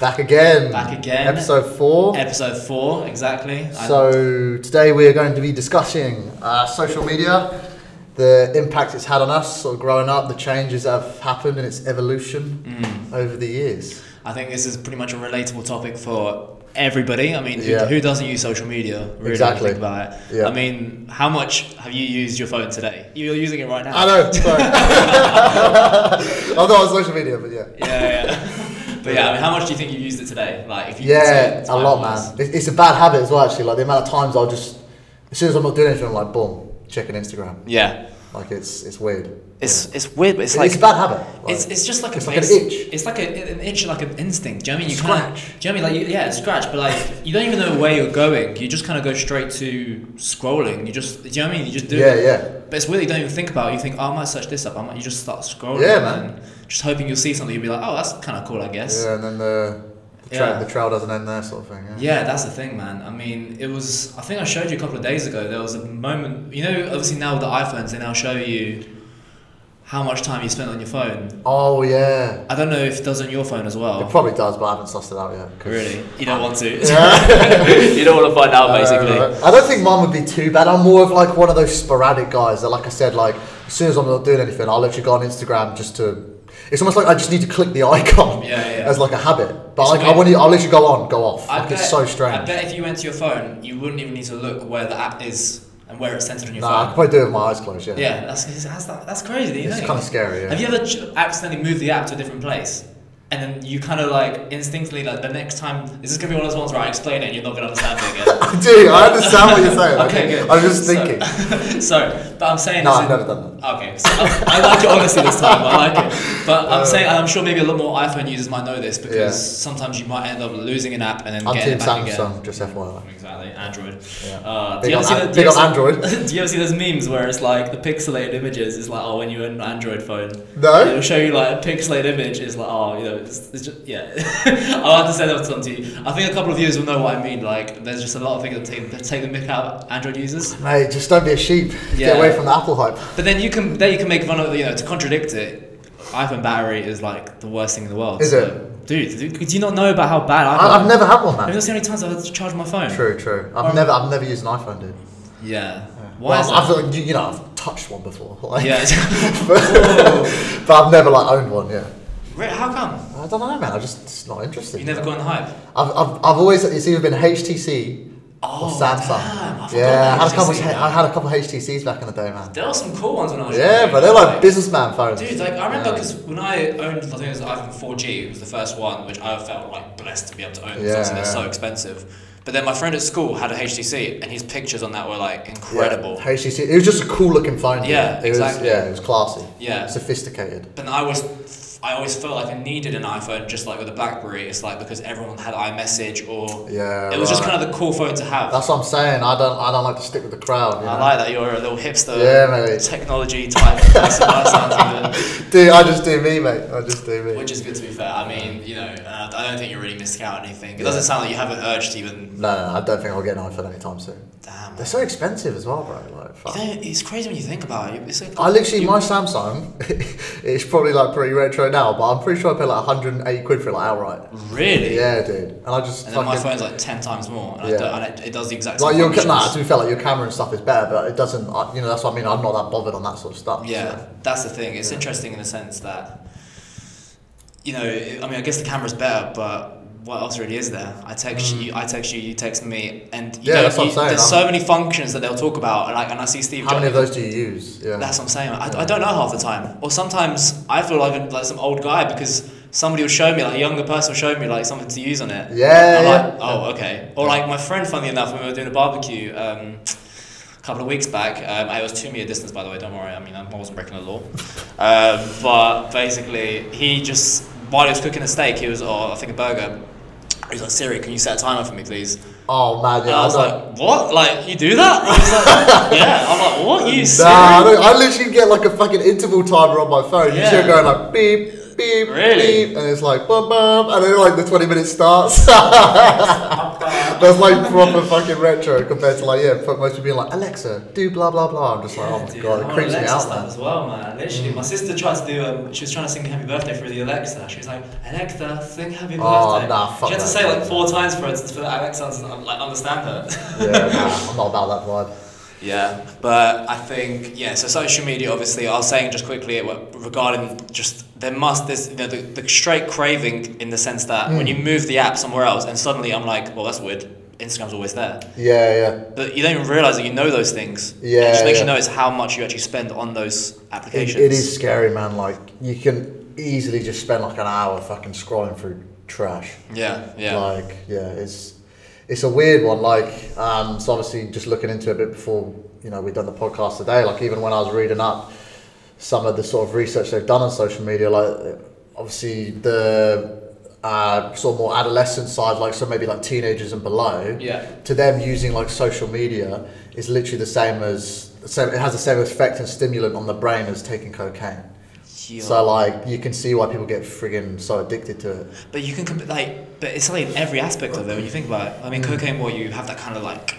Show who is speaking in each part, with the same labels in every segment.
Speaker 1: Back again.
Speaker 2: Back again.
Speaker 1: Episode four.
Speaker 2: Episode four, exactly. I-
Speaker 1: so today we are going to be discussing uh, social media, the impact it's had on us, sort of growing up, the changes that have happened and its evolution
Speaker 2: Mm.
Speaker 1: over the years.
Speaker 2: I think this is pretty much a relatable topic for everybody. I mean, who,
Speaker 1: Yeah.
Speaker 2: who doesn't use social media? Really, when you
Speaker 1: Exactly.
Speaker 2: think about it.
Speaker 1: Yeah.
Speaker 2: I mean, how much have you used your phone today? You're using it right now.
Speaker 1: I know. Sorry. I thought it was social media, but yeah.
Speaker 2: Yeah, yeah. but yeah, I mean, how much do you think you used it today? Like, if you could say
Speaker 1: Yeah,
Speaker 2: it's
Speaker 1: a lot,
Speaker 2: time-wise.
Speaker 1: man. It- It's a bad habit as well, actually. Like the amount of times I'll just, as soon as I'm not doing anything, I'm like, boom, checking Instagram.
Speaker 2: Yeah,
Speaker 1: Like it's it's weird.
Speaker 2: it's it's weird, but it's
Speaker 1: It's,
Speaker 2: like
Speaker 1: it's a bad habit. like-
Speaker 2: it's, it's just like
Speaker 1: it's
Speaker 2: a
Speaker 1: like an
Speaker 2: base-
Speaker 1: itch.
Speaker 2: It's like a, an itch, like an instinct. Do you know what I mean? You
Speaker 1: Scratch.
Speaker 2: Can't, do you know what I mean? Like you, yeah, scratch. But like you don't even know where you're going. You just kind of go straight to scrolling. You just do you know what I mean? You just do.
Speaker 1: yeah,
Speaker 2: it.
Speaker 1: yeah.
Speaker 2: But it's weird. You don't even think about. it. You think, oh, I might search this up. I might. You just start scrolling.
Speaker 1: Yeah, man.
Speaker 2: and Just hoping you'll see something. You'll be like, oh, that's kind of cool, I guess.
Speaker 1: Yeah, and then the the, tra-
Speaker 2: Yeah.
Speaker 1: the trail doesn't end there, sort of thing. Yeah.
Speaker 2: Yeah, that's the thing, man. I mean, it was. I think I showed you a couple of days ago. There was a moment. You know, obviously now with the iPhones, they now show you how much time you spend on your phone.
Speaker 1: Oh yeah.
Speaker 2: I don't know if it does on your phone as well.
Speaker 1: It probably does, but I haven't sussed it out yet. 'cause-
Speaker 2: Oh. Really, you don't want to. you don't want to find out, basically.
Speaker 1: Uh, I don't think mine would be too bad. I'm more of like one of those sporadic guys that, like I said, like as soon as I'm not doing anything, I'll literally go on Instagram just to. It's almost like I just need to click the icon
Speaker 2: Yeah, yeah.
Speaker 1: as like a habit. But
Speaker 2: It's
Speaker 1: like I
Speaker 2: weird.
Speaker 1: want to, I'll literally go on, go off.
Speaker 2: I
Speaker 1: Like, it's so strange.
Speaker 2: I bet if you went to your phone, you wouldn't even need to look where the app is and where it's centered on your
Speaker 1: nah, I could
Speaker 2: phone.
Speaker 1: probably do it with my eyes closed. Yeah.
Speaker 2: Yeah, that's that's, that's crazy. You
Speaker 1: It's
Speaker 2: know?
Speaker 1: kind of scary. Yeah.
Speaker 2: Have you ever ch- accidentally moved the app to a different place? And then you kind of like instinctively, like the next time, is this gonna be one of those ones where I explain it and you're not gonna understand it again?
Speaker 1: I do. I understand what you're saying. I
Speaker 2: okay,
Speaker 1: think-
Speaker 2: good.
Speaker 1: I was just
Speaker 2: So-
Speaker 1: thinking.
Speaker 2: so, but I'm saying.
Speaker 1: no,
Speaker 2: is
Speaker 1: I've
Speaker 2: it-
Speaker 1: never done that.
Speaker 2: Okay, so I, I like it honestly this time. I like it, but I'm saying I'm sure maybe a lot more iPhone users might know this because
Speaker 1: Uh, Yeah.
Speaker 2: sometimes you might end up losing an app and then
Speaker 1: I'm
Speaker 2: getting
Speaker 1: Team
Speaker 2: it back
Speaker 1: Samsung,
Speaker 2: again.
Speaker 1: just FYI.
Speaker 2: Exactly, Android.
Speaker 1: Yeah.
Speaker 2: Uh, do
Speaker 1: Big
Speaker 2: you ever
Speaker 1: on,
Speaker 2: see
Speaker 1: An-
Speaker 2: the- do
Speaker 1: big
Speaker 2: you ever
Speaker 1: on
Speaker 2: see-
Speaker 1: Android.
Speaker 2: do you ever see those memes where it's like the pixelated images is like oh when you're an Android phone
Speaker 1: No?
Speaker 2: it'll show you like a pixelated image is like oh you know it's, it's just yeah I'll have to send that one to you I think a couple of viewers will know what I mean like there's just a lot of things that take, that take the mick out of Android users
Speaker 1: Mate, just don't be a sheep. Get
Speaker 2: Yeah.
Speaker 1: away from the Apple hype.
Speaker 2: but then you can then you can make fun of you know to contradict it iPhone battery is like the worst thing in the world
Speaker 1: Is
Speaker 2: it dude do, do you not know about how bad iPhone
Speaker 1: I, I've never had one,
Speaker 2: I mean
Speaker 1: man.
Speaker 2: that's the only times I've had to charge my phone
Speaker 1: True, true. I've
Speaker 2: Um,
Speaker 1: never, I've never used an iPhone, dude.
Speaker 2: yeah why
Speaker 1: Well,
Speaker 2: is that
Speaker 1: I've, I've, you, you know, I've touched one before, like,
Speaker 2: yeah
Speaker 1: but I've never like owned one. Yeah,
Speaker 2: Wait, how come?
Speaker 1: I don't know, man. I just it's not interested.
Speaker 2: You never got on the hype?
Speaker 1: I've, I've, I've always it's either been HTC or Samsung.
Speaker 2: Oh, damn, I forgot
Speaker 1: yeah, I had a
Speaker 2: about
Speaker 1: couple.
Speaker 2: HTC,
Speaker 1: I had a couple HTCs back in the day, man.
Speaker 2: There are some cool ones when I was
Speaker 1: Yeah,
Speaker 2: younger,
Speaker 1: but they're like businessman phones.
Speaker 2: Dude, like I remember
Speaker 1: Yeah.
Speaker 2: because when I owned, I think it was the iPhone 4G. It was the first one, which I felt like blessed to be able to own.
Speaker 1: Yeah,
Speaker 2: because they're so
Speaker 1: yeah.
Speaker 2: expensive. But then my friend at school had a HTC, and his pictures on that were like incredible.
Speaker 1: Yeah, HTC. It was just a cool looking phone. dude.
Speaker 2: Yeah,
Speaker 1: it
Speaker 2: exactly.
Speaker 1: Was, yeah, it was classy.
Speaker 2: Yeah.
Speaker 1: sophisticated.
Speaker 2: But I was, I always felt like I needed an iPhone, just like with a BlackBerry. It's like because everyone had iMessage, or
Speaker 1: Yeah,
Speaker 2: it was just
Speaker 1: right.
Speaker 2: kind of the cool phone to have.
Speaker 1: That's what I'm saying. I don't. I don't like to stick with the crowd. You
Speaker 2: I
Speaker 1: know?
Speaker 2: like that you're a little hipster,
Speaker 1: Yeah, mate.
Speaker 2: technology type. person, that sounds good.
Speaker 1: Dude, I just do me, mate. I just do me.
Speaker 2: Which is good to be fair. I mean, you know, uh, I don't think you're really missing out on anything. It doesn't sound like you have an urge to even.
Speaker 1: No, no, no, I don't think I'll get an iPhone anytime soon.
Speaker 2: Damn.
Speaker 1: They're
Speaker 2: You
Speaker 1: so expensive as well, bro. Like, fuck.
Speaker 2: know, it's crazy when you think about it. It's like,
Speaker 1: I literally
Speaker 2: you-
Speaker 1: my Samsung. it's probably like pretty retro now, but I'm pretty sure I paid like 108 quid for it like outright.
Speaker 2: Really?
Speaker 1: Yeah, dude. And I just
Speaker 2: And then my
Speaker 1: fucking-
Speaker 2: phone's like 10 times more. And,
Speaker 1: Yeah.
Speaker 2: I don't, and it, it does the exact same
Speaker 1: like your ca- nah.
Speaker 2: functions.
Speaker 1: To be fair, like your camera and stuff is better, but it doesn't. I- You know, that's what I mean. I'm not that bothered on that sort of stuff.
Speaker 2: Yeah, that's the thing. It's interesting in the sense that, you know, I mean, I guess the camera's better, but what else really is there? I text you, I text you, you text me, and you
Speaker 1: Mm. Yeah,
Speaker 2: know,
Speaker 1: that's what
Speaker 2: you-
Speaker 1: I'm saying.
Speaker 2: there's
Speaker 1: I'm-
Speaker 2: so many functions that they'll talk about, and like, and I see Steve.
Speaker 1: So. How many
Speaker 2: Jobs-
Speaker 1: of those do you use? Yeah.
Speaker 2: That's what I'm saying. I, I don't know half the time. Or sometimes I feel like I'm like some old guy because somebody will show me, like a younger person will show me like something to use on it.
Speaker 1: Yeah,
Speaker 2: I'm
Speaker 1: yeah.
Speaker 2: like, oh, okay. Or like my friend, funnily enough, when we were doing a barbecue um, a couple of weeks back, um, I was two meter distance, by the way, don't worry. I mean, I wasn't breaking the law. um, but basically, he just, while he was cooking a steak, he was, or I think a burger, he was like, Siri, can you set a timer for me, please?
Speaker 1: oh man,
Speaker 2: And
Speaker 1: yeah.
Speaker 2: I
Speaker 1: I
Speaker 2: was
Speaker 1: don't-
Speaker 2: like, what? Like, you do that? I was like, yeah. I'm like, what? You Siri?
Speaker 1: Nah, I, don't, I literally get like a fucking interval timer on my phone.
Speaker 2: Yeah.
Speaker 1: Usually i going like beep, beep,
Speaker 2: Really?
Speaker 1: beep, and it's like bum bum, and then like the 20 minutes starts. That's like proper fucking retro compared to like yeah, fuck most people being like Alexa, do blah blah blah. I'm just like, oh my
Speaker 2: Dude,
Speaker 1: god,
Speaker 2: I
Speaker 1: it
Speaker 2: want
Speaker 1: creeps me
Speaker 2: Alexa
Speaker 1: out.
Speaker 2: stuff
Speaker 1: man.
Speaker 2: as well, man. Literally,
Speaker 1: Mm.
Speaker 2: my sister tried to do. Um, she was trying to sing Happy Birthday through the Alexa. She was like, "Alexa, sing Happy
Speaker 1: Oh,
Speaker 2: Birthday."
Speaker 1: nah, fuck
Speaker 2: she had to
Speaker 1: that.
Speaker 2: say like four times for it for the Alexa to um, like understand her.
Speaker 1: yeah, nah, I'm not about that vibe.
Speaker 2: yeah, but I think yeah. So social media, obviously, I was saying just quickly what- regarding just there must this you know the, the straight craving in the sense that when
Speaker 1: Mm.
Speaker 2: you move the app somewhere else and suddenly I'm like, well, that's weird. Instagram's always there.
Speaker 1: Yeah, yeah.
Speaker 2: But you don't even realize that you know those things.
Speaker 1: Yeah,
Speaker 2: It just makes
Speaker 1: yeah.
Speaker 2: you notice how much you actually spend on those
Speaker 1: It,
Speaker 2: applications.
Speaker 1: it is scary, man. Like you can easily just spend like an hour fucking scrolling through trash.
Speaker 2: Yeah, yeah.
Speaker 1: Like, yeah, it's it's a weird one. Like, um, so obviously, just looking into it a bit before you know we've done the podcast today. Like, even when I was reading up some of the sort of research they've done on social media, like obviously the uh, sort of more adolescent side, like so maybe like teenagers and below.
Speaker 2: Yeah.
Speaker 1: To them, using like social media is literally the same as same. It has the same effect and stimulant on the brain as taking cocaine.
Speaker 2: Yeah.
Speaker 1: So like you can see why people get friggin' so addicted to it.
Speaker 2: but you can comp- like, but it's like in every aspect of it when you think about it. I mean,
Speaker 1: Mm.
Speaker 2: cocaine, well, you have that kind of like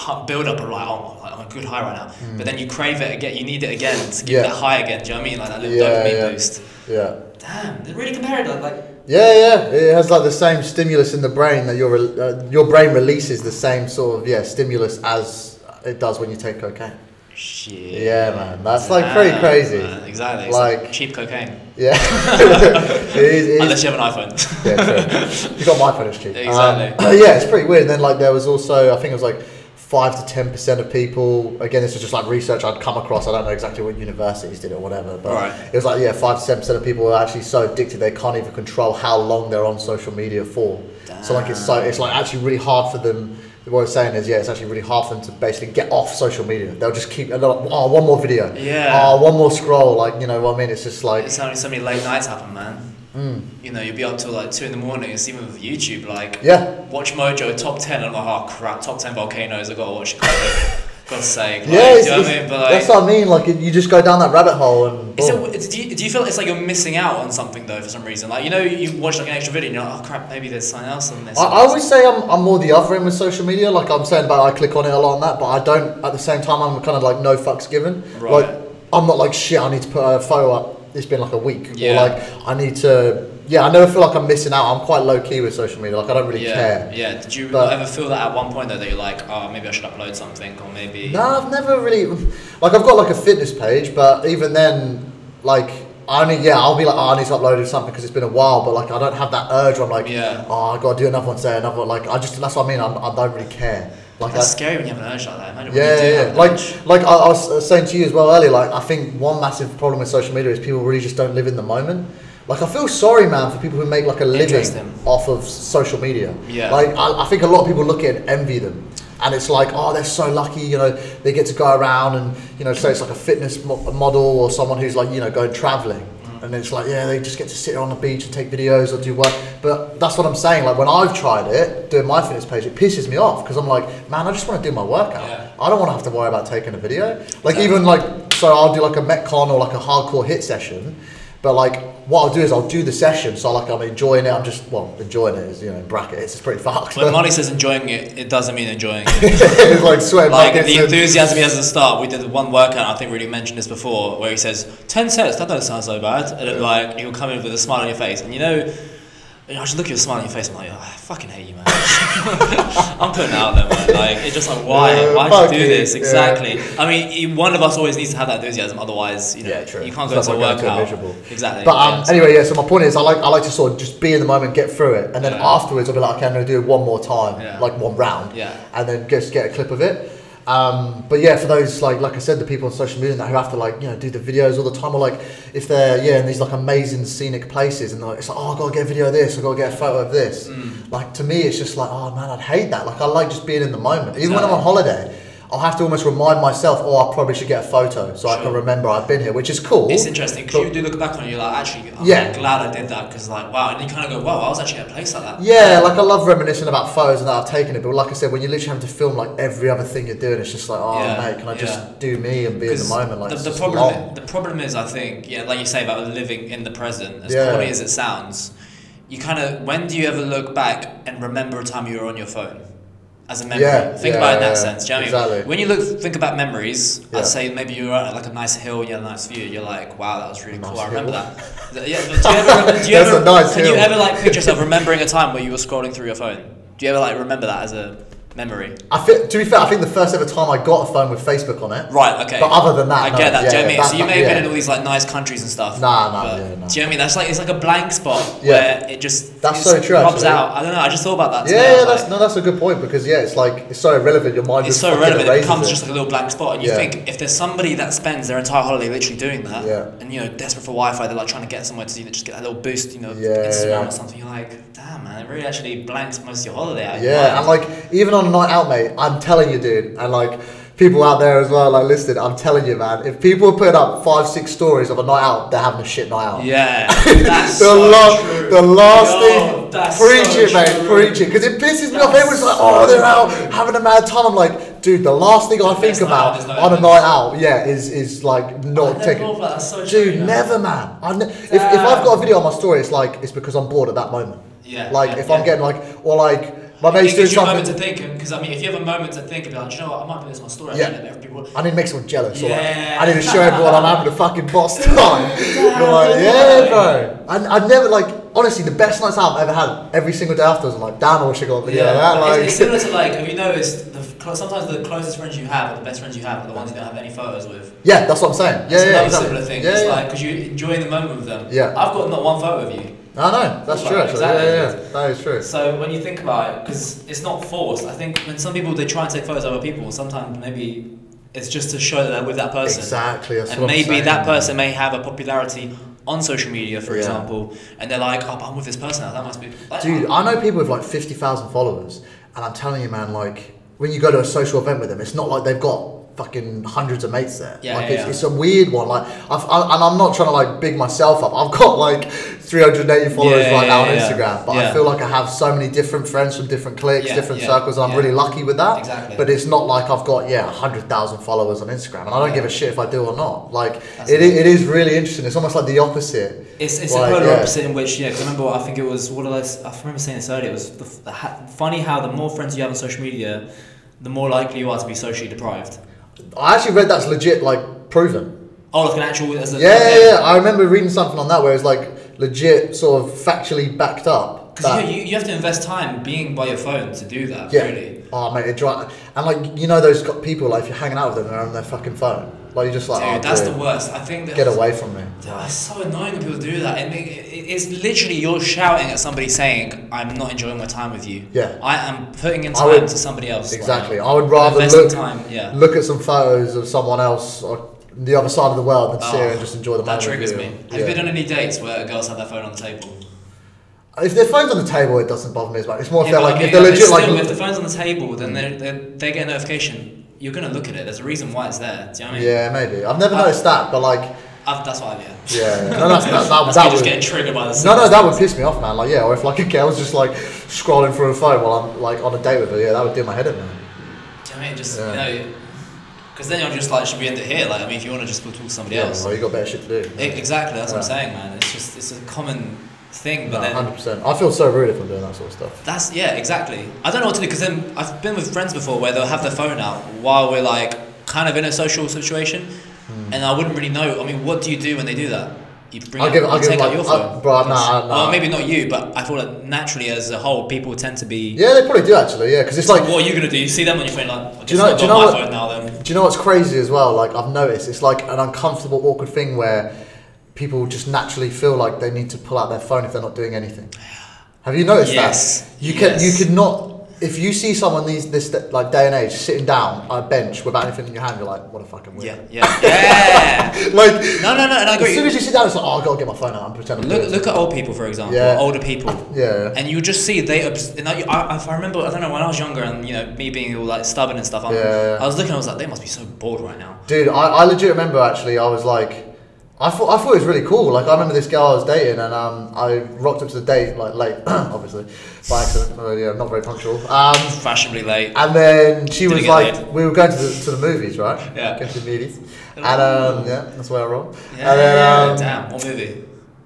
Speaker 2: pu- build up of like, oh, I'm- like, I'm on a good high right now. But then you crave it again. You need it again to get
Speaker 1: Mm. Yeah.
Speaker 2: that high again. Do you know what I mean? Like that little
Speaker 1: Yeah,
Speaker 2: dopamine
Speaker 1: yeah.
Speaker 2: boost.
Speaker 1: Yeah.
Speaker 2: Damn, they really compared like, like
Speaker 1: Yeah, yeah, it has like the same stimulus in the brain that your re- uh, your brain releases the same sort of yeah stimulus as it does when you take cocaine.
Speaker 2: shit.
Speaker 1: Yeah, man, that's like pretty
Speaker 2: Damn,
Speaker 1: crazy.
Speaker 2: man, Exactly. It's like,
Speaker 1: Like-
Speaker 2: cheap cocaine.
Speaker 1: Yeah, it is. It is
Speaker 2: Unless you have an iPhone.
Speaker 1: yeah, true. you got my fetish cheap.
Speaker 2: Exactly.
Speaker 1: Um, yeah, it's pretty weird. And then like there was also I think it was like five to ten percent of people. Again, this was just like research I'd come across. I don't know exactly what universities did or whatever, but
Speaker 2: Right.
Speaker 1: it was like yeah, five to ten percent of people are actually so addicted they can't even control how long they're on social media for. So like it's so it's like actually really hard for them. What I'm saying is, yeah, it's actually really hard for them to basically get off social media. They'll just keep, and they're like, oh, one more video,
Speaker 2: Yeah.
Speaker 1: oh, one more scroll, like you know what I mean. It's just like, Mm.
Speaker 2: It's only so many late nights happen, man. You know, you'll be up till like two in the morning. It's even with YouTube, like
Speaker 1: yeah,
Speaker 2: watch Mojo top ten. I'm like, oh crap, top ten volcanoes. I gotta watch. it." God's sake. Like,
Speaker 1: Yeah, it's,
Speaker 2: do you know what I
Speaker 1: it's-
Speaker 2: mean? But like,
Speaker 1: that's what I mean. Like it- you just go down that rabbit hole and
Speaker 2: is
Speaker 1: boom.
Speaker 2: it, it's- do, you, do you feel it's like you're missing out on something though for some reason? Like you know, you watch like an extra video and you're like, oh crap, maybe there's something else on this.
Speaker 1: I, I always say I'm, I'm more the other end with social media. Like I'm saying about I click on it a lot and that, but I don't. At the same time, I'm kind of like no fucks given.
Speaker 2: Right.
Speaker 1: Like I'm not like shit. I need to put a photo up. It's been like a week.
Speaker 2: Yeah.
Speaker 1: Or like I need to. Yeah, I never feel like I'm missing out. I'm quite low key with social media. Like I don't really
Speaker 2: yeah,
Speaker 1: care.
Speaker 2: yeah. Did you
Speaker 1: But-
Speaker 2: ever feel that at one point though that you're like, oh, maybe I should upload something or maybe?
Speaker 1: No, I've never really like I've got like a fitness page, but even then, like I only yeah I'll be like oh, I need to upload something because it's been a while, but like I don't have that urge. where I'm like
Speaker 2: Yeah.
Speaker 1: oh I gotta do another one today, another one. Like I just that's what I mean. I'm, I don't really care. Like
Speaker 2: That's
Speaker 1: I,
Speaker 2: scary when you have an urge like that. Imagine when you
Speaker 1: yeah,
Speaker 2: do
Speaker 1: yeah,
Speaker 2: have
Speaker 1: yeah.
Speaker 2: an urge.
Speaker 1: Like, like I, I was uh, saying to you as well earlier. Like, I think one massive problem with social media is people really just don't live in the moment. Like, I feel sorry, man, for people who make like a
Speaker 2: Interesting.
Speaker 1: living off of s- social media.
Speaker 2: Yeah.
Speaker 1: Like, I, I think a lot of people look at it and envy them, and it's like, oh, they're so lucky. You know, they get to go around and you know, say it's like a fitness mo- model or someone who's like, you know, going traveling.
Speaker 2: Mm.
Speaker 1: And it's like, yeah, they just get to sit on the beach and take videos or do what. But that's what I'm saying. Like, when I've tried it, doing my fitness page, it pisses me off because I'm like, man, I just want to do my workout.
Speaker 2: Yeah.
Speaker 1: I don't want to have to worry about taking a video. Like even like so, I'll do like a metcon or like a hardcore hit session, but like what I'll do is I'll do the session. So like I'm enjoying it. I'm just well enjoying it is you know in brackets. It's pretty fucked.
Speaker 2: When
Speaker 1: but
Speaker 2: Marty says enjoying it, it doesn't mean enjoying it.
Speaker 1: it's like sweating
Speaker 2: Like
Speaker 1: buckets
Speaker 2: the
Speaker 1: and-
Speaker 2: enthusiasm he has at the start. We did one workout. I think really mentioned this before, where he says ten sets. That doesn't sound so bad. And then like you'll come in with a smile on your face, and you know. you know, I just look at your smile on your face. I'm like, oh, I fucking hate you, man. I'm putting it out there, man. Like, it's just like, why?
Speaker 1: Yeah,
Speaker 2: why did
Speaker 1: fuck
Speaker 2: you do
Speaker 1: you.
Speaker 2: this?
Speaker 1: Yeah.
Speaker 2: Exactly. I mean, you- one of us always needs to have that enthusiasm. Otherwise, you know,
Speaker 1: Yeah, true.
Speaker 2: you can't go
Speaker 1: It's
Speaker 2: into
Speaker 1: not
Speaker 2: a
Speaker 1: like going to a
Speaker 2: workout.
Speaker 1: miserable.
Speaker 2: Exactly.
Speaker 1: But um,
Speaker 2: yeah, so-
Speaker 1: anyway, yeah. So my point is, I like I like to sort of just be in the moment, get through it, and then
Speaker 2: Yeah.
Speaker 1: afterwards I'll be like, okay, I'm gonna do it one more time,
Speaker 2: Yeah.
Speaker 1: like one round,
Speaker 2: Yeah.
Speaker 1: and then just get a clip of it. Um, but yeah, for those like like I said, the people on social media that who have to like you know do the videos all the time, or like if they're yeah in these like amazing scenic places, and they're like, it's like oh I gotta get a video of this, I gotta get a photo of this.
Speaker 2: Mm.
Speaker 1: Like to me, it's just like oh man, I'd hate that. Like I like just being in the moment, even when I'm on holiday. I'll have to almost remind myself, oh, I probably should get a photo so I
Speaker 2: Sure.
Speaker 1: can remember I've been here, which is cool.
Speaker 2: It's interesting because
Speaker 1: But-
Speaker 2: you do look back on it, you're like, actually, I'm
Speaker 1: Yeah.
Speaker 2: glad I did that because, like, wow. And you kind of go, wow, I was actually at a place like that.
Speaker 1: Yeah, like I love reminiscing about photos and that I've taken it, but like I said, when you literally have to film like every other thing you're doing, it's just like, oh
Speaker 2: Yeah,
Speaker 1: mate, can I just
Speaker 2: yeah.
Speaker 1: do me and be in the
Speaker 2: 'Cause
Speaker 1: moment? Like
Speaker 2: the,
Speaker 1: it's
Speaker 2: the
Speaker 1: just
Speaker 2: problem,
Speaker 1: long.
Speaker 2: the problem is, I think, yeah, like you say about living in the present. As
Speaker 1: Yeah.
Speaker 2: corny as it sounds, you kind of when do you ever look back and remember a time you were on your phone? as a memory.
Speaker 1: Yeah,
Speaker 2: think
Speaker 1: yeah,
Speaker 2: about it in that
Speaker 1: yeah,
Speaker 2: sense. Do you know what I
Speaker 1: exactly.
Speaker 2: mean? When you look, think about memories,
Speaker 1: Yeah.
Speaker 2: I'd say maybe you're at like a nice hill, you had a nice view, you're like, wow, that was really cool.
Speaker 1: nice
Speaker 2: I remember
Speaker 1: hill.
Speaker 2: that. Th- Yeah, but do you ever, remember- do you
Speaker 1: That's
Speaker 2: ever
Speaker 1: a nice
Speaker 2: can you
Speaker 1: hill.
Speaker 2: ever like picture yourself remembering a time where you were scrolling through your phone? Do you ever like remember that as a memory?
Speaker 1: I feel, to be fair, I think the first ever time I got a phone with Facebook on it.
Speaker 2: Right, okay.
Speaker 1: But other than that,
Speaker 2: I
Speaker 1: no,
Speaker 2: get that.
Speaker 1: yeah,
Speaker 2: do you know what I
Speaker 1: yeah,
Speaker 2: mean? So
Speaker 1: that-
Speaker 2: you may have been in
Speaker 1: yeah.
Speaker 2: all these like nice countries and stuff.
Speaker 1: Nah, nah,
Speaker 2: but- Do
Speaker 1: yeah, nah.
Speaker 2: you know what I mean? That's like it's like a blank spot
Speaker 1: Yeah.
Speaker 2: where it just
Speaker 1: That's
Speaker 2: it
Speaker 1: so
Speaker 2: just
Speaker 1: true,
Speaker 2: Rubs
Speaker 1: actually.
Speaker 2: out. I don't know. I just thought about that.
Speaker 1: Yeah,
Speaker 2: today. I
Speaker 1: yeah
Speaker 2: was
Speaker 1: that's
Speaker 2: like,
Speaker 1: no, that's a good point because yeah, it's like it's so irrelevant. Your mind
Speaker 2: It's
Speaker 1: just
Speaker 2: so
Speaker 1: fucking
Speaker 2: irrelevant. It
Speaker 1: erases
Speaker 2: becomes
Speaker 1: it.
Speaker 2: just like a little blank spot, and you
Speaker 1: Yeah.
Speaker 2: think if there's somebody that spends their entire holiday literally doing that,
Speaker 1: Yeah.
Speaker 2: and you know desperate for Wi-Fi, they're like trying to get somewhere to you know, just get that little boost, you know,
Speaker 1: Yeah,
Speaker 2: Instagram
Speaker 1: yeah.
Speaker 2: or something. You're like, damn man, it really actually blanks most of your holiday out.
Speaker 1: Yeah, and like even on a night out, mate, I'm telling you, dude, and like people out there as well, like listen, I'm telling you, man, if people put up five, six stories of a night out, they're having a shit night out.
Speaker 2: yeah, that's
Speaker 1: The,
Speaker 2: so
Speaker 1: last,
Speaker 2: true.
Speaker 1: the last
Speaker 2: Yo,
Speaker 1: thing,
Speaker 2: that's
Speaker 1: preach
Speaker 2: so
Speaker 1: it, mate,
Speaker 2: true.
Speaker 1: preach it, because it pisses me off.
Speaker 2: That's
Speaker 1: Everyone's like,
Speaker 2: so
Speaker 1: oh, they're out
Speaker 2: true.
Speaker 1: having a mad time. I'm like, dude, the last thing I
Speaker 2: The
Speaker 1: think
Speaker 2: best night out
Speaker 1: about
Speaker 2: is no
Speaker 1: on a
Speaker 2: events.
Speaker 1: night out, yeah, is is like
Speaker 2: I
Speaker 1: not
Speaker 2: never
Speaker 1: taking.
Speaker 2: thought about that. That's so true,
Speaker 1: Dude,
Speaker 2: yeah.
Speaker 1: never, man. I ne- if, if I've got a video on my story, it's like it's because I'm bored at that moment.
Speaker 2: Yeah,
Speaker 1: Like
Speaker 2: yeah,
Speaker 1: if
Speaker 2: yeah.
Speaker 1: I'm getting like or like my
Speaker 2: It
Speaker 1: mate's
Speaker 2: gives
Speaker 1: doing
Speaker 2: you a
Speaker 1: something.
Speaker 2: moment to think, because I mean, if you have a moment to think about, "Do you know what, I might put this in my story.
Speaker 1: Yeah.
Speaker 2: Yeah. And every people,
Speaker 1: I need to make someone jealous. or
Speaker 2: Yeah.
Speaker 1: Like, I need to show everyone I'm having a fucking boss time. You're like, yeah, bro. And I never like honestly the best nights out I've ever had. Every single day afterwards, I'm like, damn, I wish I got a video
Speaker 2: but
Speaker 1: like that.
Speaker 2: it's-
Speaker 1: Like,
Speaker 2: it's similar to like, have you noticed, the, cl- sometimes the closest friends you have, or the best friends you have, are the ones you don't have any photos with.
Speaker 1: yeah, that's what I'm saying. Yeah,
Speaker 2: it's
Speaker 1: yeah,
Speaker 2: another
Speaker 1: exactly.
Speaker 2: similar thing.
Speaker 1: Yeah,
Speaker 2: it's
Speaker 1: yeah.
Speaker 2: like, because you're enjoying the moment with them.
Speaker 1: Yeah.
Speaker 2: I've got not one photo of you.
Speaker 1: I know. That's true. Actually.
Speaker 2: Exactly.
Speaker 1: Yeah, yeah, yeah. That is true.
Speaker 2: So when you think about it, because it's not forced, I think when some people, they try and take photos of other people, sometimes maybe it's just to show that they're with that person.
Speaker 1: Exactly. That's
Speaker 2: and
Speaker 1: what I'm
Speaker 2: maybe
Speaker 1: saying.
Speaker 2: that person may have a popularity on social media, for
Speaker 1: Yeah.
Speaker 2: example, and they're like, "Oh, but I'm with this person now. That must be." Like,
Speaker 1: Dude, I know people with like 50,000 followers, and I'm telling you, man, like, when you go to a social event with them, it's not like they've got fucking hundreds of mates there.
Speaker 2: Yeah,
Speaker 1: like,
Speaker 2: yeah,
Speaker 1: it's,
Speaker 2: yeah.
Speaker 1: it's a weird one. Like, I've, I, and I'm not trying to like big myself up. I've got like 380 followers
Speaker 2: Yeah,
Speaker 1: right now on
Speaker 2: yeah, yeah.
Speaker 1: Instagram, but
Speaker 2: Yeah.
Speaker 1: I feel like I have so many different friends from different cliques,
Speaker 2: Yeah,
Speaker 1: different
Speaker 2: yeah,
Speaker 1: circles, and I'm
Speaker 2: yeah.
Speaker 1: really lucky with that.
Speaker 2: Exactly.
Speaker 1: But it's not like I've got, yeah, 100,000 followers on Instagram, and I don't give a shit if I do or not. Like,
Speaker 2: That's
Speaker 1: it, i- it is really interesting. It's almost like the opposite.
Speaker 2: it's it's
Speaker 1: Like,
Speaker 2: a polar
Speaker 1: yeah.
Speaker 2: opposite in which yeah. 'cause I remember I think it was what did I, s- I remember saying this earlier. It was the, f- the ha- funny how the more friends you have on social media, the more likely you are to be socially deprived.
Speaker 1: I actually read that's legit, like, proven.
Speaker 2: Oh, like um, an actual as a
Speaker 1: Yeah, yeah, yeah. I remember reading something on that where it's like legit, sort of factually backed up.
Speaker 2: Because
Speaker 1: that-
Speaker 2: you, you have to invest time being by your phone to do that.
Speaker 1: yeah.
Speaker 2: Really.
Speaker 1: Oh mate, it dri- and like you know those co- people like if you're hanging out with them, they're on their fucking phone. Like you're just like,
Speaker 2: Dude,
Speaker 1: oh,
Speaker 2: that's
Speaker 1: dude,
Speaker 2: the worst. I think that
Speaker 1: get away from me.
Speaker 2: Dude, It's so annoying when people do that. It, ma- it, it's literally you're shouting at somebody saying, "I'm not enjoying my time with you."
Speaker 1: Yeah.
Speaker 2: I am putting in
Speaker 1: I
Speaker 2: time
Speaker 1: would-
Speaker 2: to somebody else. right
Speaker 1: Exactly.
Speaker 2: now.
Speaker 1: I would rather
Speaker 2: Investing
Speaker 1: look
Speaker 2: time. Yeah.
Speaker 1: look at some photos of someone else on the other side of the world than sit here and just enjoy the
Speaker 2: Oh, That
Speaker 1: moment.
Speaker 2: triggers
Speaker 1: with
Speaker 2: me.
Speaker 1: you.
Speaker 2: Have you been on any dates where girls have their phone on the table?
Speaker 1: If their phone's on the table, it doesn't bother me as much. It's more if
Speaker 2: Yeah,
Speaker 1: they're
Speaker 2: but
Speaker 1: like
Speaker 2: I mean,
Speaker 1: if Mm. they're
Speaker 2: like,
Speaker 1: legit
Speaker 2: it's still,
Speaker 1: like
Speaker 2: if the phone's on the table, then they they they get a notification. You're gonna look at it. There's a reason why it's there. Do you know what I mean?
Speaker 1: yeah maybe. I've never
Speaker 2: I-
Speaker 1: noticed that, but like
Speaker 2: I've, that's why. Yeah.
Speaker 1: yeah, no, that's, that, that,
Speaker 2: That's
Speaker 1: that
Speaker 2: me
Speaker 1: would-
Speaker 2: just getting triggered by this.
Speaker 1: No, no, that would piss me off, man. Like, yeah, or if like a girl's just like scrolling through her phone while I'm like on a date with her, yeah, that would do my head in, man.
Speaker 2: Do you know what I mean? Just
Speaker 1: Yeah.
Speaker 2: you know, because then you're just like, should we end it here? Like, I mean, if you want to just go talk to somebody else.
Speaker 1: well, you got better shit to do.
Speaker 2: E- Exactly, that's what I'm
Speaker 1: Yeah.
Speaker 2: saying, man. It's just it's a common thing, but
Speaker 1: No,
Speaker 2: then
Speaker 1: hundred percent. I feel so rude if I'm doing that sort of stuff.
Speaker 2: that's yeah, exactly. I don't know what to do because then I've been with friends before where they'll have their phone out while we're like kind of in a social situation, and I wouldn't really know. I mean, what do you do when they do that? You bring
Speaker 1: Hmm. I'll
Speaker 2: out,
Speaker 1: give-
Speaker 2: you
Speaker 1: I'll give,
Speaker 2: take out
Speaker 1: like,
Speaker 2: your
Speaker 1: I-
Speaker 2: phone,
Speaker 1: bro, nah, nah.
Speaker 2: Or maybe not you, but I feel like naturally as a whole, people tend to be.
Speaker 1: Yeah, they probably do actually. Yeah, because it's like,
Speaker 2: what are you gonna do? You see them on your phone, like. I
Speaker 1: Do you
Speaker 2: guess
Speaker 1: know-
Speaker 2: I've
Speaker 1: do you
Speaker 2: got
Speaker 1: know
Speaker 2: my
Speaker 1: what-
Speaker 2: phone now then.
Speaker 1: do you know what's crazy as well? Like I've noticed, it's like an uncomfortable, awkward thing where people just naturally feel like they need to pull out their phone if they're not doing anything. Have you noticed
Speaker 2: Yes,
Speaker 1: that? You can
Speaker 2: yes.
Speaker 1: you could not if you see someone these this like day and age sitting down on a bench without anything in your hand, you're like, what a fucking weirdo.
Speaker 2: Yeah, yeah, yeah.
Speaker 1: Like
Speaker 2: no, no, no, and I
Speaker 1: As soon
Speaker 2: agree.
Speaker 1: as you sit down, it's like, oh, I gotta get my phone out and pretend I'm
Speaker 2: Look,
Speaker 1: doing
Speaker 2: look at old people, for example,
Speaker 1: Yeah.
Speaker 2: older people.
Speaker 1: it. Yeah.
Speaker 2: And you just see they. Obs- and I, I, if I remember, I don't know when I was younger, and you know me being all like stubborn and stuff. I'm,
Speaker 1: Yeah, yeah, yeah.
Speaker 2: I was looking, I was like, they must be so bored right now.
Speaker 1: Dude, I, I legit remember actually, I was like, I thought, I thought it was really cool. Like, I remember this girl I was dating, and um, I rocked up to the date, like, late, obviously, by accident. Uh, yeah, not very punctual. Um,
Speaker 2: Fashionably late.
Speaker 1: And then she
Speaker 2: Did it
Speaker 1: was
Speaker 2: get
Speaker 1: like,
Speaker 2: laid?
Speaker 1: we were going to the, to the movies, right?
Speaker 2: Yeah.
Speaker 1: Going to the movies. And um, yeah, that's where I roll.
Speaker 2: Yeah,
Speaker 1: and then, um,
Speaker 2: damn. What movie?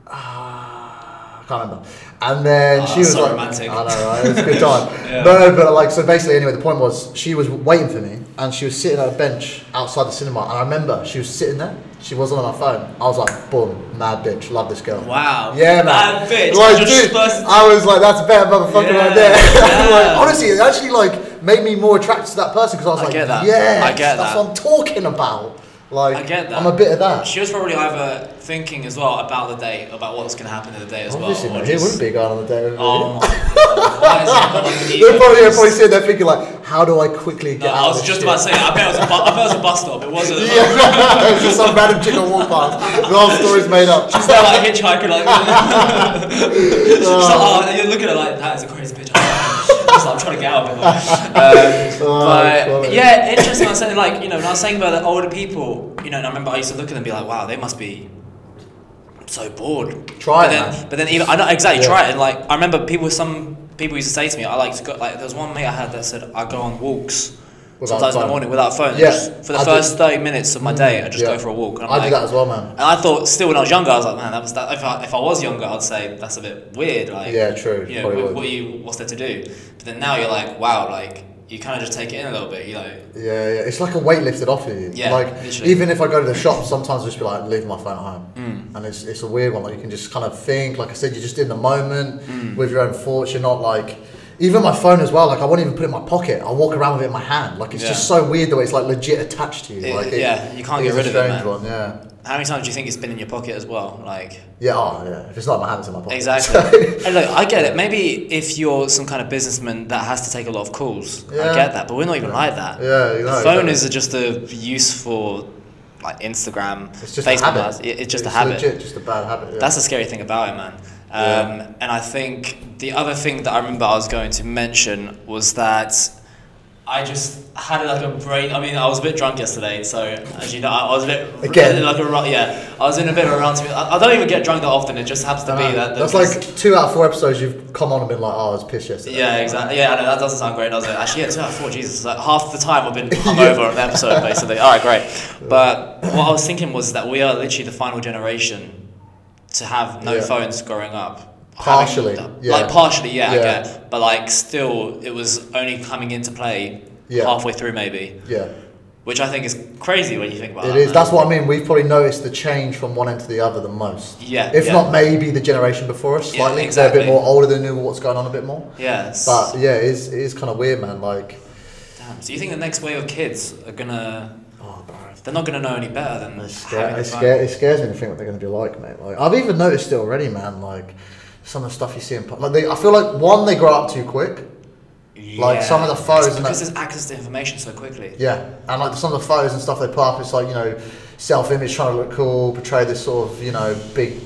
Speaker 1: ah, I can't remember. And then
Speaker 2: Ah,
Speaker 1: she was
Speaker 2: so
Speaker 1: like,
Speaker 2: romantic.
Speaker 1: I know, right? It was a good time.
Speaker 2: Yeah.
Speaker 1: No, but like, so basically, anyway, the point was she was waiting for me and she was sitting at a bench outside the cinema. And I remember she was sitting there, she wasn't on her phone. I was like, boom, mad bitch, love this girl.
Speaker 2: Wow.
Speaker 1: Yeah, man.
Speaker 2: Bad bitch.
Speaker 1: Like,
Speaker 2: You're
Speaker 1: dude,
Speaker 2: supposed to-
Speaker 1: I was like, that's a better motherfucker
Speaker 2: Yeah,
Speaker 1: right there.
Speaker 2: yeah.
Speaker 1: like, honestly, it actually like made me more attracted to that person because I was
Speaker 2: I
Speaker 1: like,
Speaker 2: get that.
Speaker 1: yeah,
Speaker 2: I get
Speaker 1: that's
Speaker 2: that.
Speaker 1: what I'm talking about. Like,
Speaker 2: I get that.
Speaker 1: I'm a bit of that.
Speaker 2: She was probably either thinking as well about the date, about what's going to happen in the date as
Speaker 1: Obviously,
Speaker 2: well.
Speaker 1: man,
Speaker 2: or
Speaker 1: he
Speaker 2: just-
Speaker 1: wouldn't be going on a date with
Speaker 2: Oh
Speaker 1: me.
Speaker 2: my god. Why is that
Speaker 1: They're probably, they're
Speaker 2: even-
Speaker 1: probably sitting there thinking like, how do I quickly
Speaker 2: No,
Speaker 1: get out
Speaker 2: I was
Speaker 1: of
Speaker 2: just
Speaker 1: this
Speaker 2: about to
Speaker 1: shit?
Speaker 2: say, I bet it was a bu- I bet it was a bus stop. It wasn't.
Speaker 1: Yeah, it's just some random chick on walk past. The whole story's made up.
Speaker 2: She's not like hitchhiker, like. She's like, oh, and you're looking at it like that is the craziest bitch. I've ever seen." She's like, I'm trying to get out of it. Um,
Speaker 1: Oh,
Speaker 2: but
Speaker 1: God.
Speaker 2: yeah, interesting. I was saying like you know, when I was saying about the older people, you know, and I remember I used to look at them and be like, wow, they must be so bored. but
Speaker 1: Try it,
Speaker 2: then,
Speaker 1: man.
Speaker 2: But then even I know exactly
Speaker 1: Yeah.
Speaker 2: try it. And like I remember people, some people used to say to me, I like to go. Like there was one mate I had that said I go on walks.
Speaker 1: Without
Speaker 2: Sometimes in
Speaker 1: phone.
Speaker 2: the morning without phone,
Speaker 1: Yeah,
Speaker 2: just for the
Speaker 1: I do.
Speaker 2: first thirty minutes of my day, I just
Speaker 1: Yeah.
Speaker 2: go for a walk. And I'm
Speaker 1: I
Speaker 2: like,
Speaker 1: do that as well, man.
Speaker 2: and I thought, still when I was younger, I was like, man, that was that. If I, if I was younger, I'd say that's a bit weird. Like,
Speaker 1: Yeah, true,
Speaker 2: You know,
Speaker 1: probably
Speaker 2: what,
Speaker 1: would.
Speaker 2: what you what's there to do? But then now you're like, wow, like you kind of just take it in a little bit. You know,
Speaker 1: Yeah, yeah, it's like a weight lifted off of you.
Speaker 2: Yeah,
Speaker 1: like
Speaker 2: literally.
Speaker 1: even if I go to the shop, sometimes I just be like, leave my phone at home,
Speaker 2: Mm.
Speaker 1: and it's it's a weird one. Like you can just kind of think. Like I said, you're just in the moment
Speaker 2: Mm.
Speaker 1: with your own thoughts. You're not like. Even my phone as well, like I won't even put it in my pocket. I walk around with it in my hand. Like it's
Speaker 2: Yeah.
Speaker 1: just so weird the way it's like legit attached to you.
Speaker 2: It-
Speaker 1: like
Speaker 2: yeah, you can't
Speaker 1: it
Speaker 2: get
Speaker 1: is
Speaker 2: rid
Speaker 1: a
Speaker 2: of it,
Speaker 1: strange
Speaker 2: man.
Speaker 1: One, yeah,
Speaker 2: how many times do you think it's been in your pocket as well? Like,
Speaker 1: yeah, oh yeah. If it's not in my hand, it's in my pocket.
Speaker 2: exactly. and look, I get it. Maybe if you're some kind of businessman that has to take a lot of calls,
Speaker 1: Yeah.
Speaker 2: I get that. But we're not even like that.
Speaker 1: yeah, you
Speaker 2: The
Speaker 1: know,
Speaker 2: phone
Speaker 1: exactly.
Speaker 2: is just a use for like Instagram,
Speaker 1: It's just
Speaker 2: Facebook.
Speaker 1: a habit.
Speaker 2: It- it's just a habit.
Speaker 1: Legit, just a bad habit. Yeah.
Speaker 2: That's the scary thing about it, man. Um, And I think the other thing that I remember I was going to mention was that I just had like a brain. I mean, I was a bit drunk yesterday, so as you know, I was a bit
Speaker 1: Again.
Speaker 2: like a ru- yeah. I was in a bit of a rant. I, I don't even get drunk that often. It just happens to be that. that
Speaker 1: that's like two out of four episodes you've come on and been like, oh, I was pissed yesterday.
Speaker 2: Yeah, exactly. Yeah, I know that doesn't sound great, does it? Actually, yeah, two out of four. Jesus, like half the time I've been hungover on an episode, basically. All right, great. But what I was thinking was that we are literally the final generation to have no
Speaker 1: Yeah.
Speaker 2: phones growing up.
Speaker 1: Partially,
Speaker 2: Having-
Speaker 1: yeah.
Speaker 2: Like partially, yeah, I
Speaker 1: Yeah.
Speaker 2: get. But like, still, it was only coming into play
Speaker 1: Yeah.
Speaker 2: halfway through, maybe,
Speaker 1: Yeah.
Speaker 2: which I think is crazy when you think about
Speaker 1: It
Speaker 2: that,
Speaker 1: is.
Speaker 2: Oh, man.
Speaker 1: That's what I mean. We've probably noticed the change from one end to the other the most.
Speaker 2: Yeah,
Speaker 1: If
Speaker 2: yeah.
Speaker 1: not, maybe the generation before us
Speaker 2: Yeah,
Speaker 1: slightly. 'cause They're a bit
Speaker 2: exactly.
Speaker 1: more older than knew what's going on a bit more.
Speaker 2: Yes.
Speaker 1: But yeah, it is, it is kind of weird, man. Like,
Speaker 2: Damn. So you think the next wave of kids are gonna?
Speaker 1: oh, bro.
Speaker 2: They're not gonna know any better than having
Speaker 1: It, sca-
Speaker 2: a
Speaker 1: it,
Speaker 2: phone.
Speaker 1: sca- it scares me to think what they're going to be like, mate. Like I've even noticed it already, man. Like some of the stuff you see in pub- like they, I feel like one they grow up too quick. Like, some of the photos
Speaker 2: It's
Speaker 1: and
Speaker 2: because
Speaker 1: that-
Speaker 2: there's access to information so quickly.
Speaker 1: Yeah, and like some of the photos and stuff they put up, it's like you know, self-image trying to look cool, portray this sort of you know big,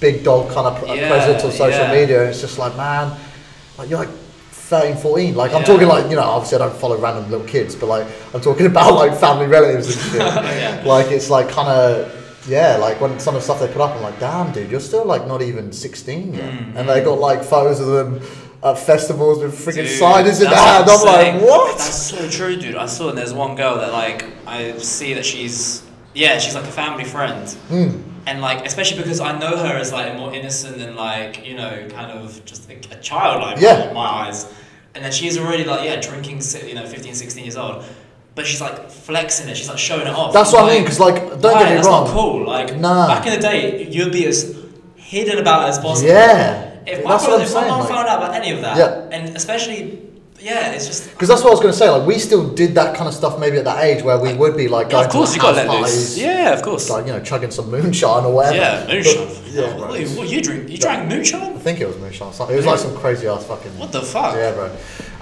Speaker 1: big dog kind of pr-
Speaker 2: Yeah,
Speaker 1: presence on social
Speaker 2: yeah.
Speaker 1: media. And it's just like, man, like you're like 13, 14. Like I'm
Speaker 2: Yeah.
Speaker 1: talking like you know, obviously I don't follow random little kids, but like I'm talking about like family relatives and shit.
Speaker 2: Yeah.
Speaker 1: Like it's like kind of. Yeah, like when some of the stuff they put up, I'm like, damn, dude, you're still like not even 16 yet.
Speaker 2: Mm-hmm.
Speaker 1: And they got like photos of them at festivals with freaking
Speaker 2: Dude,
Speaker 1: ciders in their
Speaker 2: that's
Speaker 1: hand. I'm
Speaker 2: what
Speaker 1: like,
Speaker 2: saying.
Speaker 1: what?
Speaker 2: That's so true, dude. I saw and there's one girl that like I see that she's yeah, she's like a family friend.
Speaker 1: Hmm.
Speaker 2: And like especially because I know her as like more innocent and like, you know, kind of just a, a child like
Speaker 1: Yeah.
Speaker 2: in my eyes. And then she's already like, yeah, drinking si- you know, 15, 16 years old. But she's like flexing it, she's like showing it off.
Speaker 1: That's what I
Speaker 2: Like,
Speaker 1: mean, because like, don't
Speaker 2: why?
Speaker 1: get me
Speaker 2: That's
Speaker 1: wrong.
Speaker 2: Not cool. Like
Speaker 1: Nah.
Speaker 2: back in the day, you'd be as hidden about it as possible.
Speaker 1: Yeah.
Speaker 2: If my,
Speaker 1: That's what
Speaker 2: brother,
Speaker 1: I'm
Speaker 2: if my
Speaker 1: saying,
Speaker 2: mom
Speaker 1: like-
Speaker 2: found out about any of that,
Speaker 1: Yeah.
Speaker 2: and especially, yeah, it's just.
Speaker 1: Because that's what I was going to say. Like we still did that kind of stuff maybe at that age where we would be like going
Speaker 2: of course,
Speaker 1: to
Speaker 2: you
Speaker 1: like,
Speaker 2: gotta
Speaker 1: house
Speaker 2: let
Speaker 1: parties,
Speaker 2: loose. Yeah, of course.
Speaker 1: like you know, chugging some moonshine or whatever.
Speaker 2: yeah,
Speaker 1: But-
Speaker 2: moonshine.
Speaker 1: yeah, bro.
Speaker 2: what, you-
Speaker 1: I
Speaker 2: what you drink? You drank moonshine?
Speaker 1: think it was moonshine. Something. It was like some crazy ass fucking.
Speaker 2: What the fuck?
Speaker 1: Yeah, bro.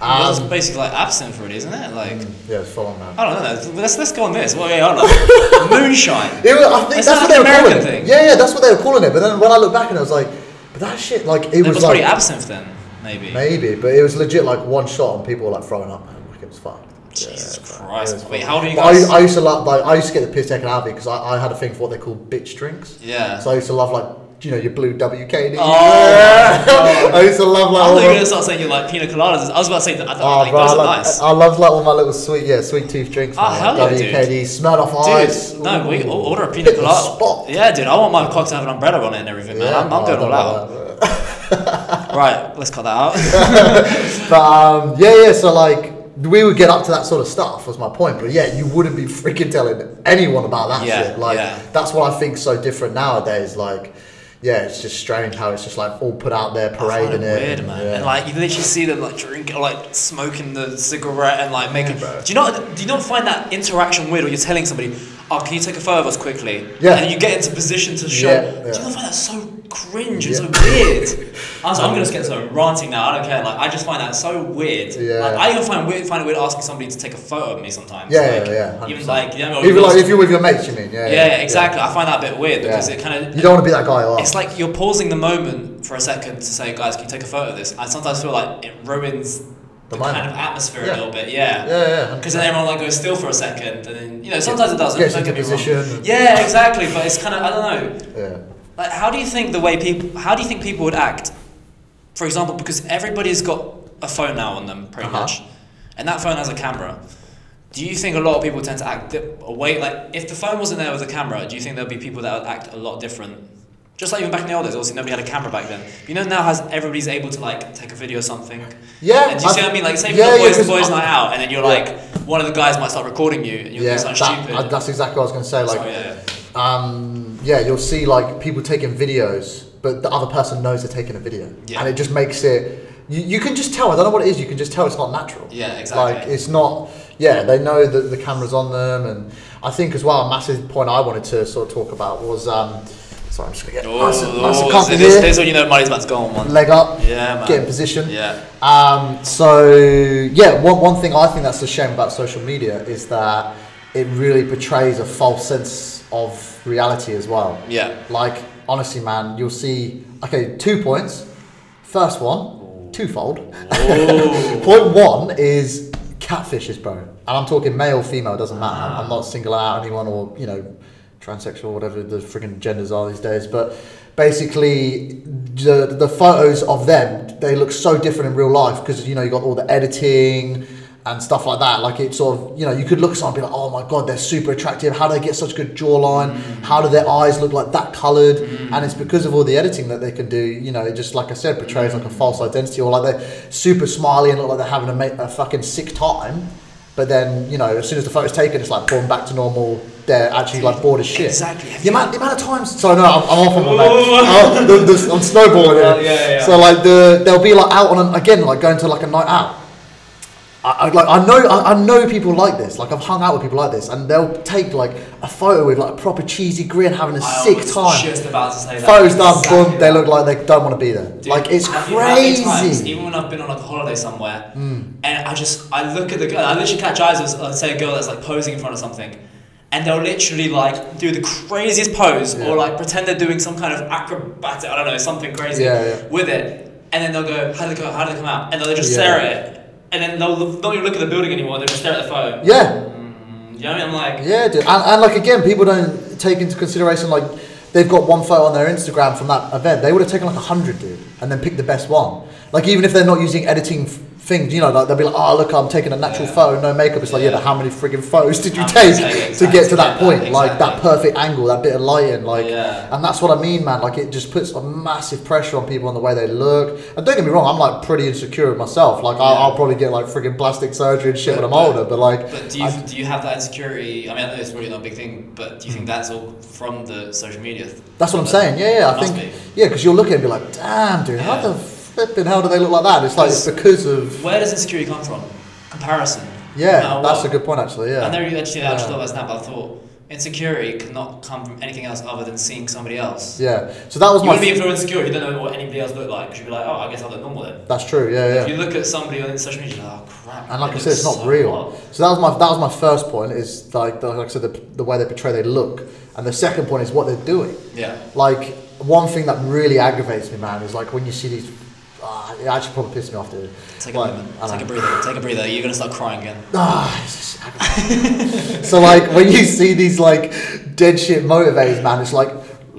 Speaker 2: Well, that's
Speaker 1: Um, Mm.
Speaker 2: basically like absinthe for it, isn't it? Like,
Speaker 1: yeah, it's full on man.
Speaker 2: I don't know. Let's let's go on this. Well, yeah, I don't know. moonshine.
Speaker 1: It was, I think
Speaker 2: It's
Speaker 1: that's
Speaker 2: not
Speaker 1: what
Speaker 2: like
Speaker 1: they
Speaker 2: an
Speaker 1: were
Speaker 2: American
Speaker 1: calling
Speaker 2: thing.
Speaker 1: it. Yeah, yeah, that's what they were calling it. But then when I look back and I was like, but that shit, like it,
Speaker 2: It was,
Speaker 1: was
Speaker 2: probably
Speaker 1: like
Speaker 2: absinthe then, maybe.
Speaker 1: maybe, but it was legit like one shot and people were like throwing up. Man, like it was fucked.
Speaker 2: Jesus
Speaker 1: Yeah,
Speaker 2: Christ.
Speaker 1: it was
Speaker 2: Wait,
Speaker 1: fucked.
Speaker 2: how do you
Speaker 1: But
Speaker 2: guys?
Speaker 1: I, I used to love, like, I used to get the piss taken out of me because I, I had a thing for what they call bitch drinks.
Speaker 2: yeah.
Speaker 1: So I used to love like you know your blue WKD.
Speaker 2: Oh,
Speaker 1: Yeah.
Speaker 2: God.
Speaker 1: E? I used to love like.
Speaker 2: Oh, I thought
Speaker 1: all
Speaker 2: you were
Speaker 1: my-
Speaker 2: gonna start saying you like pina coladas. I was about to say that. I
Speaker 1: Oh,
Speaker 2: thought like,
Speaker 1: bro, I,
Speaker 2: those are
Speaker 1: love,
Speaker 2: nice.
Speaker 1: I love like all my little sweet, yeah, sweet tooth drinks.
Speaker 2: Oh,
Speaker 1: man,
Speaker 2: hell
Speaker 1: like,
Speaker 2: yeah, dude.
Speaker 1: WKD, E, smell off
Speaker 2: Dude,
Speaker 1: ice.
Speaker 2: no, we
Speaker 1: Ooh.
Speaker 2: o- order a pina
Speaker 1: Hit the
Speaker 2: colada.
Speaker 1: spot.
Speaker 2: Yeah, dude, I want my cock to have an umbrella on it and everything, man. I'm, I'm
Speaker 1: oh,
Speaker 2: going
Speaker 1: I don't
Speaker 2: all out.
Speaker 1: know
Speaker 2: right, let's cut that out.
Speaker 1: but um, yeah, yeah. So like, we would get up to that sort of stuff. Was my point. But yeah, you wouldn't be freaking telling anyone about that
Speaker 2: Yeah,
Speaker 1: shit. Like,
Speaker 2: yeah.
Speaker 1: that's what I think's so different nowadays. Like, yeah, it's just strange how it's just like all put out there,
Speaker 2: I find
Speaker 1: parading it.
Speaker 2: Weird, man.
Speaker 1: yeah.
Speaker 2: And like you literally see them like drink, like smoking the cigarette and like making.
Speaker 1: bro.
Speaker 2: do you not? Do you not find that interaction weird? Or you're telling somebody, "Oh, can you take a photo of us quickly?"
Speaker 1: Yeah.
Speaker 2: And you get into position to show.
Speaker 1: Yeah,
Speaker 2: Do
Speaker 1: yeah.
Speaker 2: you not find that so cringe and
Speaker 1: Yeah.
Speaker 2: so weird? I was, I'm gonna just get into ranting now. I don't care. Like I just find that so weird.
Speaker 1: Yeah.
Speaker 2: Like, I even find weird, find it weird asking somebody to take a photo of me sometimes.
Speaker 1: yeah,
Speaker 2: like,
Speaker 1: yeah, yeah,
Speaker 2: Even
Speaker 1: 100%.
Speaker 2: like you know,
Speaker 1: even like if you're with your mates, you mean? Yeah,
Speaker 2: yeah, yeah, exactly. I find that a bit weird because
Speaker 1: Yeah.
Speaker 2: it kind of
Speaker 1: You don't want to be that guy. Like,
Speaker 2: it's like you're pausing the moment for a second to say, guys, can you take a photo of this? I sometimes feel like it ruins the,
Speaker 1: moment.
Speaker 2: kind of atmosphere
Speaker 1: Yeah.
Speaker 2: a little bit, yeah.
Speaker 1: yeah, yeah,
Speaker 2: Because then everyone like goes still for a second, and then you know sometimes it doesn't.
Speaker 1: Gets
Speaker 2: don't
Speaker 1: into
Speaker 2: get me wrong.
Speaker 1: position.
Speaker 2: Yeah, exactly. But it's kind of I don't know.
Speaker 1: 100%. yeah.
Speaker 2: Like, how do you think the way people? How do you think people would act? For example, because everybody's got a phone now on them, pretty
Speaker 1: Uh-huh.
Speaker 2: much, and that phone has a camera. Do you think a lot of people tend to act di- away? Like, if the phone wasn't there with a camera, do you think there'd be people that would act a lot different? Just like even back in the old days, obviously nobody had a camera back then. You know now, has everybody's able to like take a video or something?
Speaker 1: Yeah,
Speaker 2: And do you see
Speaker 1: I-
Speaker 2: what I mean? Like, say
Speaker 1: yeah,
Speaker 2: for the
Speaker 1: yeah,
Speaker 2: boys, the
Speaker 1: 'cause
Speaker 2: boys
Speaker 1: I-
Speaker 2: night out, and then you're
Speaker 1: Yeah.
Speaker 2: like, one of the guys might start recording you, and you're
Speaker 1: yeah,
Speaker 2: gonna sound
Speaker 1: that-
Speaker 2: stupid.
Speaker 1: I- that's exactly what I was going to say. Like,
Speaker 2: so, yeah.
Speaker 1: um, yeah, you'll see like people taking videos, but the other person knows they're taking a video,
Speaker 2: Yeah.
Speaker 1: and it just makes it. You, you can just tell. I don't know what it is. You can just tell it's not natural.
Speaker 2: Yeah, exactly.
Speaker 1: Like it's not. Yeah, they know that the camera's on them, and I think as well a massive point I wanted to sort of talk about was. Um, sorry, I'm just gonna get
Speaker 2: Oh,
Speaker 1: nice and, nice and
Speaker 2: oh,
Speaker 1: comfy
Speaker 2: so this,
Speaker 1: here.
Speaker 2: this is when you know money's about to go on one.
Speaker 1: Leg up.
Speaker 2: Yeah, man.
Speaker 1: Get in position.
Speaker 2: Yeah.
Speaker 1: Um, so yeah, one, one thing I think that's a shame about social media is that it really portrays a false sense of reality as well.
Speaker 2: Yeah.
Speaker 1: Like honestly, man, you'll see. Okay, two points. First one, twofold. Point one is catfishes, bro, and I'm talking male, female, doesn't matter. I'm- I'm not singling out anyone or you know, transsexual, whatever the freaking genders are these days. But basically, the the photos of them they look so different in real life because you know you got all the editing. And stuff like that, like it sort of, you know, you could look at someone and be like, oh my god, they're super attractive. How do they get such good jawline?
Speaker 2: Mm.
Speaker 1: How do their eyes look like that coloured? And it's because of all the editing that they can do, you know, it just, like I said, portrays
Speaker 2: Mm.
Speaker 1: like a false identity or like they're super smiley and look like they're having a, ma- a fucking sick time. But then, you know, as soon as the photo's taken, it's like born back to normal. They're actually like bored as shit.
Speaker 2: Exactly.
Speaker 1: The amount, the amount of times. So no, I'm, I'm off on my mate. I'm, the, the, I'm snowballing
Speaker 2: Well,
Speaker 1: here.
Speaker 2: yeah, yeah.
Speaker 1: So like the they'll be like out on an, again like going to like a night out. I, I like I know I, I know people like this. Like I've hung out with people like this, and they'll take like a photo with like a proper cheesy grin, having a
Speaker 2: I
Speaker 1: sick
Speaker 2: was
Speaker 1: time.
Speaker 2: Just about to say that.
Speaker 1: Photos done,
Speaker 2: Exactly
Speaker 1: boom. They
Speaker 2: that.
Speaker 1: look like they don't want to be there.
Speaker 2: Dude,
Speaker 1: like it's
Speaker 2: have you- how many times,
Speaker 1: crazy. Hmm.
Speaker 2: even when I've been on like a holiday somewhere, and I just I look at the girl, I literally catch eyes with uh, say a girl that's like posing in front of something, and they'll literally like do the craziest pose
Speaker 1: Yeah.
Speaker 2: or like pretend they're doing some kind of acrobatic, I don't know, something crazy
Speaker 1: Yeah, yeah.
Speaker 2: with it, and then they'll go, how do they go, how do they come out, and they'll just
Speaker 1: Yeah.
Speaker 2: stare at it, and then they'll don't even look at the building anymore, they'll just stare at the phone.
Speaker 1: Yeah,
Speaker 2: You know what I mean? I'm like,
Speaker 1: Yeah, dude. And, and like again, people don't take into consideration like they've got one photo on their Instagram from that event. They would have taken like a hundred, dude, and then picked the best one. Like even if they're not using editing f- things, you know, like they'll be like, oh look, I'm taking a natural
Speaker 2: Yeah.
Speaker 1: photo, no makeup. It's like yeah,
Speaker 2: Yeah.
Speaker 1: but how many friggin' photos did you
Speaker 2: How many
Speaker 1: take
Speaker 2: takes?
Speaker 1: to get to
Speaker 2: Exactly.
Speaker 1: that point? Like that
Speaker 2: Exactly.
Speaker 1: perfect angle, that bit of lighting, like.
Speaker 2: Yeah.
Speaker 1: And that's what I mean, man. Like it just puts a massive pressure on people on the way they look. And don't get me wrong, I'm like pretty insecure with myself. Like I'll,
Speaker 2: Yeah.
Speaker 1: I'll probably get like friggin' plastic surgery and shit when I'm
Speaker 2: But-
Speaker 1: older, but like.
Speaker 2: But do you,
Speaker 1: I-
Speaker 2: do you have that insecurity? I mean, I know it's really not a big thing, but do you think that's all from the social media? th-
Speaker 1: Hmm. That's what I'm
Speaker 2: that-
Speaker 1: saying. Yeah, yeah. I
Speaker 2: must
Speaker 1: think yeah, because you'll look at it and be like, damn, dude, how
Speaker 2: Yeah.
Speaker 1: the flipping hell do they look like that? It's like it's because
Speaker 2: be.
Speaker 1: of
Speaker 2: Where does insecurity come from? Comparison.
Speaker 1: yeah.
Speaker 2: No matter
Speaker 1: that's
Speaker 2: what.
Speaker 1: a good point actually.
Speaker 2: I
Speaker 1: Yeah.
Speaker 2: never actually I just
Speaker 1: Yeah.
Speaker 2: thought about that, but I thought insecurity cannot come from anything else other than seeing somebody else.
Speaker 1: Yeah. So that was
Speaker 2: You
Speaker 1: my.
Speaker 2: wouldn't be influenced insecure if you don't know what anybody else looked like. You'd be like, oh, I guess I look normal then.
Speaker 1: that's true. Yeah,
Speaker 2: If you
Speaker 1: yeah.
Speaker 2: look at somebody on social media, you're like, oh crap.
Speaker 1: And
Speaker 2: they
Speaker 1: like I
Speaker 2: look
Speaker 1: said, it's not
Speaker 2: so
Speaker 1: real.
Speaker 2: hot."
Speaker 1: So that was my that was my first point. Is like like I said, the, the way they portray they look, and the second point is what they're doing.
Speaker 2: Yeah.
Speaker 1: Like one thing that really aggravates me, man, is like when you see these. ah, it actually probably pissed me off, dude.
Speaker 2: Take a
Speaker 1: Like,
Speaker 2: moment.
Speaker 1: I
Speaker 2: Take
Speaker 1: know.
Speaker 2: a breather. Take a breather. You're gonna start crying again.
Speaker 1: Ah, it's just aggravating. so like when you see these like dead shit motivators, man, it's like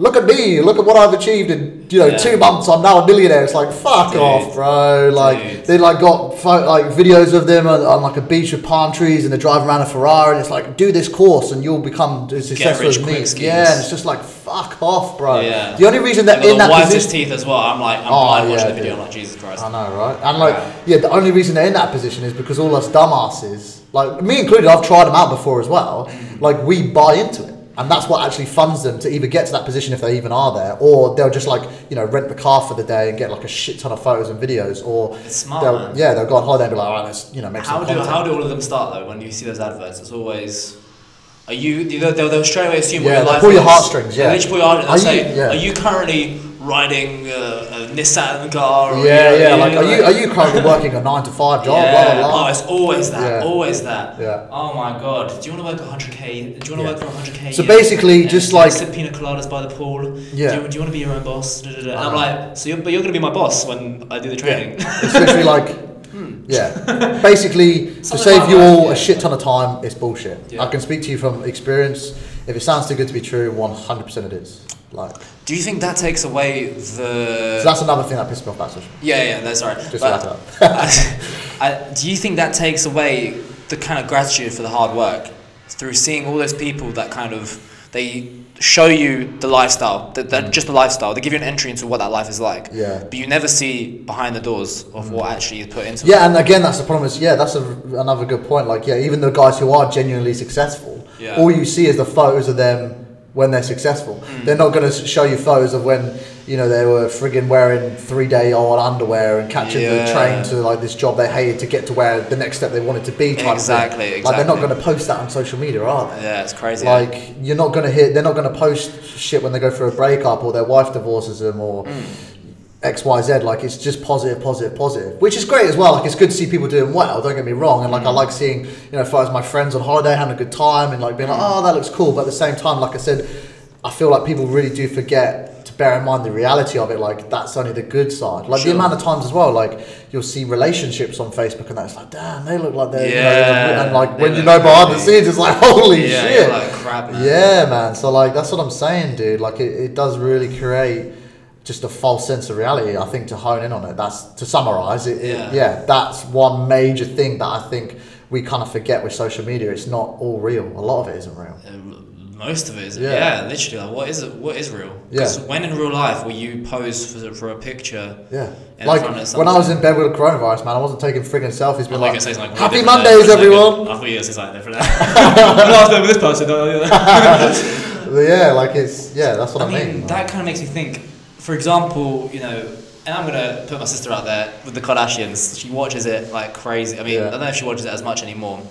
Speaker 1: look at me, look at what I've achieved in you know
Speaker 2: Yeah.
Speaker 1: two months. I'm now a millionaire. It's like fuck
Speaker 2: Dude.
Speaker 1: off, bro. Like
Speaker 2: Dude.
Speaker 1: they like got pho- like videos of them on, on like a beach with palm trees, and they're driving around a Ferrari, and it's like do this course, and you'll become as successful
Speaker 2: rich
Speaker 1: as
Speaker 2: quick
Speaker 1: me.
Speaker 2: schemes.
Speaker 1: Yeah, and it's just like fuck off, bro.
Speaker 2: Yeah.
Speaker 1: The only reason that
Speaker 2: They've
Speaker 1: in
Speaker 2: got
Speaker 1: that
Speaker 2: the
Speaker 1: position,
Speaker 2: wisest teeth as well. I'm like, I'm
Speaker 1: Oh,
Speaker 2: blind watching
Speaker 1: yeah,
Speaker 2: the video.
Speaker 1: dude.
Speaker 2: I'm like, Jesus Christ.
Speaker 1: I know, right? And like, yeah, the only reason they're in that position is because all us dumbasses, like me included, I've tried them out before as well.
Speaker 2: Mm.
Speaker 1: Like we buy into it, and that's what actually funds them to either get to that position if they even are there, or they'll just like you know rent the car for the day and get like a shit ton of photos and videos, or
Speaker 2: It's smart,
Speaker 1: they'll,
Speaker 2: man.
Speaker 1: yeah, they'll go on holiday and be like, all right, let's you know make
Speaker 2: How
Speaker 1: some
Speaker 2: do
Speaker 1: content.
Speaker 2: how do all of them start though? When you see those adverts, it's always. Are you? They'll, they'll, they'll straight away assume
Speaker 1: Yeah,
Speaker 2: what your
Speaker 1: they'll
Speaker 2: life
Speaker 1: pull your
Speaker 2: is.
Speaker 1: heartstrings,
Speaker 2: They'll
Speaker 1: yeah.
Speaker 2: literally pull your heartstrings.
Speaker 1: Are
Speaker 2: They'll
Speaker 1: you-
Speaker 2: say,
Speaker 1: yeah.
Speaker 2: "Are you currently riding uh, a Nissan car?" Or,
Speaker 1: yeah,
Speaker 2: you know,
Speaker 1: yeah, like are you are you currently working a nine to five job?
Speaker 2: yeah.
Speaker 1: Blah blah
Speaker 2: Oh,
Speaker 1: blah.
Speaker 2: it's always that.
Speaker 1: Yeah.
Speaker 2: Always that.
Speaker 1: Yeah.
Speaker 2: Oh my god. Do you want to work 100k? Do you want to
Speaker 1: Yeah.
Speaker 2: work for 100k?
Speaker 1: So
Speaker 2: a year?
Speaker 1: basically,
Speaker 2: And
Speaker 1: just
Speaker 2: you
Speaker 1: like-
Speaker 2: sip pina coladas by the pool.
Speaker 1: Yeah.
Speaker 2: Do you, do you want to be your own boss? Da, da, da. And I'm
Speaker 1: Uh-huh.
Speaker 2: like, so you're, but you're gonna be my boss when I do the training. Hmm.
Speaker 1: It's literally like. Yeah, basically to
Speaker 2: Something
Speaker 1: save
Speaker 2: like
Speaker 1: you
Speaker 2: that,
Speaker 1: all
Speaker 2: yeah.
Speaker 1: a shit ton of time, it's bullshit.
Speaker 2: Yeah.
Speaker 1: I can speak to you from experience. If it sounds too good to be true, one hundred percent it is. Like
Speaker 2: do you think that takes away the?
Speaker 1: so that's another thing that pissed me off that session.
Speaker 2: Yeah, yeah, that's right.
Speaker 1: Just
Speaker 2: But-
Speaker 1: wrap
Speaker 2: I, do you think that takes away the kind of gratitude for the hard work through seeing all those people that kind of they show you the lifestyle, that, that just the lifestyle. They give you an entry into what that life is like.
Speaker 1: Mm. Yeah. Mm.
Speaker 2: But you never see behind the doors of what actually is put into it.
Speaker 1: Yeah, and again, that's the problem. Is yeah, that's a, another good point. Like yeah, even the guys who are genuinely successful,
Speaker 2: Yeah.
Speaker 1: all you see is the photos of them when they're successful.
Speaker 2: Hmm.
Speaker 1: They're not going to show you photos of when you know they were friggin' wearing three day old underwear and catching the
Speaker 2: Yeah.
Speaker 1: train to like this job they hated to get to where the next step they wanted to be. Type of thing.
Speaker 2: Exactly,
Speaker 1: Like they're not
Speaker 2: exactly.
Speaker 1: going to post that on social media, are they?
Speaker 2: Yeah, it's crazy. eh?
Speaker 1: Like you're not gonna hear, they're not gonna post shit when they go through a breakup or their wife divorces them or
Speaker 2: Hmm.
Speaker 1: X Y Z. Like it's just positive, positive, positive, which is great as well. Like it's good to see people doing well. Don't get me wrong, and like
Speaker 2: Hmm.
Speaker 1: I like seeing you know photos of my friends on holiday having a good time and like being like,
Speaker 2: Hmm.
Speaker 1: oh, that looks cool. But at the same time, like I said, I feel like people really do forget to bear in mind the reality of it. Like that's only the good side. Like
Speaker 2: Sure.
Speaker 1: the amount of times as well, like you'll see relationships on Facebook and that's like, damn, they look like they're you know,
Speaker 2: Yeah,
Speaker 1: and like
Speaker 2: they
Speaker 1: when you
Speaker 2: look
Speaker 1: know behind the
Speaker 2: crazy.
Speaker 1: scenes, it's like holy
Speaker 2: yeah,
Speaker 1: shit.
Speaker 2: you're like crap, man.
Speaker 1: Yeah, man. So like that's what I'm saying, dude. Like it, it does really create just a false sense of reality. I think to hone in on it. That's to summarize it. it-
Speaker 2: Yeah.
Speaker 1: yeah, that's one major thing that I think we kind of forget with social media. It's not all real. A lot of it isn't real.
Speaker 2: Uh, Most of it is.
Speaker 1: Yeah.
Speaker 2: Yeah. literally. Like, what is it? What is real?
Speaker 1: Yeah.
Speaker 2: 'Cause when in real life will you pose for, for a picture?
Speaker 1: Yeah.
Speaker 2: And
Speaker 1: like
Speaker 2: from the
Speaker 1: when I was in bed with coronavirus, man, I wasn't taking friggin' selfies.
Speaker 2: I
Speaker 1: Being
Speaker 2: thought you were
Speaker 1: like,
Speaker 2: gonna say something
Speaker 1: Happy
Speaker 2: different there.
Speaker 1: Mondays,
Speaker 2: It's like,
Speaker 1: everyone.
Speaker 2: I thought you were gonna say something different. Last name with this person. don't-
Speaker 1: yeah, like it's yeah. That's what I,
Speaker 2: I mean,
Speaker 1: like,
Speaker 2: that kind of makes me think. For example, you know, and I'm gonna put my sister out there with the Kardashians. She watches it like crazy. I mean,
Speaker 1: Yeah.
Speaker 2: I don't know if she watches it as much anymore.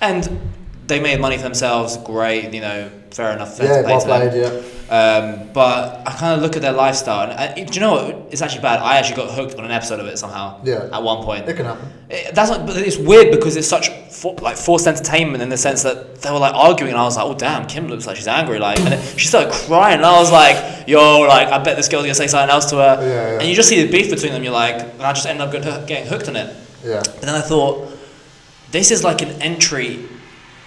Speaker 2: And they made money for themselves. Great, you know, fair enough. fair
Speaker 1: yeah,
Speaker 2: play
Speaker 1: well
Speaker 2: to them.
Speaker 1: played. Yeah.
Speaker 2: Um, but I kind of look at their lifestyle, and I, do you know what? It's actually bad. I actually got hooked on an episode of it somehow.
Speaker 1: Yeah.
Speaker 2: At one point.
Speaker 1: It can happen.
Speaker 2: It- that's not, but it's weird because it's such for, like forced entertainment in the sense that they were like arguing and I was like, oh damn, Kim looks like she's angry, like, and then she started crying and I was like, yo, like I bet this girl's gonna say something else to her,
Speaker 1: Yeah, yeah.
Speaker 2: and you just see the beef between them, you're like, and I just end up get- getting hooked on it.
Speaker 1: Yeah.
Speaker 2: But then I thought, this is like an entry.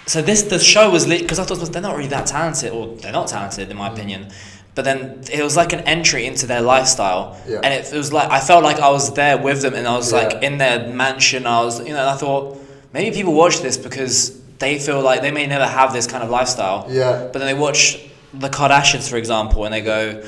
Speaker 2: So this the show was lit because I thought they're not really that talented, or they're not talented
Speaker 1: Mm.
Speaker 2: in my opinion. But then it was like an entry into their lifestyle,
Speaker 1: Yeah.
Speaker 2: and it, was like I felt like I was there with them, and I was like
Speaker 1: Yeah.
Speaker 2: in their mansion. I was, you know, and I thought maybe people watch this because they feel like they may never have this kind of lifestyle.
Speaker 1: Yeah.
Speaker 2: But then they watch the Kardashians, for example, and they go.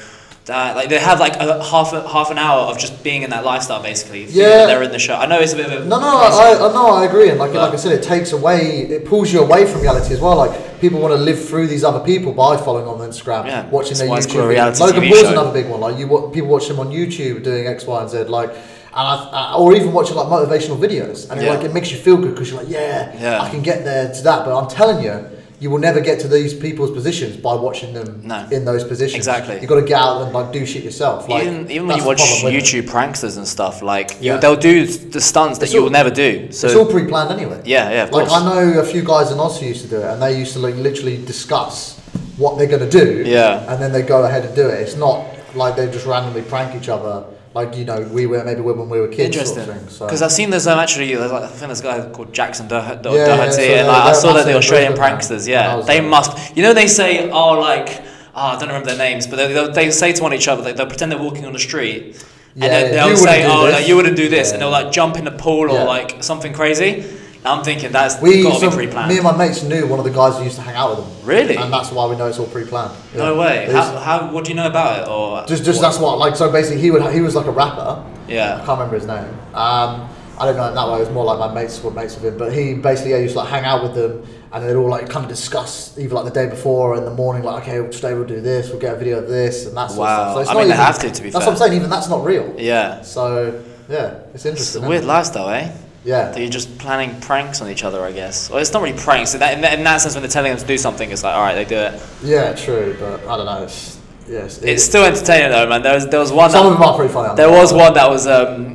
Speaker 2: That, like they have like a half a, half an hour of just being in that lifestyle basically. thinking that
Speaker 1: Yeah.
Speaker 2: they're in the show. I know it's a bit of a
Speaker 1: No, no,
Speaker 2: crazy-
Speaker 1: I, I, no, I agree, and like,
Speaker 2: But-
Speaker 1: like I said, it takes away, it pulls you away from reality as well. Like people want to live through these other people by following on Instagram,
Speaker 2: Yeah,
Speaker 1: watching
Speaker 2: that's
Speaker 1: their
Speaker 2: why it's called a
Speaker 1: YouTube.
Speaker 2: reality
Speaker 1: Logan
Speaker 2: TV
Speaker 1: Paul's
Speaker 2: show.
Speaker 1: another big one. Like you, wa- people watch him on YouTube doing X, Y, and Z. Like, and I, I, or even watching like motivational videos, and it,
Speaker 2: Yeah.
Speaker 1: like it makes you feel good because you're like, yeah,
Speaker 2: Yeah.
Speaker 1: I can get there to that. But I'm telling you. You will never get to these people's positions by watching them
Speaker 2: No.
Speaker 1: in those positions.
Speaker 2: Exactly.
Speaker 1: you got to get out and like do shit yourself. Like,
Speaker 2: even even when
Speaker 1: that's
Speaker 2: you
Speaker 1: the
Speaker 2: watch
Speaker 1: problem with it.
Speaker 2: YouTube pranksters and stuff, like you-
Speaker 1: Yeah.
Speaker 2: they'll do the stunts that
Speaker 1: It's
Speaker 2: you
Speaker 1: all-
Speaker 2: will never do.
Speaker 1: it's all
Speaker 2: So
Speaker 1: pre-planned anyway.
Speaker 2: yeah, yeah, of
Speaker 1: Like
Speaker 2: course.
Speaker 1: I know a few guys in Oz who used to do it, and they used to like literally discuss what they're gonna do.
Speaker 2: Yeah.
Speaker 1: And then they go ahead and do it. It's not like they just randomly prank each other. Like you know, we were maybe when we were kids.
Speaker 2: Interesting,
Speaker 1: Sort of thing,
Speaker 2: because
Speaker 1: so.
Speaker 2: I've seen there's um, actually there's like, I think there's a guy called Jackson Doherty,
Speaker 1: Yeah, yeah, yeah, so
Speaker 2: and
Speaker 1: they're-
Speaker 2: like, I
Speaker 1: they're
Speaker 2: saw that
Speaker 1: massive
Speaker 2: the Australian
Speaker 1: Brisbane, man.
Speaker 2: pranksters,
Speaker 1: And I
Speaker 2: yeah,
Speaker 1: was
Speaker 2: they
Speaker 1: like-
Speaker 2: must. You know they say oh like ah, I don't remember their names, but they, they'll, they say to one each other, they, they'll pretend they're walking on the street. And
Speaker 1: Yeah,
Speaker 2: then
Speaker 1: yeah,
Speaker 2: they'll
Speaker 1: you
Speaker 2: say,
Speaker 1: wouldn't do
Speaker 2: oh,
Speaker 1: this."
Speaker 2: like, you wouldn't do this. And
Speaker 3: Yeah.
Speaker 2: they'll like jump in the pool
Speaker 1: Yeah.
Speaker 2: or like something crazy. And I'm thinking that's
Speaker 1: We,
Speaker 2: got to
Speaker 1: some-
Speaker 2: be pre planned.
Speaker 1: me and my mates knew one of the guys who used to hang out with them.
Speaker 2: Really?
Speaker 1: And that's why we know it's all pre-planned.
Speaker 2: No
Speaker 1: Yeah.
Speaker 2: way.
Speaker 1: It's-
Speaker 2: How, how, what do you know about it? Or
Speaker 1: just, just that's what like. So basically, he would he was like a rapper. I
Speaker 2: Yeah.
Speaker 1: can't remember his name. Um, I don't know him that way. It was more like my mates were mates with him, but he basically yeah, used to like hang out with them, and they'd all like kind of discuss either like the day before or in the morning, like okay, well, today we'll do this, we'll get a video of this, and that sort
Speaker 2: Wow.
Speaker 1: of stuff. So it's
Speaker 2: I
Speaker 1: not
Speaker 2: mean, they
Speaker 1: even-
Speaker 2: have to, to be
Speaker 1: that's
Speaker 2: fair.
Speaker 1: what I'm saying. Even that's not real.
Speaker 2: Yeah.
Speaker 1: So yeah, it's
Speaker 2: It's
Speaker 1: interesting.
Speaker 2: a
Speaker 1: isn't
Speaker 2: weird
Speaker 1: it?
Speaker 2: lifestyle, eh?
Speaker 1: Yeah.
Speaker 2: That you're just planning pranks on each other, I guess. Or it's not really pranks. In that, in that, in that sense, when they're telling them to do something, it's like, all right, they do it.
Speaker 1: Yeah, true, but I don't know. It's yeah, it's,
Speaker 2: It's still entertaining though, man. There was there was one.
Speaker 1: some
Speaker 2: that-
Speaker 1: of them are pretty funny. aren't
Speaker 2: There
Speaker 1: they?
Speaker 2: was one that was, um,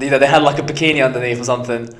Speaker 2: you know, they had like a bikini underneath or something, and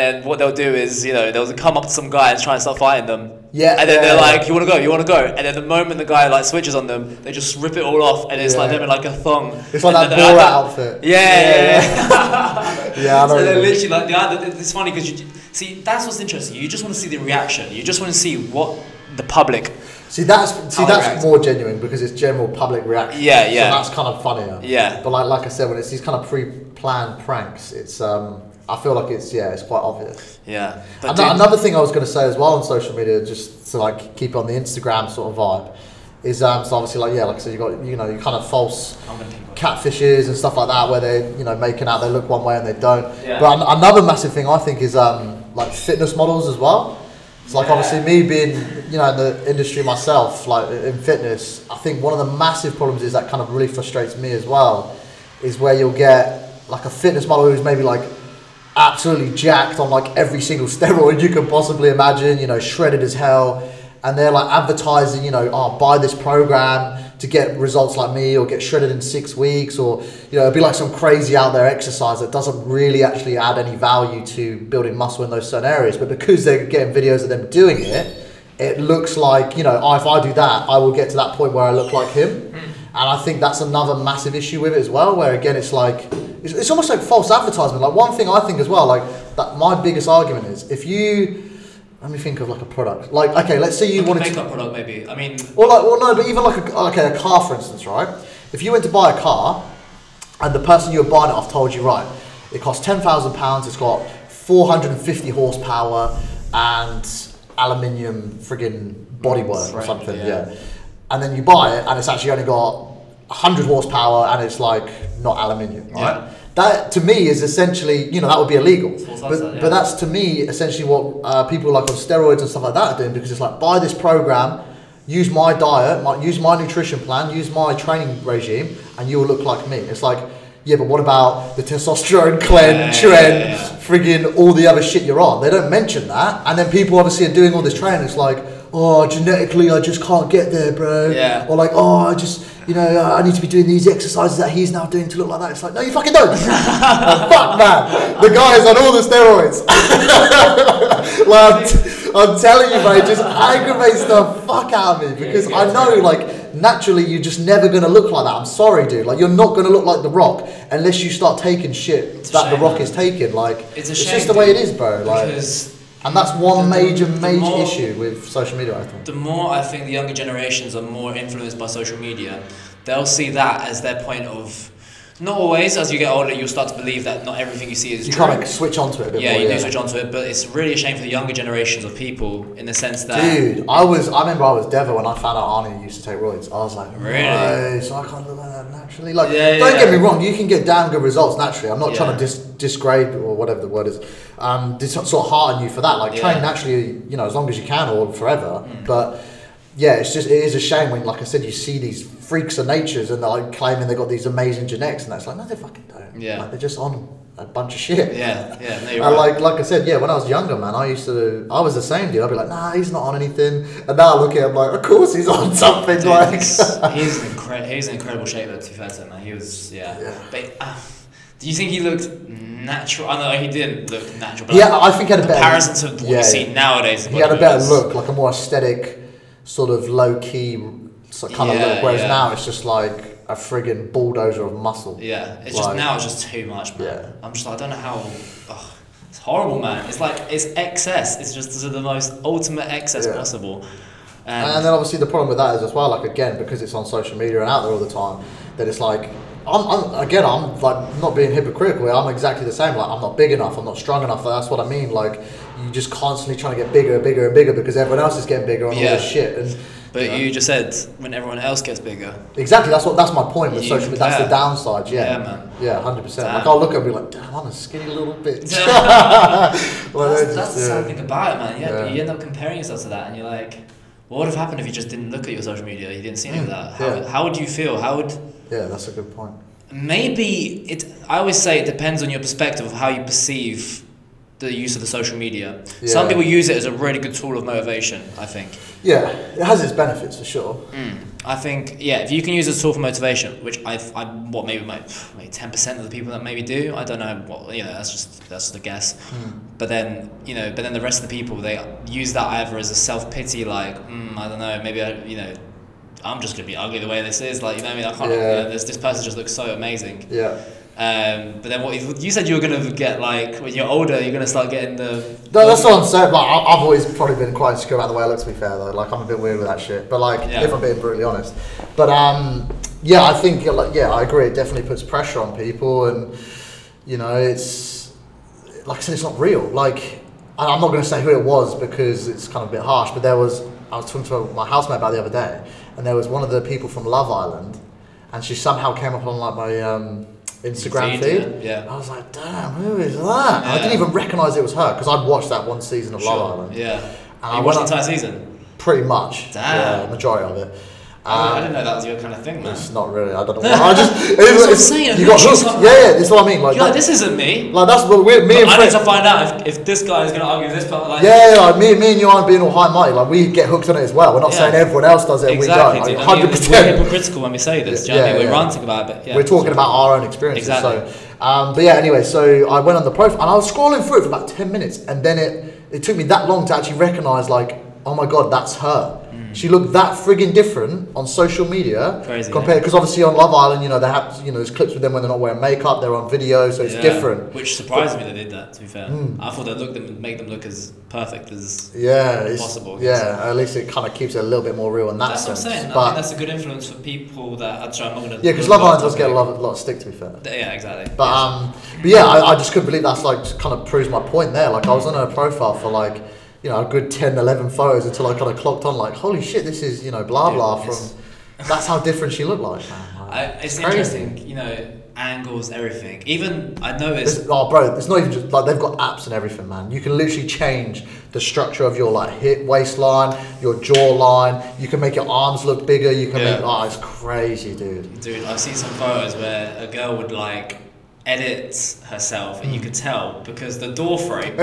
Speaker 2: then what they'll do is, you know, they'll come up to some guy and try and start fighting them.
Speaker 1: Yeah,
Speaker 2: And then
Speaker 1: yeah,
Speaker 2: they're
Speaker 1: yeah.
Speaker 2: like, "You want to go? You want to go?" And then the moment the guy like switches on them, they just rip it all off, and it's like
Speaker 1: Yeah.
Speaker 2: them in like a thong.
Speaker 1: It's like
Speaker 2: And
Speaker 1: that
Speaker 2: then-
Speaker 1: Borat outfit.
Speaker 2: Yeah, yeah, yeah.
Speaker 1: Yeah, I know
Speaker 2: so
Speaker 1: what you
Speaker 2: they're
Speaker 1: mean.
Speaker 2: literally like the other. It's funny because you see that's what's interesting. You just want to see the reaction. You just want to see what the public.
Speaker 1: See that's see
Speaker 2: How
Speaker 1: that's
Speaker 2: they react.
Speaker 1: more genuine because it's general public reaction.
Speaker 2: Yeah, yeah.
Speaker 1: So that's kind of funnier.
Speaker 2: Yeah.
Speaker 1: But like like I said, when it's these kind of pre-planned pranks, it's um I feel like it's yeah it's quite obvious.
Speaker 2: Yeah. But
Speaker 1: Ano-
Speaker 2: dude-
Speaker 1: another thing I was going to say as well on social media, just to like keep on the Instagram sort of vibe, is um so obviously like yeah like I said you got you know you kind of false
Speaker 2: I'm gonna think about it.
Speaker 1: catfishes and stuff like that where they you know making out they look one way and they don't.
Speaker 2: Yeah.
Speaker 1: But an- another massive thing I think is um, like fitness models as well. It's like
Speaker 2: Yeah.
Speaker 1: obviously me being you know in the industry myself, like in fitness, I think one of the massive problems is that kind of really frustrates me as well, is where you'll get like a fitness model who's maybe like absolutely jacked on like every single steroid you can possibly imagine, you know, shredded as hell. And they're like advertising, you know, oh, buy this program to get results like me or get shredded in six weeks or, you know, it'd be like some crazy out there exercise that doesn't really actually add any value to building muscle in those certain areas. But because they're getting videos of them doing it, it looks like, you know, oh, if I do that, I will get to that point where I look like him. And I think that's another massive issue with it as well, where again, it's like, it's, it's almost like false advertisement. Like, one thing I think as well, like, that my biggest argument is if you, let me think of like a product. Like, okay, let's say you
Speaker 2: Like a
Speaker 1: wanted to.
Speaker 2: makeup product maybe. I mean,
Speaker 1: Well, like, well, no, but even like a, okay, a car, for instance, right? If you went to buy a car, and the person you were buying it off told you, right, it costs ten thousand pounds, it's got four hundred and fifty horsepower, and aluminium friggin' bodywork or
Speaker 2: Frame,
Speaker 1: something,
Speaker 2: yeah.
Speaker 1: yeah. And then you buy it, and it's actually only got hundred horsepower, and it's like not aluminium, right?
Speaker 2: Yeah.
Speaker 1: That to me is essentially, you know, that would be illegal.
Speaker 2: Full
Speaker 1: But,
Speaker 2: sunset, yeah.
Speaker 1: but that's to me essentially what uh, people like on steroids and stuff like that are doing because it's like buy this program, use my diet, my, use my nutrition plan, use my training regime, and you will look like me. It's like, yeah, but what about the testosterone cleanse,
Speaker 2: Yeah, yeah, yeah,
Speaker 1: trend,
Speaker 2: yeah.
Speaker 1: friggin' all the other shit you're on? They don't mention that, and then people obviously are doing all this training. It's like, oh, genetically, I just can't get there, bro.
Speaker 2: Yeah.
Speaker 1: Or like, oh, I just. You know, I need to be doing these exercises that he's now doing to look like that. It's like, no, you fucking don't. Like, fuck, man. The guy's on all the steroids. like, I'm, I'm telling you, mate, just aggravates the fuck out of me because I know, like, naturally, you're just never gonna look like that. I'm sorry, dude. Like, you're not gonna look like The Rock unless you start taking shit
Speaker 2: a
Speaker 1: that The
Speaker 2: shame,
Speaker 1: Rock
Speaker 2: man.
Speaker 1: is taking. Like,
Speaker 2: It's a
Speaker 1: just
Speaker 2: shame,
Speaker 1: the way it
Speaker 2: dude,
Speaker 1: is, bro. Like,
Speaker 2: because
Speaker 1: and that's one
Speaker 2: the- the-
Speaker 1: major,
Speaker 2: the
Speaker 1: major
Speaker 2: more-
Speaker 1: issue with social media. I think.
Speaker 2: the more I think the younger generations are more influenced by social media, they'll see that as their point of. Not always. As you get older, you'll start to believe that not everything you see is
Speaker 1: You
Speaker 2: true.
Speaker 1: kind of switch onto it a bit
Speaker 2: yeah,
Speaker 1: more.
Speaker 2: you do switch onto it, but it's really a shame for the younger generations of people in the sense that
Speaker 1: Dude, I was. I remember I was Devo when I found out Arnie used to take roids. I was like,
Speaker 2: Really?
Speaker 1: "No, so I can't look like that naturally. Like,
Speaker 2: Yeah,
Speaker 1: don't
Speaker 2: yeah.
Speaker 1: get me wrong, you can get damn good results naturally. I'm not
Speaker 2: Yeah.
Speaker 1: trying to dis- disgrade or whatever the word is, um, dis- sort of hearten you for that. Like,
Speaker 2: Yeah. Hmm.
Speaker 1: train naturally, you know, as long as you can or forever. But yeah, it's just it is a shame when, like I said, you see these freaks of natures and they're like claiming they got these amazing genetics, and that's like, no, they fucking don't.
Speaker 2: Yeah.
Speaker 1: like, they're just on a bunch of shit.
Speaker 2: yeah, yeah, no, you're
Speaker 1: And
Speaker 2: right.
Speaker 1: like like I said, yeah, when I was younger, man, I used to I was the same dude. I'd be like, nah, he's not on anything. And now I look at him like, of course he's on something.
Speaker 2: Dude,
Speaker 1: like,
Speaker 2: he's, he's an incre- he's an incredible shaper. To be fair to him, man. he was yeah.
Speaker 1: Yeah.
Speaker 2: But uh, do you think he looked natural? I know he didn't look natural. But
Speaker 1: yeah,
Speaker 2: like,
Speaker 1: I think he had a better
Speaker 2: comparison to what
Speaker 1: Yeah,
Speaker 2: we see nowadays. in
Speaker 1: He had a better
Speaker 2: bodybuilders.
Speaker 1: look, like a more aesthetic, sort of low key sort of kind
Speaker 2: Yeah,
Speaker 1: of look. Whereas
Speaker 2: yeah.
Speaker 1: now it's just like a friggin' bulldozer of muscle.
Speaker 2: Yeah, it's
Speaker 1: Like-
Speaker 2: just now it's just too much, man.
Speaker 1: Yeah.
Speaker 2: I'm just like, I don't know how. Ugh, it's horrible, man. It's like it's excess. It's just the most ultimate excess
Speaker 1: Yeah.
Speaker 2: possible. And,
Speaker 1: And then obviously the problem with that is as well, like again, because it's on social media and out there all the time, that it's like, I'm, I'm again, I'm like not being hypocritical. I'm exactly the same. Like I'm not big enough. I'm not strong enough. That's what I mean. Like you just constantly trying to get bigger and bigger and bigger because everyone else is getting bigger and all
Speaker 2: Yeah.
Speaker 1: this shit. And
Speaker 2: but
Speaker 1: know.
Speaker 2: you just said when everyone else gets bigger.
Speaker 1: exactly that's what that's my point with
Speaker 2: You
Speaker 1: social media. That's the
Speaker 2: compare.
Speaker 1: downside.
Speaker 2: Yeah,
Speaker 1: Yeah,
Speaker 2: man.
Speaker 1: yeah, hundred percent. Like
Speaker 2: Damn.
Speaker 1: I'll look at it and be like, damn, I'm a skinny little bitch. Well,
Speaker 2: that's
Speaker 1: they're
Speaker 2: that's
Speaker 1: just,
Speaker 2: the
Speaker 1: yeah.
Speaker 2: sad thing about it, man. Yeah,
Speaker 1: Yeah.
Speaker 2: you end up comparing yourself to that, and you're like, what would have happened if you just didn't look at your social media? You didn't see any of
Speaker 1: Mm,
Speaker 2: that. How,
Speaker 1: yeah.
Speaker 2: how would you feel? How would
Speaker 1: Yeah, that's a good point.
Speaker 2: maybe it? I always say it depends on your perspective of how you perceive the use of the social media. Some
Speaker 1: Yeah.
Speaker 2: people use it as a really good tool of motivation. I think.
Speaker 1: Yeah, it has its benefits for sure.
Speaker 2: Mm. I think yeah, if you can use it as a tool for motivation, which I, I what maybe my maybe ten percent of the people that maybe do, I don't know what you know. That's just that's just a guess.
Speaker 1: Hmm.
Speaker 2: But then you know, but then the rest of the people they use that either as a self pity, like mm, I don't know, maybe I you know, I'm just gonna be ugly the way this is, like you know what I mean. I can't.
Speaker 1: Yeah.
Speaker 2: You know, this this person just looks so amazing.
Speaker 1: Yeah.
Speaker 2: Um, but then what you, you said you were gonna get like when you're older, you're gonna start getting the
Speaker 1: No, that's what I'm saying. Like, I- I've always probably been quite insecure about the way I look. To be fair, though, like I'm a bit weird with that shit. But like,
Speaker 2: Yeah.
Speaker 1: if I'm being brutally honest, but um, yeah, I think yeah, like yeah, I agree. It definitely puts pressure on people, and you know, it's like I said, it's not real. Like, and I'm not going to say who it was because it's kind of a bit harsh. But there was, I was talking to my housemate about it the other day, and there was one of the people from Love Island, and she somehow came up on like my um, Instagram
Speaker 2: Feed,
Speaker 1: feed.
Speaker 2: yeah, yeah.
Speaker 1: I was like, damn, who is that? And I
Speaker 2: Yeah.
Speaker 1: didn't even recognise it was her because I'd watched that one season of
Speaker 2: Sure,
Speaker 1: Love Island.
Speaker 2: Yeah,
Speaker 1: I
Speaker 2: you watched the
Speaker 1: went
Speaker 2: entire season.
Speaker 1: Pretty much.
Speaker 2: Damn. Oh,
Speaker 1: Yeah, majority of it.
Speaker 2: I
Speaker 1: Um,
Speaker 2: didn't know that was your kind of thing, man.
Speaker 1: it's not really, I don't know. why. I just, it
Speaker 2: That's what I'm
Speaker 1: it's-
Speaker 2: saying,
Speaker 1: You got
Speaker 2: she's
Speaker 1: hooked.
Speaker 2: not-
Speaker 1: Yeah, yeah, that's what I mean. Like,
Speaker 2: You're like,
Speaker 1: that-
Speaker 2: this isn't me.
Speaker 1: like that's what we're, me and
Speaker 2: I need
Speaker 1: Fred.
Speaker 2: to find out if, if this guy is going to argue this part. Like,
Speaker 1: Yeah, yeah, like me, me and you aren't being all high and mighty. Like we get hooked on it as well. We're not
Speaker 2: Yeah.
Speaker 1: saying everyone else does it and
Speaker 2: exactly.
Speaker 1: we
Speaker 2: dude.
Speaker 1: don't.
Speaker 2: I mean,
Speaker 1: Hundred
Speaker 2: We're
Speaker 1: percent.
Speaker 2: hypocritical when we say this.
Speaker 1: Yeah,
Speaker 2: Yeah,
Speaker 1: yeah,
Speaker 2: We're
Speaker 1: yeah.
Speaker 2: ranting about it, but yeah.
Speaker 1: We're talking about our own experiences.
Speaker 2: Exactly.
Speaker 1: So, um, but yeah, anyway, so I went on the profile and I was scrolling through it for about 10 minutes and then it, it took me that long to actually recognize, like, oh my God, that's her. She looked that friggin' different on social media
Speaker 2: Mm. Crazy,
Speaker 1: compared because obviously on Love Island, you know, they have you know there's clips with them when they're not wearing makeup, they're on video, so it's
Speaker 2: Yeah,
Speaker 1: different. Hmm.
Speaker 2: Which surprised me they did that, to be fair. I thought they'd look them, make them look as perfect as.
Speaker 1: Yeah, it's
Speaker 2: Possible, yes.
Speaker 1: Yeah, at least it kind of keeps it a little bit more real in that
Speaker 2: That's what I'm
Speaker 1: sense.
Speaker 2: saying. I think
Speaker 1: But
Speaker 2: that's a good influence for people that. I'm sorry, I'm not going to.
Speaker 1: yeah, because Love Island does get a lot, lot of stick to be fair.
Speaker 2: Yeah, exactly.
Speaker 1: But um, but yeah, I, I just couldn't believe that's like just kind of proves my point there. Like I was on her profile for like you know a good 10, 11 photos until I kind of clocked on like holy shit, this is you know blah
Speaker 2: Dude,
Speaker 1: blah
Speaker 2: it's-
Speaker 1: from. That's how different she looked like. man. Like,
Speaker 2: I, it's
Speaker 1: crazy.
Speaker 2: interesting, you know, angles, everything. Even, I noticed.
Speaker 1: This, oh, bro, it's not even just like they've got apps and everything, man. You can literally change the structure of your like hip waistline, your jawline. You can make your arms look bigger. You can
Speaker 2: Yeah.
Speaker 1: make oh, it's crazy, dude.
Speaker 2: Dude, I've seen some photos where a girl would like edit herself, and you could tell because the door frame
Speaker 1: Uh,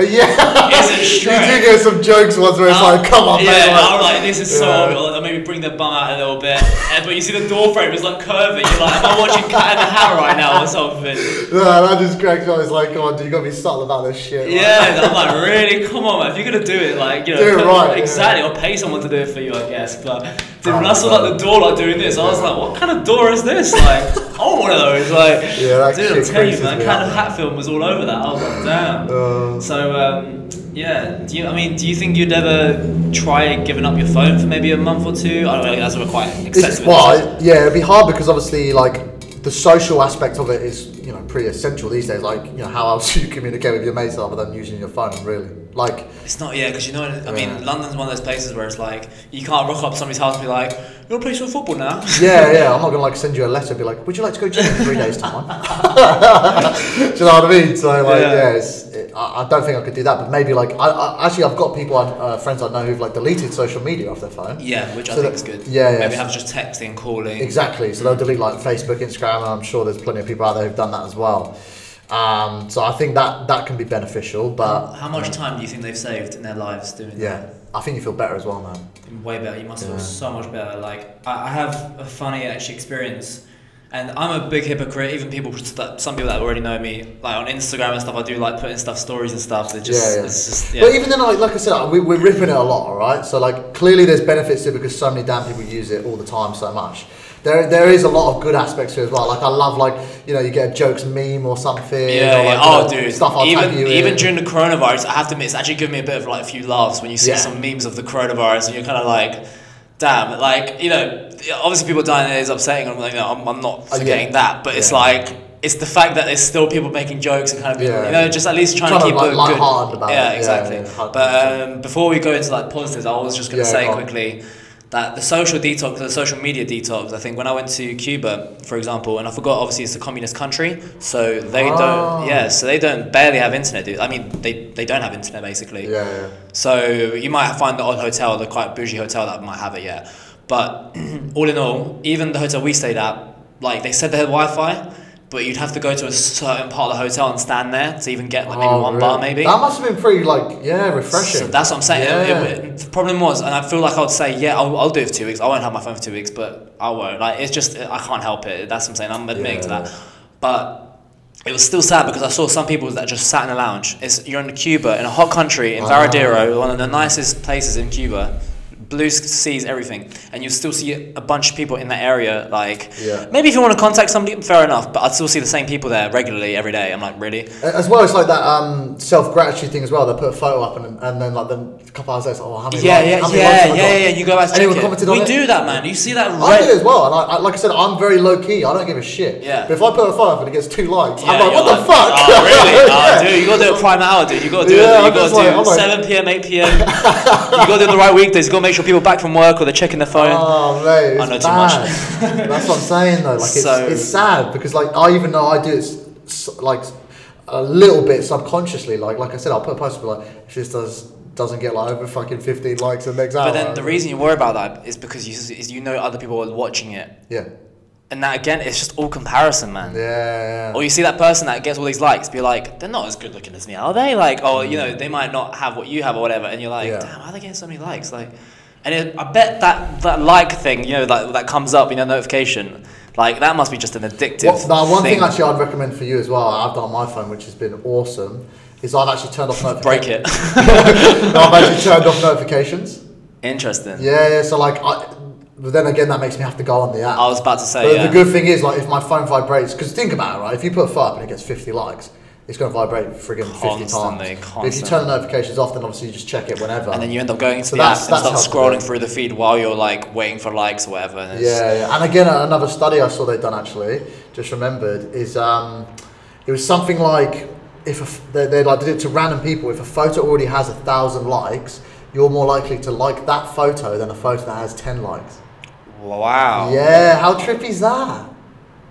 Speaker 1: yeah,
Speaker 2: isn't
Speaker 1: Hmm. you do
Speaker 2: straight.
Speaker 1: get some jokes ones where it's
Speaker 2: Uh,
Speaker 1: like, come on,
Speaker 2: yeah,
Speaker 1: man. like-
Speaker 2: I'm like, this is so.
Speaker 1: Yeah.
Speaker 2: Or maybe bring the bum out a little bit, and, but you see the door frame is like curving. You're like, am I watching Cat and the Hat right now or something?
Speaker 1: No, that just cracks me up. It's like, come on, dude, you gotta be subtle about this shit. like.
Speaker 2: Yeah, and I'm like, really? Come on, man. If you're gonna do it, like, you know,
Speaker 1: Do it right, yeah.
Speaker 2: exactly, or pay someone to do it for you, I guess. But dude,
Speaker 1: Oh,
Speaker 2: when I saw like the door like doing this, I was like, what kind of door is this? Like, I want one of those. Like,
Speaker 1: Yeah, that
Speaker 2: dude, I'm telling
Speaker 1: shit
Speaker 2: you,
Speaker 1: creases
Speaker 2: man,
Speaker 1: me
Speaker 2: kind
Speaker 1: out,
Speaker 2: of
Speaker 1: man.
Speaker 2: hat film was all over that. I was like, damn.
Speaker 1: Uh,
Speaker 2: so, um, yeah, do you, I mean, do you think you'd ever try giving up your phone for maybe a month or two? I don't know, that's quite
Speaker 1: it's,
Speaker 2: excessive.
Speaker 1: well, it- yeah, it'd be hard because obviously, like, the social aspect of it is, you know, pretty essential these days. Like, you know, how else you communicate with your mates other than using your phone, really. Like,
Speaker 2: It's not, yeah, because you know, I mean,
Speaker 1: Yeah.
Speaker 2: London's one of those places where it's like, you can't rock up somebody's house and be like, you want to play some football now?
Speaker 1: yeah, yeah, I'm not gonna like send you a letter and be like, would you like to go gym in three days time? do you know what I mean? So like,
Speaker 2: Yeah.
Speaker 1: yeah, it's, it, I, I don't think I could do that. But maybe like, I, I actually I've got people, I, uh, friends I know who've like deleted social media off their phone.
Speaker 2: Yeah, which I
Speaker 1: So
Speaker 2: think
Speaker 1: that-
Speaker 2: is good.
Speaker 1: yeah, yeah.
Speaker 2: Maybe have just texting, calling.
Speaker 1: Exactly. So they'll delete like Facebook, Instagram, and I'm sure there's plenty of people out there who've done that as well. Um, so I think that that can be beneficial, but
Speaker 2: How much time do you think they've saved in their lives doing
Speaker 1: Uh, yeah, I think you feel better as well, man.
Speaker 2: that? Way better. You must feel
Speaker 1: Yeah.
Speaker 2: so much better. Like I, I have a funny actually experience, and I'm a big hypocrite. Even people, that, some people that already know me, like on Instagram and stuff, I do like putting stuff, stories and stuff. It just,
Speaker 1: Yeah, yeah.
Speaker 2: it's just, yeah.
Speaker 1: But even then, like, like I said, we, we're ripping it a lot, all right? So, like, clearly there's benefits to it because so many damn people use it all the time so much. There, there is a lot of good aspects to it as well. Like, I love, like, you know, you get a jokes meme or something.
Speaker 2: yeah,
Speaker 1: or,
Speaker 2: yeah.
Speaker 1: like,
Speaker 2: Oh,
Speaker 1: you know,
Speaker 2: dude.
Speaker 1: Stuff I'll
Speaker 2: even
Speaker 1: tag you
Speaker 2: even
Speaker 1: in.
Speaker 2: during the coronavirus, I have to admit, it's actually given me a bit of like a few laughs when you see
Speaker 1: Yeah.
Speaker 2: some memes of the coronavirus, and you're kind of like, damn, like you know, obviously people dying is upsetting. I'm like, no, I'm, I'm not
Speaker 1: Uh, yeah.
Speaker 2: forgetting that, but it's
Speaker 1: Yeah.
Speaker 2: like it's the fact that there's still people making jokes and kind of being,
Speaker 1: Yeah.
Speaker 2: you know just at least trying,
Speaker 1: Trying
Speaker 2: to
Speaker 1: to,
Speaker 2: keep
Speaker 1: like,
Speaker 2: it
Speaker 1: lighthearted
Speaker 2: good.
Speaker 1: about
Speaker 2: yeah,
Speaker 1: it. Yeah,
Speaker 2: exactly.
Speaker 1: yeah, hard
Speaker 2: but um, before we go into like positives, I was just gonna
Speaker 1: Yeah,
Speaker 2: say
Speaker 1: go on.
Speaker 2: quickly. That the social detox, the social media detox. I think when I went to Cuba, for example, and I forgot, obviously it's a communist country, so they
Speaker 1: Ah.
Speaker 2: don't, yeah, so they don't barely have internet. dude. I mean, they, they don't have internet basically.
Speaker 1: Yeah, yeah.
Speaker 2: So you might find the odd hotel, the quite bougie hotel that might have it, yeah. But all in all, even the hotel we stayed at, like they said they had Wi Fi, but you'd have to go to a certain part of the hotel and stand there to even get like maybe
Speaker 1: Oh,
Speaker 2: one
Speaker 1: really?
Speaker 2: bar, maybe.
Speaker 1: That must have been pretty, like, yeah, refreshing.
Speaker 2: So that's what I'm saying. It-
Speaker 1: Yeah.
Speaker 2: it- the problem was, and I feel like I would say, yeah, I'll, I'll do it for two weeks. I won't have my phone for two weeks, but I won't. Like, it's just, I can't help it. That's what I'm saying. I'm admitting to
Speaker 1: Yeah.
Speaker 2: that. But it was still sad because I saw some people that just sat in a lounge. It's, you're in Cuba, in a hot country, in Varadero, one of the nicest places in Cuba. Blue s- seas, everything, and you still see a bunch of people in that area. Like,
Speaker 1: Yeah.
Speaker 2: maybe if you want to contact somebody, fair enough. But I'd still see the same people there regularly every day. I'm like, really?
Speaker 1: As well, it's like that um, self gratitude thing as well. They put a photo up and, and then like the a couple hours later, it's like, oh, how many
Speaker 2: Yeah,
Speaker 1: likes-
Speaker 2: yeah,
Speaker 1: how many likes
Speaker 2: yeah,
Speaker 1: have I
Speaker 2: yeah,
Speaker 1: got?
Speaker 2: yeah. You go back to check
Speaker 1: Anyone
Speaker 2: it.
Speaker 1: commented on
Speaker 2: we
Speaker 1: it?
Speaker 2: do that, man. You see that
Speaker 1: I
Speaker 2: red?
Speaker 1: do as well, and I, I, like I said, I'm very low key. I don't give a shit.
Speaker 2: Yeah.
Speaker 1: But if I put a photo up and it gets two likes, I'm
Speaker 2: Yeah,
Speaker 1: like,
Speaker 2: you're
Speaker 1: what the
Speaker 2: like,
Speaker 1: fuck?
Speaker 2: Oh, really? Oh,
Speaker 1: Yeah.
Speaker 2: dude, you gotta do a prime hour, dude. You gotta do
Speaker 1: Yeah,
Speaker 2: it.
Speaker 1: I'm
Speaker 2: You gotta
Speaker 1: just
Speaker 2: do
Speaker 1: like- I'm like-
Speaker 2: 7 p.m., 8 p.m. you gotta do it on the right weekdays. You gotta make sure people back from work or they're checking their phone.
Speaker 1: Oh mate, it's
Speaker 2: I know too much.
Speaker 1: bad. That's what I'm saying though. Like it's,
Speaker 2: So-
Speaker 1: it's sad because like I even know I do it s- s- like a little bit subconsciously. Like like I said, I'll put a post up like if this does doesn't get like over fucking 15 likes in the next hour.
Speaker 2: but then the reason you worry about that is because you is you know other people are watching it,
Speaker 1: yeah,
Speaker 2: and that again, it's just all comparison, man.
Speaker 1: yeah, yeah.
Speaker 2: Or Oh, you see that person that gets all these likes, be like, they're not as good looking as me, are they? Like, oh, you know, they might not have what you have or whatever, and you're like,
Speaker 1: Yeah.
Speaker 2: damn, how are they getting so many likes? Like, and it, I bet that that like thing, you know, that that comes up, you know, notification, like that must be just an addictive.
Speaker 1: What, now, one thing. actually I'd recommend for you as well, I've done on my phone, which has been awesome, is I've actually turned off
Speaker 2: break
Speaker 1: notifications.
Speaker 2: it.
Speaker 1: I've actually turned off notifications.
Speaker 2: Interesting.
Speaker 1: Yeah, yeah, so like, I, but then again, that makes me have to go on the app.
Speaker 2: I was about to say,
Speaker 1: But
Speaker 2: Oh, yeah.
Speaker 1: the good thing is, like, if my phone vibrates, because think about it, right? If you put a fire up and it gets 50 likes, it's going to vibrate friggin' 50 times.
Speaker 2: Constantly,
Speaker 1: But If you turn the notifications off, then obviously you just check it whenever.
Speaker 2: and then you end up going into
Speaker 1: So
Speaker 2: the app
Speaker 1: that's-
Speaker 2: and start
Speaker 1: that's helpful.
Speaker 2: scrolling through the feed while you're like waiting for likes or whatever. And it's-
Speaker 1: Yeah, yeah. And again, another study I saw they'd done actually, just remembered, is um, it was something like if a f they, they like did it to random people. If a photo already has a thousand likes, you're more likely to like that photo than a photo that has ten likes.
Speaker 2: Wow.
Speaker 1: Yeah, how trippy is that?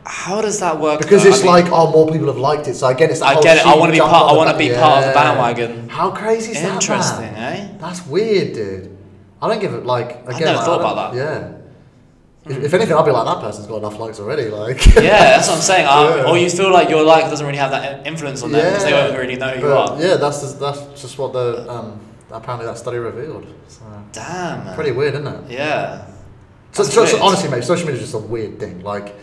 Speaker 2: How does that work?
Speaker 1: Because
Speaker 2: though? I
Speaker 1: it's
Speaker 2: mean-
Speaker 1: like, oh, more people have liked it. So again, it's that
Speaker 2: I
Speaker 1: whole
Speaker 2: get it. I
Speaker 1: sheep
Speaker 2: wanna be
Speaker 1: jump
Speaker 2: part-
Speaker 1: on
Speaker 2: I
Speaker 1: the
Speaker 2: wanna
Speaker 1: ba-
Speaker 2: be part of the bandwagon.
Speaker 1: How crazy is that? man?
Speaker 2: Interesting, eh?
Speaker 1: That's weird, dude. I don't give it like again.
Speaker 2: never
Speaker 1: like,
Speaker 2: thought
Speaker 1: don't-
Speaker 2: about that. Hmm.
Speaker 1: Yeah. If, if anything, I'll be like that person's got enough likes already. Like.
Speaker 2: yeah, that's what I'm saying. Um,
Speaker 1: Yeah.
Speaker 2: Or you feel like your life doesn't really have that influence on them because they won't really know who you
Speaker 1: but
Speaker 2: are.
Speaker 1: Yeah, that's just, that's just what the um, apparently that study revealed. So
Speaker 2: Damn. man.
Speaker 1: pretty weird, isn't it?
Speaker 2: Yeah.
Speaker 1: So,
Speaker 2: That's
Speaker 1: so- so
Speaker 2: weird.
Speaker 1: honestly, mate, social media is just a weird thing. Like,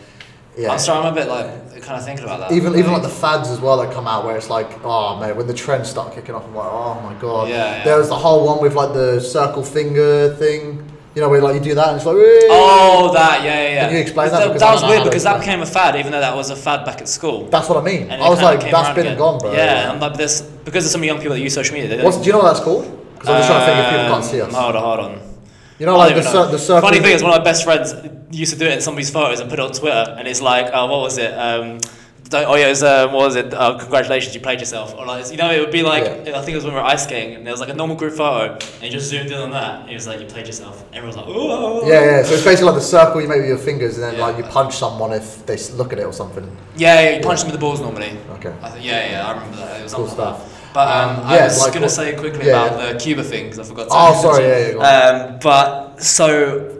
Speaker 1: yeah.
Speaker 2: I'm sorry, I'm a bit like kind of thinking about that.
Speaker 1: Even even like the fads as well that come out where it's like, oh mate, when the trends start kicking off, I'm like, oh my god.
Speaker 2: Yeah, yeah.
Speaker 1: There was the whole one with like the circle finger thing. You know, where like you do that and it's like, "Whee!"
Speaker 2: Oh, that yeah yeah. yeah.
Speaker 1: Can you explain that?
Speaker 2: That,
Speaker 1: Because
Speaker 2: that
Speaker 1: I
Speaker 2: was
Speaker 1: don't know
Speaker 2: weird
Speaker 1: how to
Speaker 2: because that
Speaker 1: explain
Speaker 2: became a fad, even though that was a fad back at school.
Speaker 1: That's what I mean.
Speaker 2: And it
Speaker 1: I was
Speaker 2: kinda
Speaker 1: like,
Speaker 2: came
Speaker 1: that's
Speaker 2: around
Speaker 1: been
Speaker 2: again.
Speaker 1: and gone, bro.
Speaker 2: Yeah, I'm like this because there's so many young people that use social media. They
Speaker 1: What's,
Speaker 2: don't-
Speaker 1: do you know what that's called? Because I'm just trying to think if people can't see
Speaker 2: Um,
Speaker 1: us.
Speaker 2: Hold on, hold on.
Speaker 1: You know,
Speaker 2: I
Speaker 1: like the,
Speaker 2: don't even know.
Speaker 1: cir- the circle.
Speaker 2: Funny thing is, one of my best friends used to do it in somebody's photos and put it on Twitter, and it's like, oh, what was it? Um, don't, oh yeah, it was, um, what was it? Oh, congratulations, you played yourself. Or like, you know, it would be like,
Speaker 1: Yeah.
Speaker 2: I think it was when we were ice skating, and there was like a normal group photo, and you just zoomed in on that, and it was like, you played yourself. Everyone's like, oh.
Speaker 1: Yeah, yeah. So it's basically like the circle you make with your fingers, and then
Speaker 2: Yeah.
Speaker 1: like you punch someone if they s- look at it or something.
Speaker 2: Yeah, yeah, you punch them in the balls normally.
Speaker 1: Okay.
Speaker 2: I th- yeah, yeah, I remember that. It was
Speaker 1: Cool
Speaker 2: something like
Speaker 1: stuff.
Speaker 2: that. But um,
Speaker 1: Um,
Speaker 2: I
Speaker 1: yeah,
Speaker 2: was
Speaker 1: like
Speaker 2: going to
Speaker 1: what-
Speaker 2: say quickly
Speaker 1: yeah,
Speaker 2: about the Cuba thing because I forgot to.
Speaker 1: Oh, sorry, yeah, yeah, go
Speaker 2: Um, but so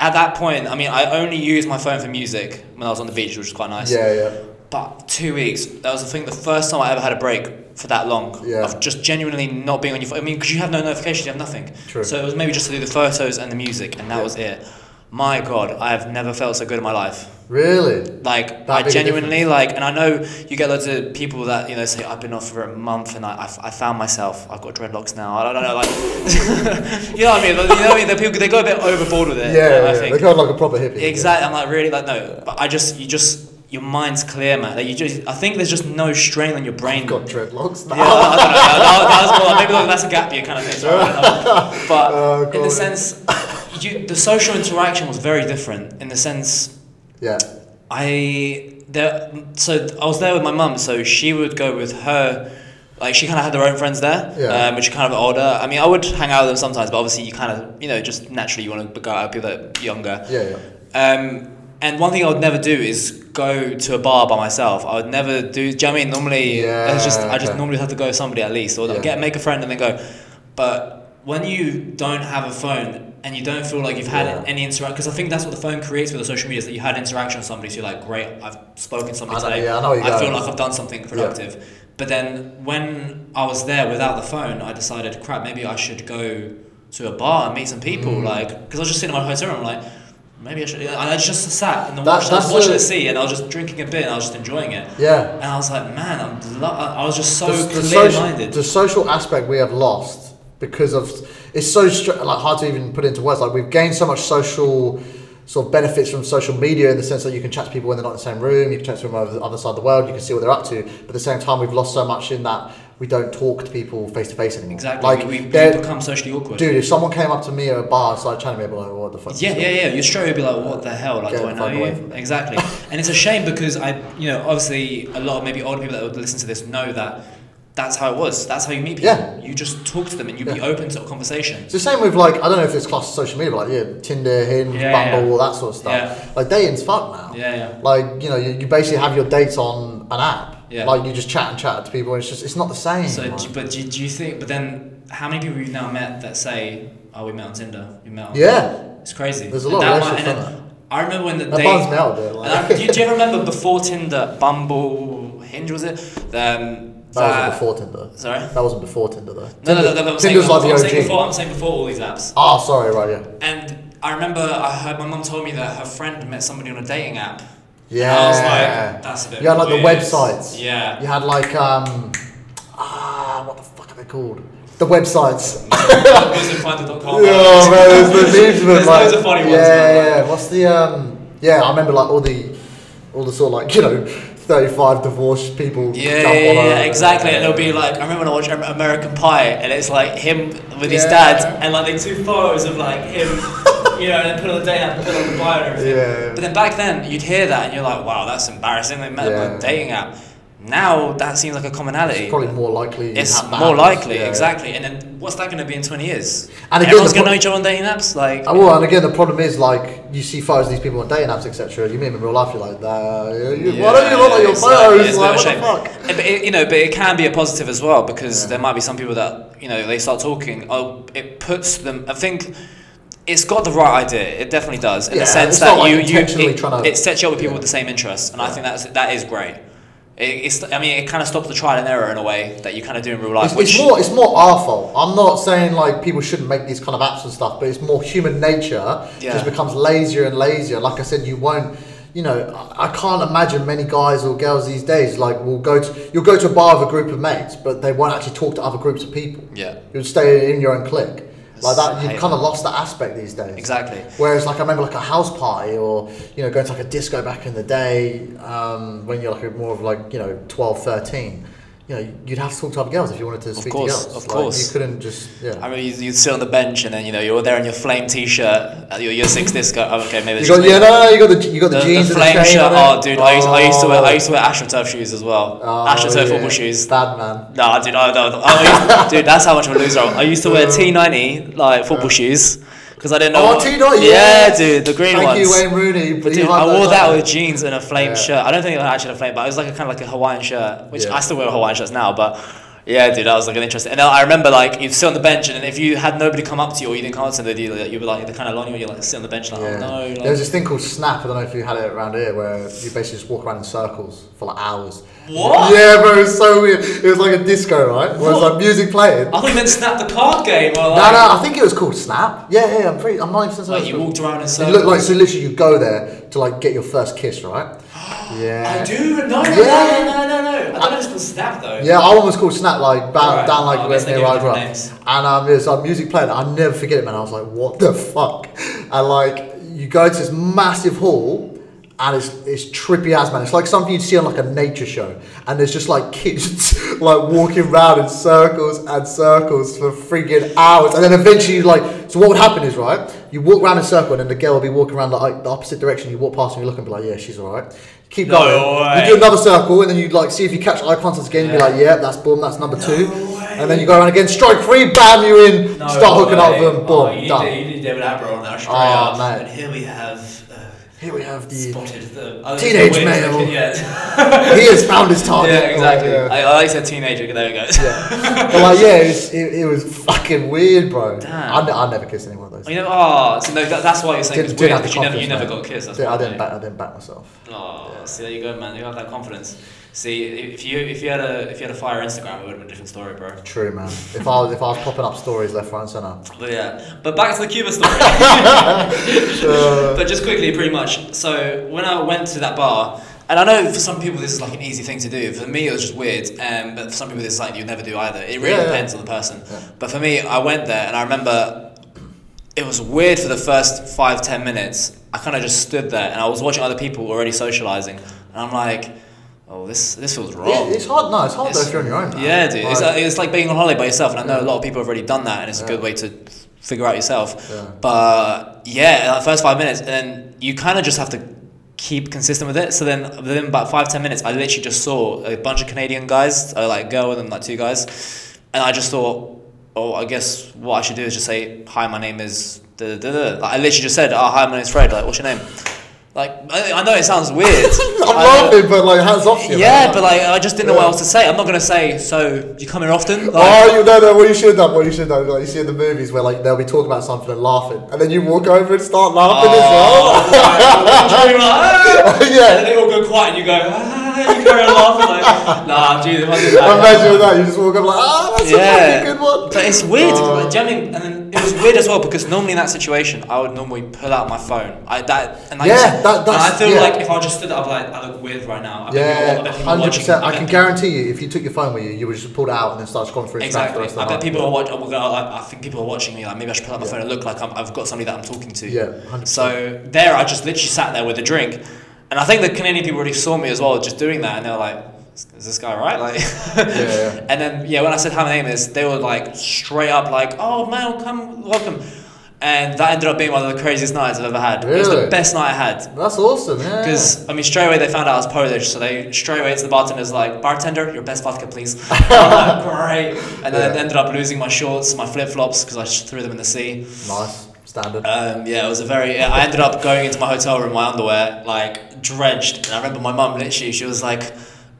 Speaker 2: at that point, I mean, I only used my phone for music when I was on the beach, which was quite nice.
Speaker 1: Yeah, yeah.
Speaker 2: But two weeks, that was, I think, the first time I ever had a break for that long
Speaker 1: Yeah.
Speaker 2: of just genuinely not being on your phone. I mean, because you have no notifications, you have nothing.
Speaker 1: True.
Speaker 2: So it was maybe just to do the photos and the music, and that was it. My God, I have never felt so good in my life.
Speaker 1: Really?
Speaker 2: Like
Speaker 1: That
Speaker 2: I
Speaker 1: big a
Speaker 2: genuinely like, and I know you get loads of people that you know say I've been off for a month and I, I f- I found myself I've got dreadlocks now. I don't know, like you know what I mean. Like, You know what I mean. The people they go a bit overboard with
Speaker 1: Yeah,
Speaker 2: it.
Speaker 1: yeah.
Speaker 2: I
Speaker 1: yeah. They
Speaker 2: think.
Speaker 1: go like a proper hippie.
Speaker 2: Exactly. I'm like really like no, but I just you just your mind's clear, man. Like, you just I think there's just no strain on your brain.
Speaker 1: Yeah. Got dreadlocks.
Speaker 2: Yeah, I don't know. That, that was more like, maybe like, that's a gap year kind of thing. so I don't know. But
Speaker 1: Oh,
Speaker 2: in
Speaker 1: God.
Speaker 2: the sense, you, the social interaction was very different in the sense
Speaker 1: Yeah.
Speaker 2: I there so I was there with my mum, so she would go with her. Like she kind of had her own friends there,
Speaker 1: Yeah.
Speaker 2: um, which are kind of older. I mean, I would hang out with them sometimes, but obviously you kind of you know just naturally you want to go out with people that are younger.
Speaker 1: Yeah, yeah.
Speaker 2: Um, and one thing I would never do is go to a bar by myself. I would never do. Do you know what I mean? Normally,
Speaker 1: Yeah,
Speaker 2: it's just I just
Speaker 1: okay.
Speaker 2: normally have to go with somebody at least, or
Speaker 1: Yeah.
Speaker 2: get make a friend and then go. But when you don't have a phone and you don't feel like you've had
Speaker 1: Yeah.
Speaker 2: any interaction, because I think that's what the phone creates with the social media is that you had interaction with somebody. So you're like, great, I've spoken to somebody
Speaker 1: I know-
Speaker 2: today.
Speaker 1: yeah, I know where you're
Speaker 2: I feel
Speaker 1: going.
Speaker 2: like I've done something productive. But then when I was there without the phone, I decided, crap, maybe I should go to a bar and meet some people.
Speaker 1: Mm.
Speaker 2: Like, because I was just sitting in my hotel room, like, maybe I should. And I just sat in the
Speaker 1: That-
Speaker 2: watch, I was
Speaker 1: that's
Speaker 2: watching
Speaker 1: the-
Speaker 2: the sea, and I was just drinking a bit, and I was just enjoying it.
Speaker 1: Yeah.
Speaker 2: And I was like, man, I'm. Lo- I I was just so
Speaker 1: the, the social,
Speaker 2: clear-minded.
Speaker 1: the social aspect we have lost because of it's so str- like hard to even put into words. Like we've gained so much social sort of benefits from social media in the sense that you can chat to people when they're not in the same room, you can chat to them over the other side of the world, you can see what they're up to. But at the same time, we've lost so much in that we don't talk to people face to face anymore.
Speaker 2: exactly.
Speaker 1: Like
Speaker 2: we, we, we
Speaker 1: there-
Speaker 2: become socially awkward.
Speaker 1: dude, if someone came up to me at a bar and started chatting to me, I'd be like, what the fuck? is
Speaker 2: Yeah,
Speaker 1: this
Speaker 2: yeah, yeah. You're sure you'll be like, what the hell? Like,
Speaker 1: Get
Speaker 2: do I
Speaker 1: the fuck
Speaker 2: know
Speaker 1: away from
Speaker 2: you? Exactly. and it's a shame because I, you know, obviously a lot of maybe older people that would listen to this know that that's how it was. That's how you meet people.
Speaker 1: Yeah.
Speaker 2: You just talk to them and you be
Speaker 1: Yeah.
Speaker 2: open to a conversation.
Speaker 1: It's the same with like I don't know if it's classed as social media, but like yeah, Tinder, Hinge,
Speaker 2: Yeah,
Speaker 1: Bumble,
Speaker 2: yeah.
Speaker 1: all that sort of stuff.
Speaker 2: Yeah.
Speaker 1: Like dating's fucked now.
Speaker 2: Yeah, yeah.
Speaker 1: Like you know, you, you basically have your dates on an app.
Speaker 2: Yeah.
Speaker 1: Like you just chat and chat to people, and it's just it's not the same.
Speaker 2: So,
Speaker 1: like.
Speaker 2: do, but do, do you think? But then, how many people you've now met that say, "Oh, we met on Tinder. We met on."
Speaker 1: yeah,
Speaker 2: It's crazy.
Speaker 1: There's a
Speaker 2: And
Speaker 1: lot of
Speaker 2: that one-
Speaker 1: relationships,
Speaker 2: and
Speaker 1: aren't
Speaker 2: then I remember when the
Speaker 1: that
Speaker 2: day.
Speaker 1: bums me out. Dude,
Speaker 2: and
Speaker 1: like.
Speaker 2: I- do, you, do you remember before Tinder, Bumble, Hinge was it? Um,
Speaker 1: that wasn't before Tinder.
Speaker 2: Sorry.
Speaker 1: That wasn't before Tinder though.
Speaker 2: No, no,
Speaker 1: Tinder,
Speaker 2: no, no, no, I'm saying,
Speaker 1: Tinder's
Speaker 2: I'm,
Speaker 1: like
Speaker 2: saying
Speaker 1: the OG.
Speaker 2: before, I'm saying before all these apps.
Speaker 1: Ah, sorry, right, yeah.
Speaker 2: And I remember I heard my mum told me that her friend met somebody on a dating app.
Speaker 1: Yeah.
Speaker 2: And I was like, that's a bit
Speaker 1: You had like the
Speaker 2: weird.
Speaker 1: websites.
Speaker 2: Yeah.
Speaker 1: You had like um, ah, what the fuck are they called? The websites.
Speaker 2: Ghostandfinder.com.
Speaker 1: Yeah, man, there's, there's heaps of
Speaker 2: Oh,
Speaker 1: them,
Speaker 2: There's
Speaker 1: like,
Speaker 2: loads of funny
Speaker 1: yeah,
Speaker 2: ones, man,
Speaker 1: Yeah,
Speaker 2: like-
Speaker 1: yeah. What's the um? Yeah, I remember like all the, all the sort of like you know, thirty-five divorced people.
Speaker 2: Yeah,
Speaker 1: jump
Speaker 2: yeah,
Speaker 1: on
Speaker 2: yeah,
Speaker 1: a-
Speaker 2: exactly. And it'll be like, I remember when I watched Amer- American Pie, and it's like him with his
Speaker 1: Yeah.
Speaker 2: dad, and like the two photos of like him, you know, and then put on the dating app, and put on the bio and everything.
Speaker 1: Yeah.
Speaker 2: But then back then, you'd hear that, and you're like, wow, that's embarrassing. They met on
Speaker 1: Yeah.
Speaker 2: a dating app. Now that seems like a commonality.
Speaker 1: It's probably more likely. you
Speaker 2: It's
Speaker 1: have that.
Speaker 2: more likely,
Speaker 1: Yeah.
Speaker 2: exactly. And then what's that going to be in 20 years?
Speaker 1: And again,
Speaker 2: Everyone's going
Speaker 1: the
Speaker 2: to
Speaker 1: pro-
Speaker 2: know each other on dating apps? Like,
Speaker 1: Oh, well, and again, the problem is like you see photos of these people on dating apps, etc. You meet them in real life, you're like, nah, you, why don't you look like your
Speaker 2: it's like-
Speaker 1: photos?
Speaker 2: it's a
Speaker 1: Like, what
Speaker 2: bit
Speaker 1: the
Speaker 2: of
Speaker 1: fuck?
Speaker 2: a shame. Eh, But it, you know, but it can be a positive as well because there might be some people that you know they start talking. Oh, it puts them. I think it's got the right idea. It definitely does in
Speaker 1: Yeah,
Speaker 2: the sense
Speaker 1: it's
Speaker 2: that
Speaker 1: not, like,
Speaker 2: you
Speaker 1: intentionally
Speaker 2: you it,
Speaker 1: trying to-
Speaker 2: it sets you up with people
Speaker 1: yeah.
Speaker 2: with the same interests, and I think that's that is great. It, it's I mean it kind of stops the trial and error in a way that you kind of do in real life.
Speaker 1: It's,
Speaker 2: which
Speaker 1: it's more it's more our fault. I'm not saying like people shouldn't make these kind of apps and stuff, but it's more human nature
Speaker 2: Yeah.
Speaker 1: just becomes lazier and lazier. Like I said, you won't. You know, I- I can't imagine many guys or girls these days like will go to you'll go to a bar with a group of mates, but they won't actually talk to other groups of people.
Speaker 2: yeah,
Speaker 1: You'll stay in your own clique. Like that,
Speaker 2: Hate
Speaker 1: you've kind of
Speaker 2: that.
Speaker 1: lost that aspect these days.
Speaker 2: exactly.
Speaker 1: Whereas, like I remember, like a house party or you know going to like a disco back in the day um, when you're like a- more of like you know 12, 13, You know, you'd have to talk to other girls if you wanted to speak
Speaker 2: course,
Speaker 1: to girls.
Speaker 2: of
Speaker 1: Like,
Speaker 2: course.
Speaker 1: you couldn't just
Speaker 2: I
Speaker 1: yeah.
Speaker 2: remember you'd, you'd sit on the bench and then you know you're there in your flame T-shirt, uh, your year six disco. Oh, okay, maybe
Speaker 1: You
Speaker 2: it's
Speaker 1: got
Speaker 2: just me.
Speaker 1: yeah no, no you got the you got the,
Speaker 2: The, the
Speaker 1: jeans and
Speaker 2: flame
Speaker 1: the chain
Speaker 2: shirt,
Speaker 1: on
Speaker 2: oh
Speaker 1: it.
Speaker 2: dude, I used, I used to wear I used
Speaker 1: Oh.
Speaker 2: to wear AstroTurf shoes as well.
Speaker 1: Oh,
Speaker 2: AstroTurf
Speaker 1: yeah.
Speaker 2: football shoes.
Speaker 1: Bad man.
Speaker 2: Nah, dude, I, no, I used, dude, that's how much of a loser I was. I used to wear T90 like football shoes because I didn't know.
Speaker 1: Oh, T90,
Speaker 2: yeah,
Speaker 1: yeah.
Speaker 2: dude, the green
Speaker 1: Thank
Speaker 2: ones.
Speaker 1: you, Wayne Rooney.
Speaker 2: But
Speaker 1: you
Speaker 2: dude,
Speaker 1: had
Speaker 2: I wore
Speaker 1: those
Speaker 2: that
Speaker 1: on.
Speaker 2: with jeans and a flame
Speaker 1: Yeah.
Speaker 2: shirt. I don't think it was actually a flame, but it was like a kind of like a Hawaiian shirt, which
Speaker 1: Yeah.
Speaker 2: I still wear Hawaiian shirts now. But yeah, dude, that was like an interesting. And I remember like you'd sit on the bench, and if you had nobody come up to you or you didn't come up to them, you'd, you'd be like the kind of lonely where you like sit on the bench like,
Speaker 1: Yeah.
Speaker 2: oh no,
Speaker 1: there
Speaker 2: like,
Speaker 1: was this thing called Snap. I don't know if you had it around here, where you basically just walk around in circles for like hours.
Speaker 2: What?
Speaker 1: Yeah, bro, it was so weird. It was like a disco, right? Where it was
Speaker 2: What?
Speaker 1: like music playing.
Speaker 2: I thought you meant snap the card game or
Speaker 1: No,
Speaker 2: like,
Speaker 1: no, I think it was called Snap. Yeah, yeah, I'm pretty. I'm ninety percent.
Speaker 2: like you walked around in
Speaker 1: It
Speaker 2: circles.
Speaker 1: looked like so. Literally, you go there to like get your first kiss, right? Yeah.
Speaker 2: I do. No, no,
Speaker 1: Yeah.
Speaker 2: no, no, no, no, no. I don't know if it's called snap though.
Speaker 1: Yeah, our one was called Snap, like ba-
Speaker 2: Alright,
Speaker 1: down like
Speaker 2: I
Speaker 1: where
Speaker 2: guess Oh, they
Speaker 1: near
Speaker 2: give
Speaker 1: I
Speaker 2: it
Speaker 1: grew up.
Speaker 2: different names.
Speaker 1: And um, it was like music playing. I will never forget it, man. I was like, what the fuck? And like, you go to this massive hall, and it's it's trippy as man. It's like something you'd see on like a nature show, and there's just like kids like walking around in circles and circles for freaking hours, and then eventually like so what would happen is right, you walk around in a circle, and then the girl will be walking around like the opposite direction. You walk past and you look and be like, yeah, she's all right. Keep
Speaker 2: No
Speaker 1: going.
Speaker 2: way.
Speaker 1: You do another circle, and then you like see if you catch eye contact again. And be
Speaker 2: Yeah.
Speaker 1: like, yeah, that's boom, that's number two,
Speaker 2: way.
Speaker 1: and then you go around again. Strike three, bam, you're in.
Speaker 2: No
Speaker 1: start hooking up
Speaker 2: way.
Speaker 1: with them, boom,
Speaker 2: Oh, you
Speaker 1: done.
Speaker 2: Did, you did David Attenborough on that straight
Speaker 1: Oh,
Speaker 2: up.
Speaker 1: mate.
Speaker 2: And here we have uh,
Speaker 1: Here we have the.
Speaker 2: spotted the oh,
Speaker 1: Teenage
Speaker 2: the
Speaker 1: male.
Speaker 2: window. Yeah.
Speaker 1: He has found his target.
Speaker 2: yeah, exactly.
Speaker 1: Like, yeah.
Speaker 2: I, I like said teenager. There we go.
Speaker 1: Yeah. but like, yeah, it was, it, it was fucking weird, bro.
Speaker 2: Damn.
Speaker 1: I, ne- I never kissed anyone of those.
Speaker 2: You know, oh, so no, that, that's why you're saying
Speaker 1: Didn't-
Speaker 2: it's
Speaker 1: didn't
Speaker 2: weird
Speaker 1: have the
Speaker 2: because you never, you never
Speaker 1: confidence, mate.
Speaker 2: got kissed. That's
Speaker 1: Dude, I
Speaker 2: why,
Speaker 1: didn't
Speaker 2: mate.
Speaker 1: back. I didn't back myself.
Speaker 2: Oh, see there you go, man. You got that confidence. See, if you if you had a if you had a fire Instagram, it would have been a different story, bro.
Speaker 1: True, man. If I was if I was popping up stories left, right, and centre.
Speaker 2: But yeah, but back to the Cuba story.
Speaker 1: Sure.
Speaker 2: but just quickly, pretty much. So when I went to that bar, and I know for some people this is like an easy thing to do. For me, it was just weird, um, but for some people, this is something you'd never do either. It really
Speaker 1: Yeah, yeah.
Speaker 2: depends on the person.
Speaker 1: Yeah.
Speaker 2: But for me, I went there, and I remember it was weird for the first five ten minutes. I kind of just stood there, and I was watching other people already socializing, and I'm like, oh, this this feels wrong.
Speaker 1: It, it's hard. No, it's hard though
Speaker 2: It's-
Speaker 1: if you're on your own. Man.
Speaker 2: Yeah, dude. It's,
Speaker 1: Like,
Speaker 2: like, it's like being on holiday by yourself, and I know a lot of people have already done that, and it's a good
Speaker 1: Yeah.
Speaker 2: way to figure out yourself.
Speaker 1: Yeah.
Speaker 2: But yeah, like first five minutes, and then you kind of just have to keep consistent with it. So then within about five ten minutes, I literally just saw a bunch of Canadian guys, uh, like a girl and then like two guys, and I just thought, oh, I guess what I should do is just say, hi, my name is. Da, da, da, da." Like, I literally just said, oh, hi, my name's Fred. Like, what's your name? Like, I, I know it sounds weird.
Speaker 1: I'm
Speaker 2: I know-
Speaker 1: laughing, but like hands off to you.
Speaker 2: yeah,
Speaker 1: man.
Speaker 2: but like I just didn't know
Speaker 1: Yeah.
Speaker 2: what else to say. I'm not gonna say. So you come here often? Like,
Speaker 1: Oh, you know, no, what you should have done, what you should have done, like you see in the movies where like they'll be talking about something and laughing, and then you walk over and start laughing
Speaker 2: oh,
Speaker 1: as well. Oh,
Speaker 2: right. You're like, "Ah!"
Speaker 1: Yeah.
Speaker 2: And they all go quiet, and you go, ah, you carry on laughing. Like, nah, dude, if I did that,
Speaker 1: Imagine that, you just walk up like, ah, that's a
Speaker 2: yeah,
Speaker 1: fucking good one.
Speaker 2: But it's weird.
Speaker 1: Oh.
Speaker 2: like, do you know what I mean? and then it was weird as well because normally in that situation, I would normally pull out my phone. I that and I
Speaker 1: Yeah,
Speaker 2: just,
Speaker 1: that-
Speaker 2: and
Speaker 1: that's-
Speaker 2: I feel
Speaker 1: yeah.
Speaker 2: like if I just stood up, like I look weird right now. I bet
Speaker 1: Yeah,
Speaker 2: people- I bet people are
Speaker 1: hundred
Speaker 2: watching.
Speaker 1: percent. I
Speaker 2: bet
Speaker 1: can
Speaker 2: people-
Speaker 1: guarantee you, if you took your phone with you, you would just pull it out and then start scrolling through Instagram for
Speaker 2: Exactly.
Speaker 1: the rest of the
Speaker 2: I bet
Speaker 1: night.
Speaker 2: people are watching. I I think people are watching me. Like maybe I should pull out my phone and look like I'm, I've got somebody that I'm talking to.
Speaker 1: Yeah, 100%.
Speaker 2: So there, I just literally sat there with a drink, and I think the Canadian people already saw me as well, just doing that, and they were like, "Is is this guy right?" Like,
Speaker 1: yeah.
Speaker 2: And then yeah, when I said how my name is, they were like straight up like, "Oh man, come welcome," and that ended up being one of the craziest nights I've ever had. It was the
Speaker 1: Really?
Speaker 2: best night I had.
Speaker 1: That's awesome. Yeah.
Speaker 2: Because I mean, straight away they found out I was Polish, so they straight away to the bartender's like, "Bartender, your best vodka, please." And I'm like, Great, and then I
Speaker 1: Yeah.
Speaker 2: ended up losing my shorts, my flip flops, because I just threw them in the sea.
Speaker 1: nice standard.
Speaker 2: Um, yeah, it was a very. I ended up going into my hotel room, in my underwear, like drenched. And I remember my mum literally, she was like,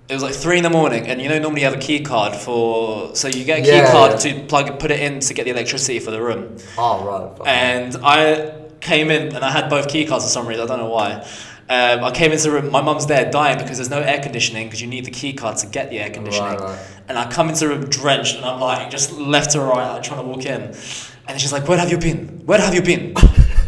Speaker 2: it was like three in the morning, and you know normally you have a key card for, so you get a key
Speaker 1: Yeah,
Speaker 2: card
Speaker 1: yeah.
Speaker 2: to plug, put it in to get the electricity for the room
Speaker 1: oh right.
Speaker 2: Uh,
Speaker 1: fuck.
Speaker 2: and I came in and I had both key cards for some reason. I don't know why. Um, I came into the room. My mum's there dying because there's no air conditioning because you need the key card to get the air conditioning.
Speaker 1: right.
Speaker 2: And I come into the room drenched and I'm like just left to right, like trying to walk in. And she's like, "Where have you been? Where have you been?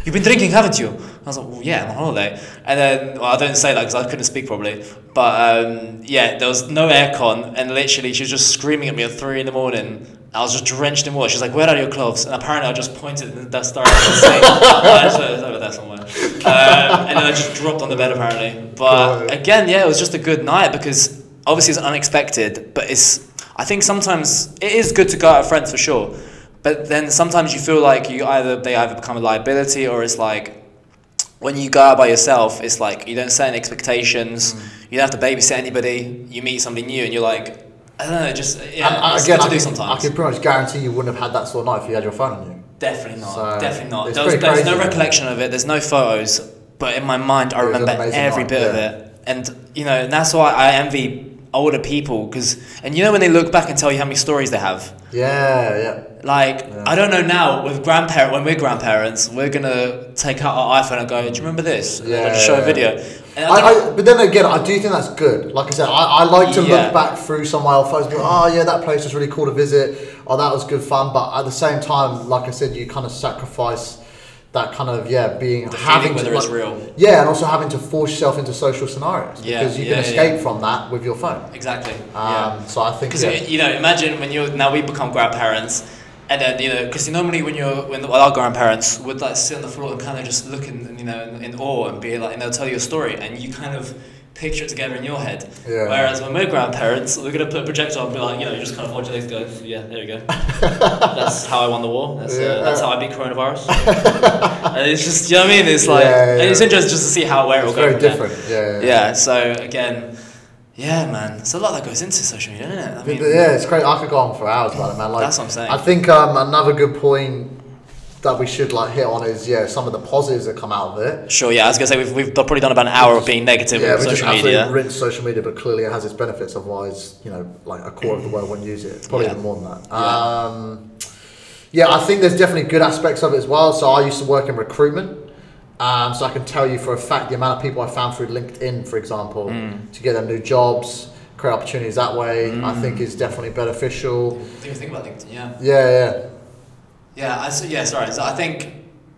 Speaker 2: You've been drinking, haven't you?" I was like, well, "Yeah, I'm on holiday." And then well, I don't say that because I couldn't speak properly. But um, yeah, there was no aircon, and literally she was just screaming at me at three in the morning. I was just drenched in water. She's like, "Where are your clothes?" And apparently, I just pointed in that direction. and said, "Oh, it's over- it's over there somewhere. Um, and then I just dropped on the bed apparently. But
Speaker 1: God.
Speaker 2: again, yeah, it was just a good night because obviously it's unexpected. But it's I think sometimes it is good to go out with friends for sure. But then sometimes you feel like you either they either become a liability or it's like when you go out by yourself, it's like you don't set any expectations.
Speaker 1: Mm.
Speaker 2: You don't have to babysit anybody. You meet somebody new, and you're like, I don't know, just yeah.
Speaker 1: And, and
Speaker 2: it's
Speaker 1: uh, again,
Speaker 2: good
Speaker 1: I
Speaker 2: to do
Speaker 1: can, I
Speaker 2: sometimes.
Speaker 1: can pretty much guarantee you wouldn't have had that sort of night if you had your phone on you.
Speaker 2: Definitely not.
Speaker 1: So,
Speaker 2: definitely not.
Speaker 1: it's
Speaker 2: There was,
Speaker 1: pretty
Speaker 2: there's no
Speaker 1: crazy.
Speaker 2: recollection of it. There's no photos, but in my mind, I
Speaker 1: It was an
Speaker 2: remember
Speaker 1: amazing
Speaker 2: every
Speaker 1: night,
Speaker 2: bit of
Speaker 1: yeah.
Speaker 2: it. And you know, and that's why I envy older people because, and you know, when they look back and tell you how many stories they have.
Speaker 1: Yeah, yeah.
Speaker 2: Like
Speaker 1: Yeah.
Speaker 2: I don't know now with grandparent when we're grandparents, we're gonna take out our iPhone and go, "Do you remember this?" And they'll
Speaker 1: Yeah,
Speaker 2: just show a
Speaker 1: yeah.
Speaker 2: video. And
Speaker 1: I,
Speaker 2: I think-
Speaker 1: I, but then again, I do think that's good. Like I said, I, I like to
Speaker 2: Yeah.
Speaker 1: look back through some of my old photos. And go, oh yeah, that place was really cool to visit. Oh, that was good fun. But at the same time, like I said, you kind of sacrifice that kind of yeah being
Speaker 2: The
Speaker 1: having
Speaker 2: feeling whether
Speaker 1: to, like,
Speaker 2: it's real.
Speaker 1: Yeah, and also having to force yourself into social scenarios
Speaker 2: Yeah,
Speaker 1: because you
Speaker 2: yeah,
Speaker 1: can
Speaker 2: yeah.
Speaker 1: escape from that with your phone.
Speaker 2: exactly.
Speaker 1: Um, So I think
Speaker 2: Because
Speaker 1: yeah,
Speaker 2: you know, imagine when you're now we become grandparents, And then you know, because normally when you're when the, well, our grandparents would like sit on the floor and kind of just look in you know in, in awe and be like, and they'll tell you a story, and you kind of picture it together in your head.
Speaker 1: Yeah.
Speaker 2: Whereas when we're grandparents, we're gonna put a projector on and be like, you know, you just kind of watch your legs go, yeah, there you go. that's how I won the war. That's,
Speaker 1: Yeah.
Speaker 2: uh, that's how I beat coronavirus. and it's just, you know what I mean? It's like,
Speaker 1: Yeah, yeah,
Speaker 2: and it's
Speaker 1: yeah.
Speaker 2: interesting just to see how where
Speaker 1: It's
Speaker 2: it'll go.
Speaker 1: very
Speaker 2: from there.
Speaker 1: different. Yeah.
Speaker 2: Yeah. So again, yeah, man, it's a lot that goes into social media, isn't it? I mean,
Speaker 1: But yeah, it's great. I could go on for hours about it, man. Like
Speaker 2: That's what I'm saying.
Speaker 1: I think um, another good point that we should like hit on is yeah, some of the positives that come out of it.
Speaker 2: Sure, yeah, I was gonna say we've, we've probably done about an hour of being negative
Speaker 1: Yeah,
Speaker 2: on
Speaker 1: we just
Speaker 2: social
Speaker 1: absolutely
Speaker 2: media.
Speaker 1: rinse social media, but clearly it has its benefits. Otherwise, you know, like a quarter of the world wouldn't use it. Probably
Speaker 2: Yeah.
Speaker 1: even more than that.
Speaker 2: Yeah.
Speaker 1: Um, yeah, I think there's definitely good aspects of it as well. So I used to work in recruitment. Um, so I can tell you for a fact the amount of people I found through LinkedIn, for example,
Speaker 2: Mm.
Speaker 1: to get them new jobs, create opportunities that way, I think is definitely beneficial.
Speaker 2: Do you think about LinkedIn? Yeah,
Speaker 1: Yeah, yeah.
Speaker 2: yeah, I, s- yeah. Sorry, so I think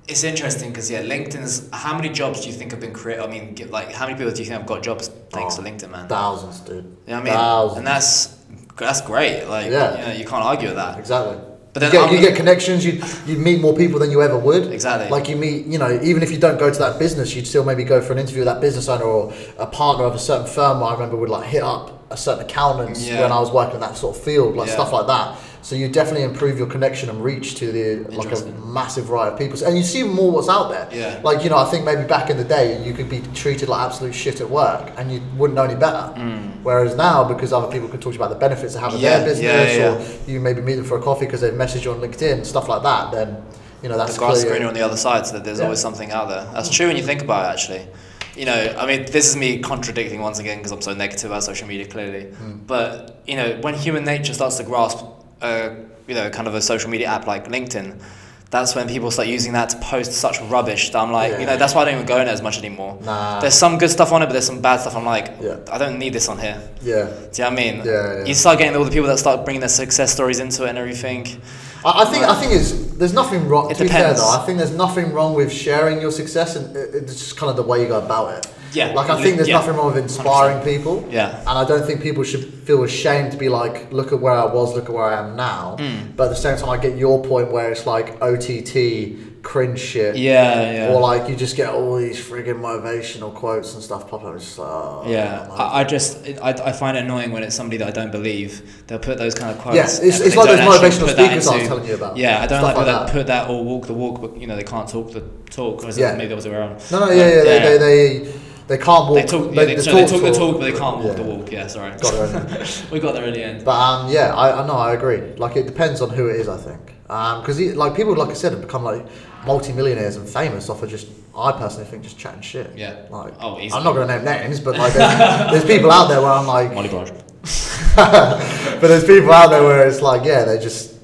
Speaker 2: it's interesting because yeah, LinkedIn's. How many jobs do you think have been created? I mean, get, like how many people do you think have got jobs thanks
Speaker 1: Oh,
Speaker 2: to LinkedIn, man?
Speaker 1: Thousands, dude.
Speaker 2: you know what I mean?
Speaker 1: Thousands.
Speaker 2: And that's that's great. Like,
Speaker 1: Yeah.
Speaker 2: you, know, you can't argue with that.
Speaker 1: Exactly.
Speaker 2: But then
Speaker 1: you get,
Speaker 2: I'm
Speaker 1: you
Speaker 2: gonna-
Speaker 1: get connections. You you meet more people than you ever would.
Speaker 2: Exactly.
Speaker 1: Like you meet, you know, even if you don't go to that business, you'd still maybe go for an interview with that business owner or a partner of a certain firm. I remember would like hit up a certain accountant
Speaker 2: Yeah.
Speaker 1: when I was working in that sort of field, like
Speaker 2: Yeah.
Speaker 1: stuff like that. So you definitely improve your connection and reach to the like a
Speaker 2: Interesting.
Speaker 1: massive variety of people, and you see more what's out there.
Speaker 2: Yeah.
Speaker 1: Like you know, I think maybe back in the day you could be treated like absolute shit at work, and you wouldn't know any better. Whereas now, because other people can talk to you about the benefits of having
Speaker 2: Mm. Yeah,
Speaker 1: their business
Speaker 2: yeah, yeah,
Speaker 1: or
Speaker 2: yeah.
Speaker 1: you maybe meet them for a coffee because they've messaged you on LinkedIn, stuff like that, then you know that's
Speaker 2: the grass is
Speaker 1: clear.
Speaker 2: greener on the other side, so that there's
Speaker 1: Yeah.
Speaker 2: always something out there. That's true when you think about it, actually. You know, I mean, this is me contradicting once again because I'm so negative about social media, clearly.
Speaker 1: Hmm.
Speaker 2: But you know, when human nature starts to grasp, uh, you know, kind of a social media app like LinkedIn, that's when people start using that to post such rubbish that I'm like, you
Speaker 1: Yeah.
Speaker 2: know, that's why I don't even go in it as much anymore.
Speaker 1: Nah.
Speaker 2: There's some good stuff on it, but there's some bad stuff. I'm like,
Speaker 1: Yeah.
Speaker 2: I don't need this on here. Do
Speaker 1: Yeah,
Speaker 2: you know what I mean?
Speaker 1: Yeah, yeah.
Speaker 2: You start getting all the people that start bringing their success stories into it and everything.
Speaker 1: I, I think I think is there's nothing wrong.
Speaker 2: It
Speaker 1: to be fair
Speaker 2: depends.
Speaker 1: though, I think there's nothing wrong with sharing your success, and it, it's just kind of the way you go about it.
Speaker 2: Yeah,
Speaker 1: like I
Speaker 2: li-
Speaker 1: think there's
Speaker 2: yeah.
Speaker 1: nothing wrong with inspiring people.
Speaker 2: Yeah.
Speaker 1: and I don't think people should feel ashamed to be like, look at where I was, look at where I am now.
Speaker 2: Hmm.
Speaker 1: But at the same time, I get your point where it's like OTT cringe shit.
Speaker 2: Yeah, yeah.
Speaker 1: Or like you just get all these friggin' motivational quotes and stuff pop up. It's just like, oh,
Speaker 2: Yeah,
Speaker 1: man.
Speaker 2: I, I just it- I, I find it annoying when it's somebody that I don't believe. They'll put those kind of quotes.
Speaker 1: Yes, it's-
Speaker 2: and
Speaker 1: it's
Speaker 2: they
Speaker 1: like
Speaker 2: don't
Speaker 1: those
Speaker 2: actually
Speaker 1: motivational
Speaker 2: put that
Speaker 1: speakers I was
Speaker 2: into-
Speaker 1: telling you about.
Speaker 2: Yeah, I don't like
Speaker 1: Stuff like
Speaker 2: people that
Speaker 1: that.
Speaker 2: put that or walk the walk, but you know they can't talk the talk. Or is
Speaker 1: Yeah.
Speaker 2: it maybe I was around.
Speaker 1: No, no, yeah, yeah, They, they, they, they can't walk.
Speaker 2: They talk, yeah, they, so they talk the talk, but they can't walk
Speaker 1: yeah.
Speaker 2: the walk. Yeah, sorry.
Speaker 1: Got it, haven't
Speaker 2: we got there in the end.
Speaker 1: But um, yeah, I I know I agree. Like it depends on who it is. I think because like people like I said have become like multi-millionaires and famous off of just I personally think just chatting shit.
Speaker 2: Yeah.
Speaker 1: Like
Speaker 2: Oh, easy.
Speaker 1: I'm not gonna name names, but like there's, there's people out there where I'm like,
Speaker 2: Molly Barge.
Speaker 1: but there's people out there where it's like, yeah, they just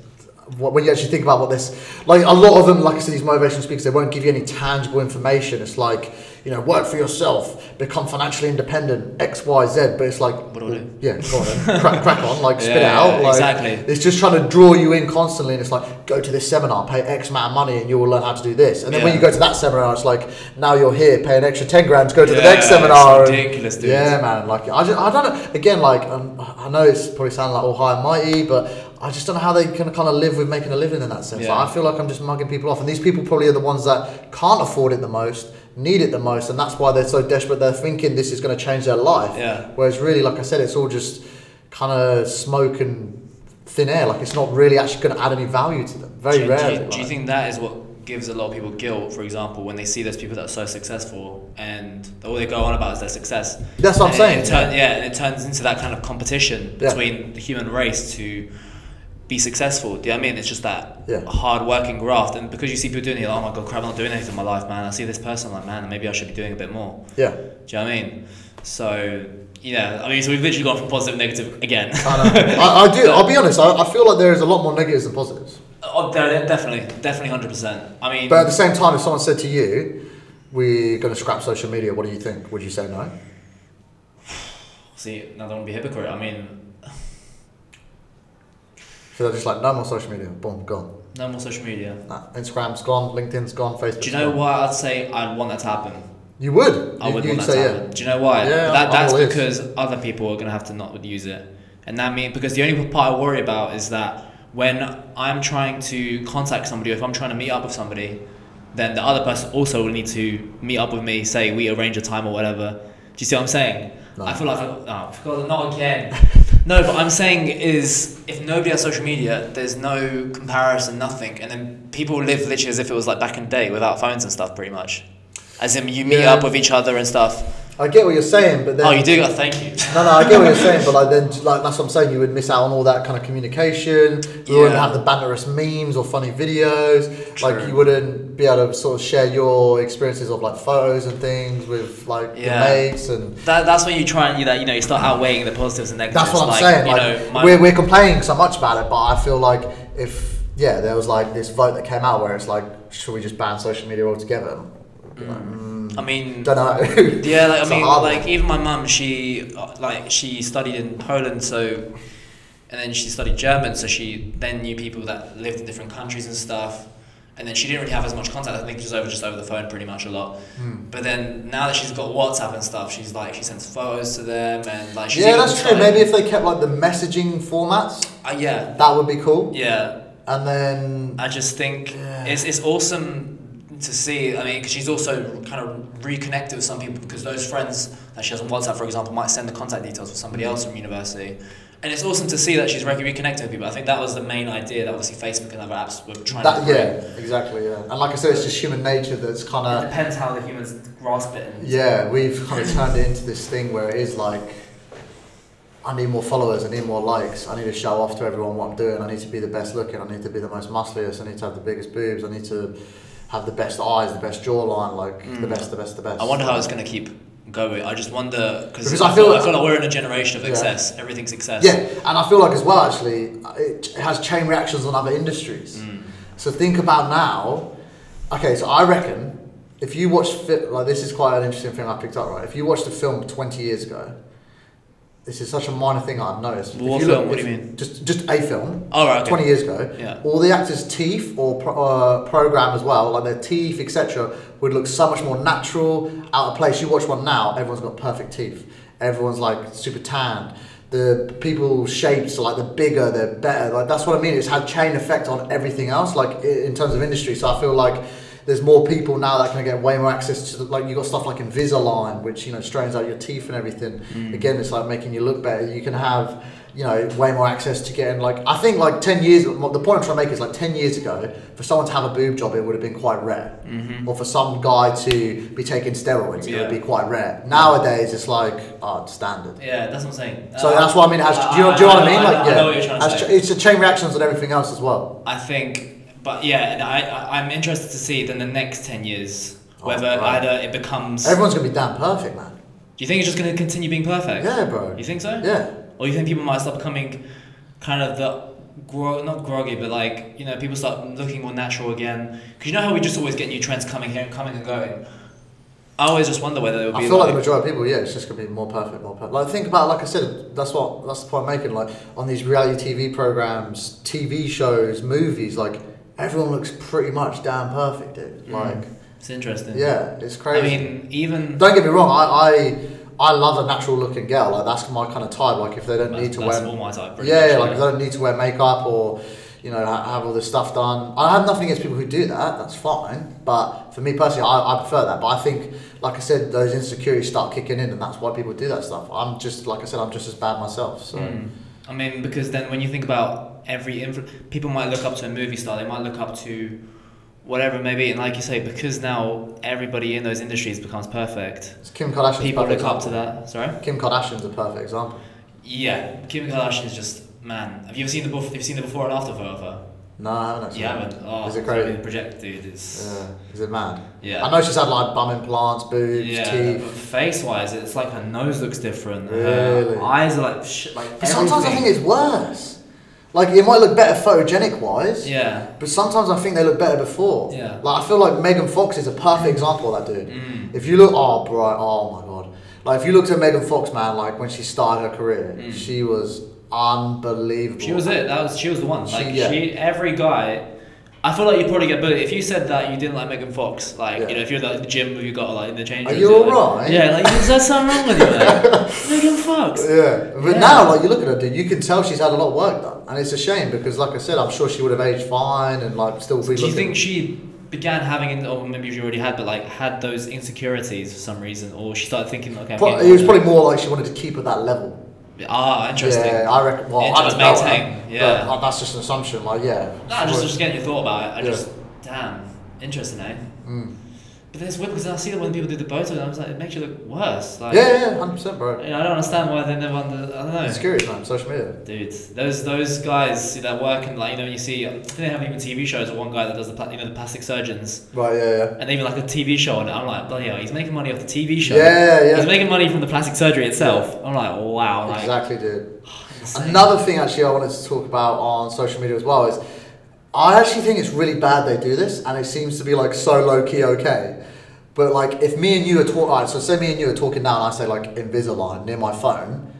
Speaker 1: wh- when you actually think about what this like a lot of them like i said these motivational speakers they won't give you any tangible information it's like you know work for yourself become financially independent xyz but it's like
Speaker 2: What do I do?
Speaker 1: yeah go on then. crack, crack on like spit it
Speaker 2: Yeah,
Speaker 1: out like,
Speaker 2: exactly.
Speaker 1: it's just trying to draw you in constantly and it's like go to this seminar pay x amount of money and you will learn how to do this and then when
Speaker 2: Yeah.
Speaker 1: you go to that seminar it's like now you're here pay an extra 10 grand to go to the
Speaker 2: Yeah,
Speaker 1: next
Speaker 2: it's
Speaker 1: seminar and-
Speaker 2: ridiculous, dude.
Speaker 1: yeah man like I, just, I don't know again like um, I know it's probably sounding like all high and mighty but I just don't know how they can kind of live with making a living in that sense
Speaker 2: Yeah.
Speaker 1: like, I feel like I'm just mugging people off and these people probably are the ones that can't afford it the most need it the most and that's why they're so desperate they're thinking this is going to change their life
Speaker 2: Yeah.
Speaker 1: whereas really like I said it's all just kind of smoke and thin air like it's not really actually going to add any value to them very
Speaker 2: do, you- do
Speaker 1: rarely
Speaker 2: you, do you
Speaker 1: like.
Speaker 2: think that is what gives a lot of people guilt, for example, when they see those people that are so successful and all they go on about is their success?
Speaker 1: That's what I'm
Speaker 2: And it-
Speaker 1: saying,
Speaker 2: It turn, yeah, and it turns into that kind of competition
Speaker 1: Yeah.
Speaker 2: between the human race to be successful. Do you know what I mean? It's just that
Speaker 1: Yeah.
Speaker 2: hard working graft. And because you see people doing it, like, oh my God, crap, I'm not doing anything in my life, man. I see this person, like, man, maybe I should be doing a bit more.
Speaker 1: yeah
Speaker 2: Do you know what I mean? So, yeah, I mean, so we've literally gone from positive to negative again.
Speaker 1: I, know. I, I do I'll be honest I, I feel like there is a lot more negatives than positives
Speaker 2: oh, there- definitely, definitely 100%. I mean,
Speaker 1: But at the same time, if someone said to you, "We're going to scrap social media," what do you think? Would you say no?
Speaker 2: See, now I don't want to be a hypocrite. I mean,
Speaker 1: So they're just like, "No more social media. Boom, gone.
Speaker 2: no more social media.
Speaker 1: Nah, Instagram's gone. LinkedIn's gone. Facebook's
Speaker 2: Do you know
Speaker 1: gone.
Speaker 2: why I'd say I'd want that to happen?
Speaker 1: You would.
Speaker 2: I
Speaker 1: you,
Speaker 2: would
Speaker 1: you'd
Speaker 2: want that to
Speaker 1: say
Speaker 2: happen. Do you know why?
Speaker 1: Yeah,
Speaker 2: that,
Speaker 1: I'm
Speaker 2: that's
Speaker 1: all ears.
Speaker 2: because other people are going to have to not use it. And that means, because the only part I worry about is that when I'm trying to contact somebody, or if I'm trying to meet up with somebody, then the other person also will need to meet up with me, say we arrange a time or whatever. Do you see what I'm saying?
Speaker 1: No.
Speaker 2: I feel like I, oh, I forgot, not again. no, but I'm saying is if nobody has social media, there's no comparison, nothing, and then people live literally as if it was like back in the day without phones and stuff, pretty much. As in, you meet
Speaker 1: Yeah.
Speaker 2: up with each other and stuff.
Speaker 1: I get what you're saying, but then
Speaker 2: oh, you do. Oh, thank you.
Speaker 1: No, no, I get what you're saying, but like then, like that's what I'm saying. You would miss out on all that kind of communication. You wouldn't
Speaker 2: Yeah.
Speaker 1: have the banterous memes or funny videos. Like
Speaker 2: True.
Speaker 1: you wouldn't be able to sort of share your experiences of like photos and things with like your
Speaker 2: Yeah.
Speaker 1: mates and.
Speaker 2: That, that's when you try and you that you know you start outweighing the positives and negatives.
Speaker 1: That's what I'm
Speaker 2: like,
Speaker 1: saying.
Speaker 2: You
Speaker 1: Like
Speaker 2: know, my,
Speaker 1: we're we're complaining so much about it, but I feel like if yeah, there was like this vote that came out where it's like, should we just ban social media altogether? mm,
Speaker 2: I mean,
Speaker 1: Don't know.
Speaker 2: Mm. yeah, like I
Speaker 1: It's a
Speaker 2: mean,
Speaker 1: hard one.
Speaker 2: like even my mum, she uh, like she studied in Poland, so and then she studied German, so she then knew people that lived in different countries and stuff. And then she didn't really have as much contact. I think just over just over the phone, pretty much a lot.
Speaker 1: Hmm.
Speaker 2: But then now that she's got WhatsApp and stuff, she's like she sends photos to them and like she's
Speaker 1: yeah,
Speaker 2: even
Speaker 1: that's true.
Speaker 2: trying-
Speaker 1: Maybe if they kept like the messaging formats,
Speaker 2: uh, yeah,
Speaker 1: that would be cool.
Speaker 2: yeah.
Speaker 1: And then
Speaker 2: I just think
Speaker 1: Yeah.
Speaker 2: it's, it's awesome to see. I mean, because she's also kind of reconnected with some people because those friends that she has on WhatsApp, for example, might send the contact details for somebody else from university. And it's awesome to see that she's re- reconnecting with people. I think that was the main idea that obviously Facebook and other apps were trying to
Speaker 1: That,
Speaker 2: bring.
Speaker 1: yeah, exactly. Yeah, and like I said, it's just human nature that's kind
Speaker 2: It
Speaker 1: of
Speaker 2: depends how the humans grasp it. And
Speaker 1: yeah. We've kind of turned it into this thing where it is like, I need more followers, I need more likes, I need to show off to everyone what I'm doing, I need to be the best looking, I need to be the most muscliest, I need to have the biggest boobs, I need to have the best eyes, the best jawline, like the
Speaker 2: Mm.
Speaker 1: best, the best, the best.
Speaker 2: I wonder how it's going to keep going. I just wonder because
Speaker 1: Because
Speaker 2: I,
Speaker 1: I
Speaker 2: feel
Speaker 1: feel
Speaker 2: I
Speaker 1: like-
Speaker 2: feel like we're in a generation of
Speaker 1: Yeah.
Speaker 2: excess. Everything's excess.
Speaker 1: Yeah, and I feel like as well actually, it has chain reactions on other industries.
Speaker 2: Mm.
Speaker 1: So think about now. Okay, so I reckon if you watch fi- like this is quite an interesting thing I picked up. Right, if you watched a film twenty years ago, this is such a minor thing I've noticed.
Speaker 2: What
Speaker 1: If you
Speaker 2: film? What do
Speaker 1: if-
Speaker 2: you mean?
Speaker 1: Just just a film.
Speaker 2: All right. okay.
Speaker 1: 20 years ago,
Speaker 2: Yeah.
Speaker 1: all the actors' teeth or pro- uh, program as well, like their teeth, etc., would look so much more natural, out of place. You watch one now, everyone's got perfect teeth. Everyone's like super tanned. The people shapes are like the bigger, they're better. Like that's what I mean. It's had chain effect on everything else, like i- in terms of industry. So I feel like there's more people now that can get way more access to like you got stuff like Invisalign, which you know straightens out your teeth and everything.
Speaker 2: Mm.
Speaker 1: Again, it's like making you look better. You can have you know way more access to getting like I think like ten years. The point I'm trying to make is like ten years ago, for someone to have a boob job, it would have been quite rare, or for some guy to be taking steroids, it
Speaker 2: Mm-hmm. Yeah.
Speaker 1: would be quite rare. Nowadays, it's like oh, it's standard.
Speaker 2: Yeah, that's what I'm saying.
Speaker 1: So
Speaker 2: Uh,
Speaker 1: that's what I mean. It has, do you know, do you know what I mean? Like,
Speaker 2: I know what
Speaker 1: yeah,
Speaker 2: you're trying to
Speaker 1: Has
Speaker 2: say.
Speaker 1: cha- it's a chain reactions on everything else as well.
Speaker 2: I think, but yeah, and I, I I'm interested to see then the next ten years
Speaker 1: Oh,
Speaker 2: whether
Speaker 1: right.
Speaker 2: either it becomes.
Speaker 1: Everyone's gonna be damn perfect, man.
Speaker 2: do you think it's just going to continue being perfect?
Speaker 1: Yeah, bro.
Speaker 2: You think so?
Speaker 1: Yeah.
Speaker 2: Or you think people might start becoming kind of the gro- not groggy, but like you know people start looking more natural again because you know how we just always get new trends coming here and coming and going. I always just wonder whether there will
Speaker 1: I
Speaker 2: be
Speaker 1: feel like,
Speaker 2: like
Speaker 1: the majority of people, yeah, it's just gonna be more perfect, more perfect. Like think about, like I said, that's what that's the point I'm making. Like on these reality TV programs, TV shows, movies, like everyone looks pretty much damn perfect, dude. Like,
Speaker 2: it's interesting.
Speaker 1: yeah, it's
Speaker 2: Mm. I
Speaker 1: crazy.
Speaker 2: mean, even
Speaker 1: Don't get me wrong, I I, I love a natural looking girl. Like that's my kind of type. Like if they don't
Speaker 2: that's,
Speaker 1: need to
Speaker 2: that's
Speaker 1: wear,
Speaker 2: all my type. pretty
Speaker 1: yeah,
Speaker 2: much,
Speaker 1: yeah, like if they don't need to wear makeup or you know ha- have all this stuff done. I have nothing against people who do that. That's fine. But for me personally, I, I prefer that. But I think, like I said, those insecurities start kicking in, and that's why people do that stuff. I'm just like I said, I'm just as bad myself. So
Speaker 2: Mm. I mean, because then when you think about every influ- people might look up to a movie star, they might look up to whatever it may be, and like you say, because now everybody in those industries becomes perfect,
Speaker 1: it's Kim Kardashian's
Speaker 2: people
Speaker 1: perfect
Speaker 2: look up to
Speaker 1: example.
Speaker 2: that. Sorry.
Speaker 1: Kim Kardashian's a perfect example.
Speaker 2: Yeah, Kim Kardashian is just man. Have you ever seen the before? Have you seen the before and after photo of her?
Speaker 1: No, I haven't actually.
Speaker 2: You haven't. Oh,
Speaker 1: Is it
Speaker 2: it's
Speaker 1: crazy?
Speaker 2: really Project, dude. It's
Speaker 1: Yeah. Is it mad?
Speaker 2: yeah.
Speaker 1: I know she's had like bum implants, boobs,
Speaker 2: Yeah,
Speaker 1: teeth.
Speaker 2: but face-wise, it's like her nose looks different.
Speaker 1: Really?
Speaker 2: Her eyes are like sh- like.
Speaker 1: But sometimes I think
Speaker 2: everything.
Speaker 1: it's worse. Like it might look better photogenic wise,
Speaker 2: Yeah.
Speaker 1: but sometimes I think they look better before.
Speaker 2: Yeah.
Speaker 1: Like I feel like Megan Fox is a perfect example of that dude.
Speaker 2: Mm.
Speaker 1: If you look, oh bro, oh my god, like if you looked at Megan Fox, man, like when she started her career,
Speaker 2: Mm.
Speaker 1: she was unbelievable.
Speaker 2: She was it. That was she was the one.
Speaker 1: She-
Speaker 2: Like she,
Speaker 1: yeah.
Speaker 2: every guy I feel like you probably get bullied if you said that you didn't like Megan Fox. Like
Speaker 1: Yeah.
Speaker 2: you know, if you're at the gym where you got like in the change.
Speaker 1: Are you alright?
Speaker 2: Yeah, like is there something wrong with you? Like, Megan Fox.
Speaker 1: Yeah, but
Speaker 2: Yeah.
Speaker 1: now like you look at her, dude, you can tell she's had a lot of work done, and it's a shame because, like I said, I'm sure she would have aged fine and like still be
Speaker 2: Do
Speaker 1: looking.
Speaker 2: you think she began having, or maybe she already had, but like had those insecurities for some reason, or she started thinking, okay, I'm
Speaker 1: Pro-
Speaker 2: getting
Speaker 1: it was
Speaker 2: older.
Speaker 1: probably more like she wanted to keep at that level.
Speaker 2: ah interesting.
Speaker 1: Yeah, I reckon. Well,
Speaker 2: Yeah,
Speaker 1: I
Speaker 2: just
Speaker 1: don't know.
Speaker 2: maintain,
Speaker 1: But,
Speaker 2: yeah.
Speaker 1: uh, that's just an assumption. Like, yeah.
Speaker 2: Nah, just, just getting your thought about it. I
Speaker 1: Yeah.
Speaker 2: just damn interesting, eh?
Speaker 1: Mm.
Speaker 2: But then it's weird because I see that when people do the Botox, I was like, it makes you look worse. Like,
Speaker 1: yeah, yeah, hundred percent, bro.
Speaker 2: You know, I don't understand why they never. Under, I don't know.
Speaker 1: It's scary, man. Social media.
Speaker 2: Dude, those those guys that work and like you know when you see I think they have even TV shows or one guy that does the pla- you know the plastic surgeons
Speaker 1: Right. Yeah. Yeah.
Speaker 2: and even like a TV show and I'm like bloody hell he's making money off the TV show
Speaker 1: Yeah, yeah.
Speaker 2: he's making money from the plastic surgery itself I'm like wow like
Speaker 1: Exactly, dude.
Speaker 2: insane.
Speaker 1: Another thing, actually, I wanted to talk about on social media as well is I actually think it's really bad they do this, and it seems to be like so low key okay. But like, if me and you are talking, so say me and you are talking now, and I say like Invisalign near my phone,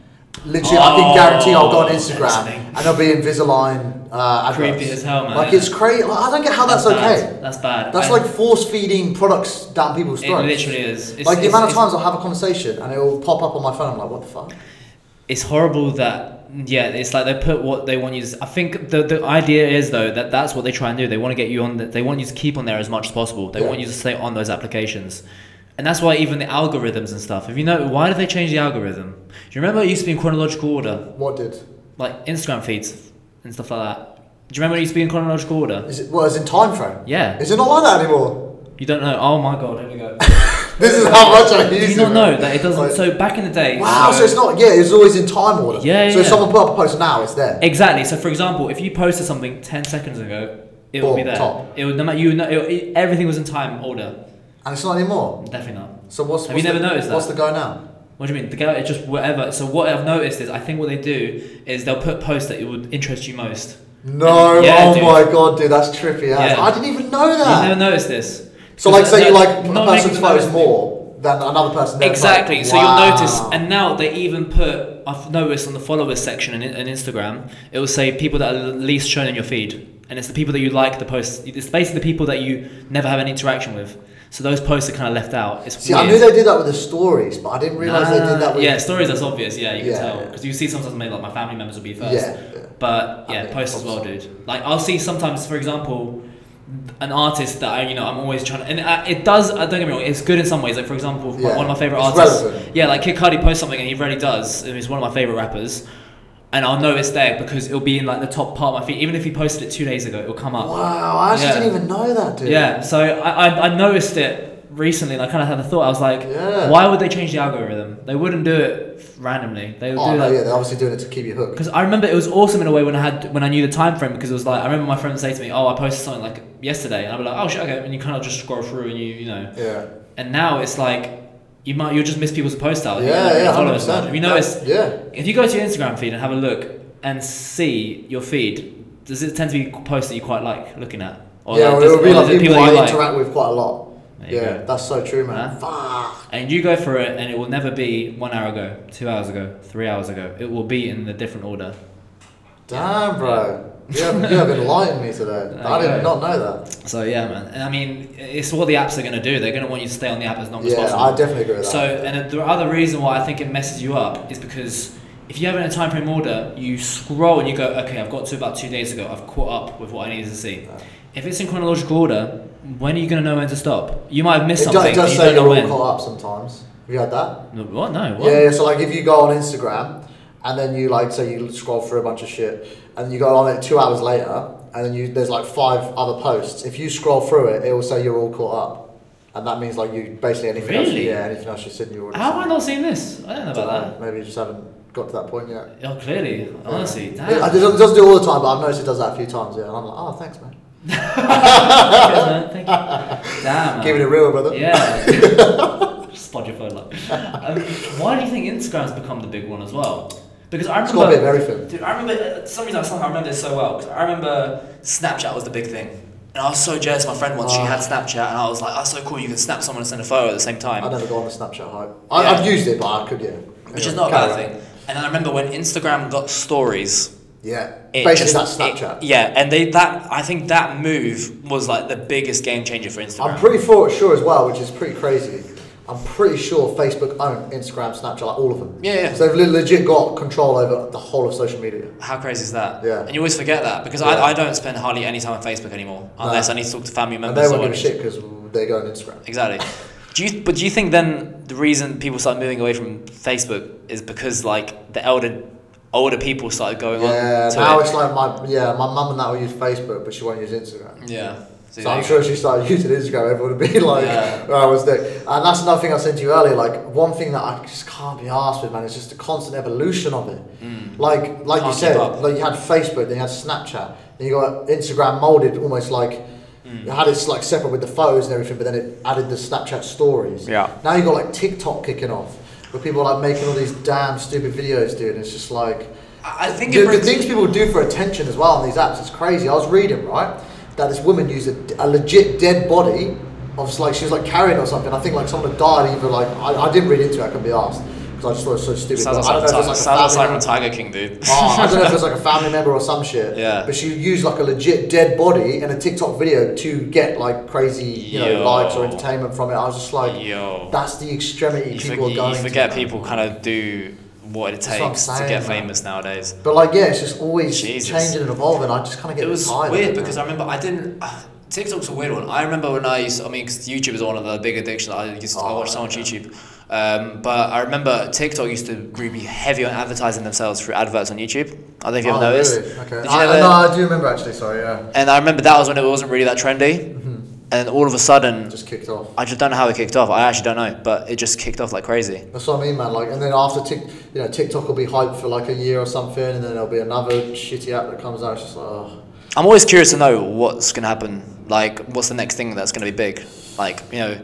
Speaker 1: literally, I
Speaker 2: Oh,
Speaker 1: can guarantee I'll go on Instagram
Speaker 2: interesting.
Speaker 1: and there'll be Invisalign. Uh, adverts.
Speaker 2: Creepy as hell, man.
Speaker 1: Like it's crazy. Like, I don't get how that's,
Speaker 2: bad.
Speaker 1: okay.
Speaker 2: that's bad
Speaker 1: That's
Speaker 2: I-
Speaker 1: like force feeding products down people's
Speaker 2: it
Speaker 1: throats.
Speaker 2: literally is it's,
Speaker 1: like the
Speaker 2: it's-
Speaker 1: amount of
Speaker 2: it's-
Speaker 1: times I'll have a conversation and it'll pop up on my phone. I'm like, what the fuck?
Speaker 2: it's horrible that yeah it's like they put what they want you to, i think the, the idea is though that that's what they try and do they want to get you on the, they want you to keep on there as much as possible they
Speaker 1: Yeah.
Speaker 2: want you to stay on those applications and that's why even the algorithms and stuff if you know why did they change the algorithm do you remember it used to be in chronological order
Speaker 1: What did?
Speaker 2: like instagram feeds and stuff like that do you remember it used to be in chronological order
Speaker 1: Is it well? As in time frame?
Speaker 2: yeah
Speaker 1: Is it not like that anymore?
Speaker 2: you don't know oh my god here we go
Speaker 1: This is how much I
Speaker 2: do
Speaker 1: use
Speaker 2: you
Speaker 1: it,
Speaker 2: not know
Speaker 1: man.
Speaker 2: that it
Speaker 1: Like,
Speaker 2: doesn't so back in the day
Speaker 1: wow, so, it's not. Yeah, it's always in time order.
Speaker 2: Yeah,
Speaker 1: So
Speaker 2: yeah.
Speaker 1: if
Speaker 2: Eh.
Speaker 1: someone put up a post now, it's there.
Speaker 2: Exactly. So, for example, if you posted something ten seconds ago, it would be
Speaker 1: Boom,
Speaker 2: there.
Speaker 1: top.
Speaker 2: It would no matter you know it, it- everything was in time order.
Speaker 1: And it's not anymore.
Speaker 2: Definitely not.
Speaker 1: So what's?
Speaker 2: Have
Speaker 1: what's
Speaker 2: you never
Speaker 1: the,
Speaker 2: noticed
Speaker 1: What's the
Speaker 2: that?
Speaker 1: go now?
Speaker 2: What do you mean? The guy it's just whatever. So what I've noticed is I think what they do is they'll put posts that it would interest you most.
Speaker 1: No.
Speaker 2: Yeah,
Speaker 1: oh
Speaker 2: dude.
Speaker 1: my god, dude, that's trippy. Ass.
Speaker 2: Yeah.
Speaker 1: I didn't even know
Speaker 2: You've
Speaker 1: that.
Speaker 2: never noticed this.
Speaker 1: Ah. so like, say you
Speaker 2: Because,
Speaker 1: like a
Speaker 2: not making
Speaker 1: person's
Speaker 2: them
Speaker 1: photos
Speaker 2: notice.
Speaker 1: more than another person. then it's like,
Speaker 2: Exactly. So
Speaker 1: wow.
Speaker 2: you'll notice, and now they even put I've noticed on the followers section in, in Instagram, it will say people that are the least shown in your feed, and it's the people that you like the post. It's basically the people that you never have any interaction with. So those posts are kind of left out. It's
Speaker 1: See,
Speaker 2: weird.
Speaker 1: I knew they did that with the stories, but I didn't realize they did that
Speaker 2: Ah,
Speaker 1: with.
Speaker 2: yeah, stories. That's obvious. Yeah, you can
Speaker 1: Yeah,
Speaker 2: tell
Speaker 1: yeah.
Speaker 2: because you see sometimes maybe like my family members will be
Speaker 1: Yeah.
Speaker 2: first.
Speaker 1: yeah.
Speaker 2: But
Speaker 1: I
Speaker 2: yeah,
Speaker 1: think
Speaker 2: posts as well,
Speaker 1: that's-
Speaker 2: dude. Like I'll see sometimes, for example, an artist that I, you know, I'm always trying to, and I, it does. I don't get me wrong, it's good in some ways. Like for example, my-
Speaker 1: Yeah.
Speaker 2: one of my favorite
Speaker 1: It's
Speaker 2: artists.
Speaker 1: relevant.
Speaker 2: Yeah, like Kid Cudi posts something, and he really does. And he's one of my favorite rappers. And I'll know it's there because it'll be in like the top part of my feed. Even if he posted it two days ago, it'll come up.
Speaker 1: Wow, I actually
Speaker 2: Yeah.
Speaker 1: didn't even know that, dude.
Speaker 2: Yeah, so I, I, I noticed it recently and I kind of had a thought. I was like,
Speaker 1: Yeah.
Speaker 2: why would they change the algorithm? They wouldn't do it randomly. They would
Speaker 1: Oh
Speaker 2: do
Speaker 1: no,
Speaker 2: that.
Speaker 1: yeah, they're obviously doing it to keep you hooked.
Speaker 2: Because I remember it was awesome in a way when I had when I knew the time frame because it was like I remember my friend say to me, "Oh, I posted something like yesterday," and I'd be like, "Oh shit, okay," and you kind of just scroll through and you you know.
Speaker 1: Yeah.
Speaker 2: And now it's like you might you'll just miss people's posts out.
Speaker 1: Yeah, yeah, hundred
Speaker 2: If
Speaker 1: percent.
Speaker 2: you notice,
Speaker 1: Yeah.
Speaker 2: if you go to your Instagram feed and have a look and see your feed, does it tend to be posts that you quite like looking at?
Speaker 1: yeah,
Speaker 2: like,
Speaker 1: or
Speaker 2: does-
Speaker 1: it'll be
Speaker 2: or
Speaker 1: like
Speaker 2: is it
Speaker 1: people,
Speaker 2: that
Speaker 1: I
Speaker 2: you
Speaker 1: interact with quite a lot.
Speaker 2: There you
Speaker 1: Yeah,
Speaker 2: go.
Speaker 1: that's so true, man. Fuck.
Speaker 2: And you go for it, and it will never be one hour ago, two hours ago, three hours ago. It will be in a different order.
Speaker 1: Damn, bro. You have, you have enlightened me today.
Speaker 2: There
Speaker 1: I
Speaker 2: you
Speaker 1: did
Speaker 2: go.
Speaker 1: not know that.
Speaker 2: So yeah, man. And I mean, it's what the apps are going to do. They're going to want you to stay on the app as long as
Speaker 1: Yeah,
Speaker 2: possible.
Speaker 1: I definitely agree with
Speaker 2: So,
Speaker 1: that.
Speaker 2: and the other reason why I think it messes you up is because if you have it in a time frame order, you scroll and you go, okay, I've got to about two days ago. I've caught up with what I needed to see.
Speaker 1: Yeah.
Speaker 2: If it's in chronological order, when are you going to know when to stop? You might have missed
Speaker 1: it does,
Speaker 2: something.
Speaker 1: it does
Speaker 2: but
Speaker 1: say
Speaker 2: you
Speaker 1: you're
Speaker 2: don't know
Speaker 1: all caught up sometimes. Have you had that?
Speaker 2: when. What? No. What?
Speaker 1: Yeah, yeah, so like if you go on Instagram and then you like say you scroll through a bunch of shit and you go on it two hours later and then you there's like five other posts. If you scroll through it, it will say you're all caught up. And that means like you basically anything else
Speaker 2: Really?
Speaker 1: yeah, anything else you said you already
Speaker 2: How
Speaker 1: said.
Speaker 2: have I not seen this? I don't know about
Speaker 1: Maybe you just haven't got to that point yet.
Speaker 2: that. Oh, clearly, honestly, damn.
Speaker 1: It, it doesn't do it all the time, but I've noticed it does that a few times. Yeah, and I'm like, oh, thanks, man.
Speaker 2: Cheers, man. Thank you. Damn.
Speaker 1: Keeping it
Speaker 2: man.
Speaker 1: real, brother.
Speaker 2: Yeah. Just spot your phone like. Um, why do you think Instagram's become the big one as well? Because I
Speaker 1: It's got a bit of
Speaker 2: remember.
Speaker 1: everything.
Speaker 2: Dude, I remember. uh, For some reason, I somehow remember this so well. Because I remember Snapchat was the big thing. And I was so jealous of my friend once. She
Speaker 1: Oh.
Speaker 2: had Snapchat, and I was like, that's so cool. You can snap someone and send a photo at the same time.
Speaker 1: I never go on the Snapchat hype. I,
Speaker 2: Yeah.
Speaker 1: I've used it, but I could, yeah.
Speaker 2: which is
Speaker 1: Anyway,
Speaker 2: not a bad
Speaker 1: carry on.
Speaker 2: thing. And I remember when Instagram got stories,
Speaker 1: Yeah.
Speaker 2: it
Speaker 1: Basically,
Speaker 2: just-
Speaker 1: that's
Speaker 2: it-
Speaker 1: Snapchat.
Speaker 2: yeah, and they that I think that move was like the biggest game changer for Instagram.
Speaker 1: I'm pretty for, sure as well, which is pretty crazy. I'm pretty sure Facebook own Instagram, Snapchat, like all of them.
Speaker 2: Yeah, yeah.
Speaker 1: So they've le- legit got control over the whole of social media.
Speaker 2: How crazy is that?
Speaker 1: Yeah.
Speaker 2: And you always forget that because
Speaker 1: Yeah.
Speaker 2: I, I don't spend hardly any time on Facebook anymore unless I need to talk to family
Speaker 1: And
Speaker 2: members.
Speaker 1: they
Speaker 2: or
Speaker 1: won't give a
Speaker 2: anything.
Speaker 1: shit because they go on Instagram.
Speaker 2: Exactly. Do you, but do you think then the reason people started moving away from Facebook is because like the elder, older people started going
Speaker 1: Yeah,
Speaker 2: on to
Speaker 1: now
Speaker 2: it?
Speaker 1: it's like my yeah, my mum and that will use Facebook, but she won't use Instagram.
Speaker 2: yeah. So
Speaker 1: So I'm
Speaker 2: there you
Speaker 1: sure if she started using Instagram, everyone would be like,
Speaker 2: Yeah.
Speaker 1: "Oh, I was there." And that's another thing I said to you earlier. Like one thing that I just can't be asked with, man, is just the constant evolution of it. Like, like
Speaker 2: Mm. Can't
Speaker 1: you
Speaker 2: keep
Speaker 1: said,
Speaker 2: up.
Speaker 1: like you had Facebook, then you had Snapchat, then you got Instagram molded almost like
Speaker 2: Mm.
Speaker 1: you had it like separate with the photos and everything, but then it added the Snapchat stories.
Speaker 2: Yeah.
Speaker 1: Now you got like TikTok kicking off, where people are like making all these damn stupid videos, dude. And it's just like.
Speaker 2: go. I I think
Speaker 1: The,
Speaker 2: it
Speaker 1: the
Speaker 2: brings.
Speaker 1: things people do for attention as well on these apps is crazy. I was reading right that this woman used a, a legit dead body of like she was like carrying or something. I think like someone had died. Either like I, I didn't read into it. I can be asked because I just thought it was so stupid.
Speaker 2: sounds
Speaker 1: But I
Speaker 2: like,
Speaker 1: don't
Speaker 2: Simon
Speaker 1: know if it's
Speaker 2: Ti-
Speaker 1: like a
Speaker 2: sounds like
Speaker 1: family
Speaker 2: from
Speaker 1: member-
Speaker 2: Tiger King, dude.
Speaker 1: Oh, I don't know if it's like a family member or some shit.
Speaker 2: Yeah.
Speaker 1: But she used like a legit dead body in a TikTok video to get like crazy, you know,
Speaker 2: Yo.
Speaker 1: likes or entertainment from it. I was just like,
Speaker 2: Yo.
Speaker 1: that's the extremity
Speaker 2: you,
Speaker 1: people
Speaker 2: forget,
Speaker 1: are going
Speaker 2: you forget
Speaker 1: to. man.
Speaker 2: people kind of do what it
Speaker 1: That's what I'm
Speaker 2: takes to
Speaker 1: saying,
Speaker 2: get
Speaker 1: man.
Speaker 2: famous nowadays.
Speaker 1: But like, yeah, it's just always
Speaker 2: Jesus.
Speaker 1: changing and evolving. I just kind of get
Speaker 2: it was
Speaker 1: tired. of
Speaker 2: weird
Speaker 1: man.
Speaker 2: because I remember I didn't. uh, TikTok's a weird one. I remember when I used. I mean, 'cause YouTube is one of the big addictions. I used. I
Speaker 1: Oh,
Speaker 2: watched so much YouTube. Um, but I remember TikTok used to really be heavy on advertising themselves through adverts on YouTube. I don't know if you ever
Speaker 1: Oh,
Speaker 2: noticed.
Speaker 1: really? Okay.
Speaker 2: Did you
Speaker 1: I,
Speaker 2: ever-
Speaker 1: no, I do remember actually. Sorry, yeah.
Speaker 2: And I remember that was when it wasn't really that trendy. And all of a sudden,
Speaker 1: Mm-hmm. Just kicked off.
Speaker 2: I just don't know how it kicked off. I actually don't know, but it just kicked off like crazy.
Speaker 1: That's what I mean, man. Like, and then after Tik, you know, TikTok will be hyped for like a year or something, and then there'll be another shitty app that comes out. It's just like, oh.
Speaker 2: I'm always curious to know what's gonna happen. Like, what's the next thing that's gonna be big? Like, you know,
Speaker 1: Yeah.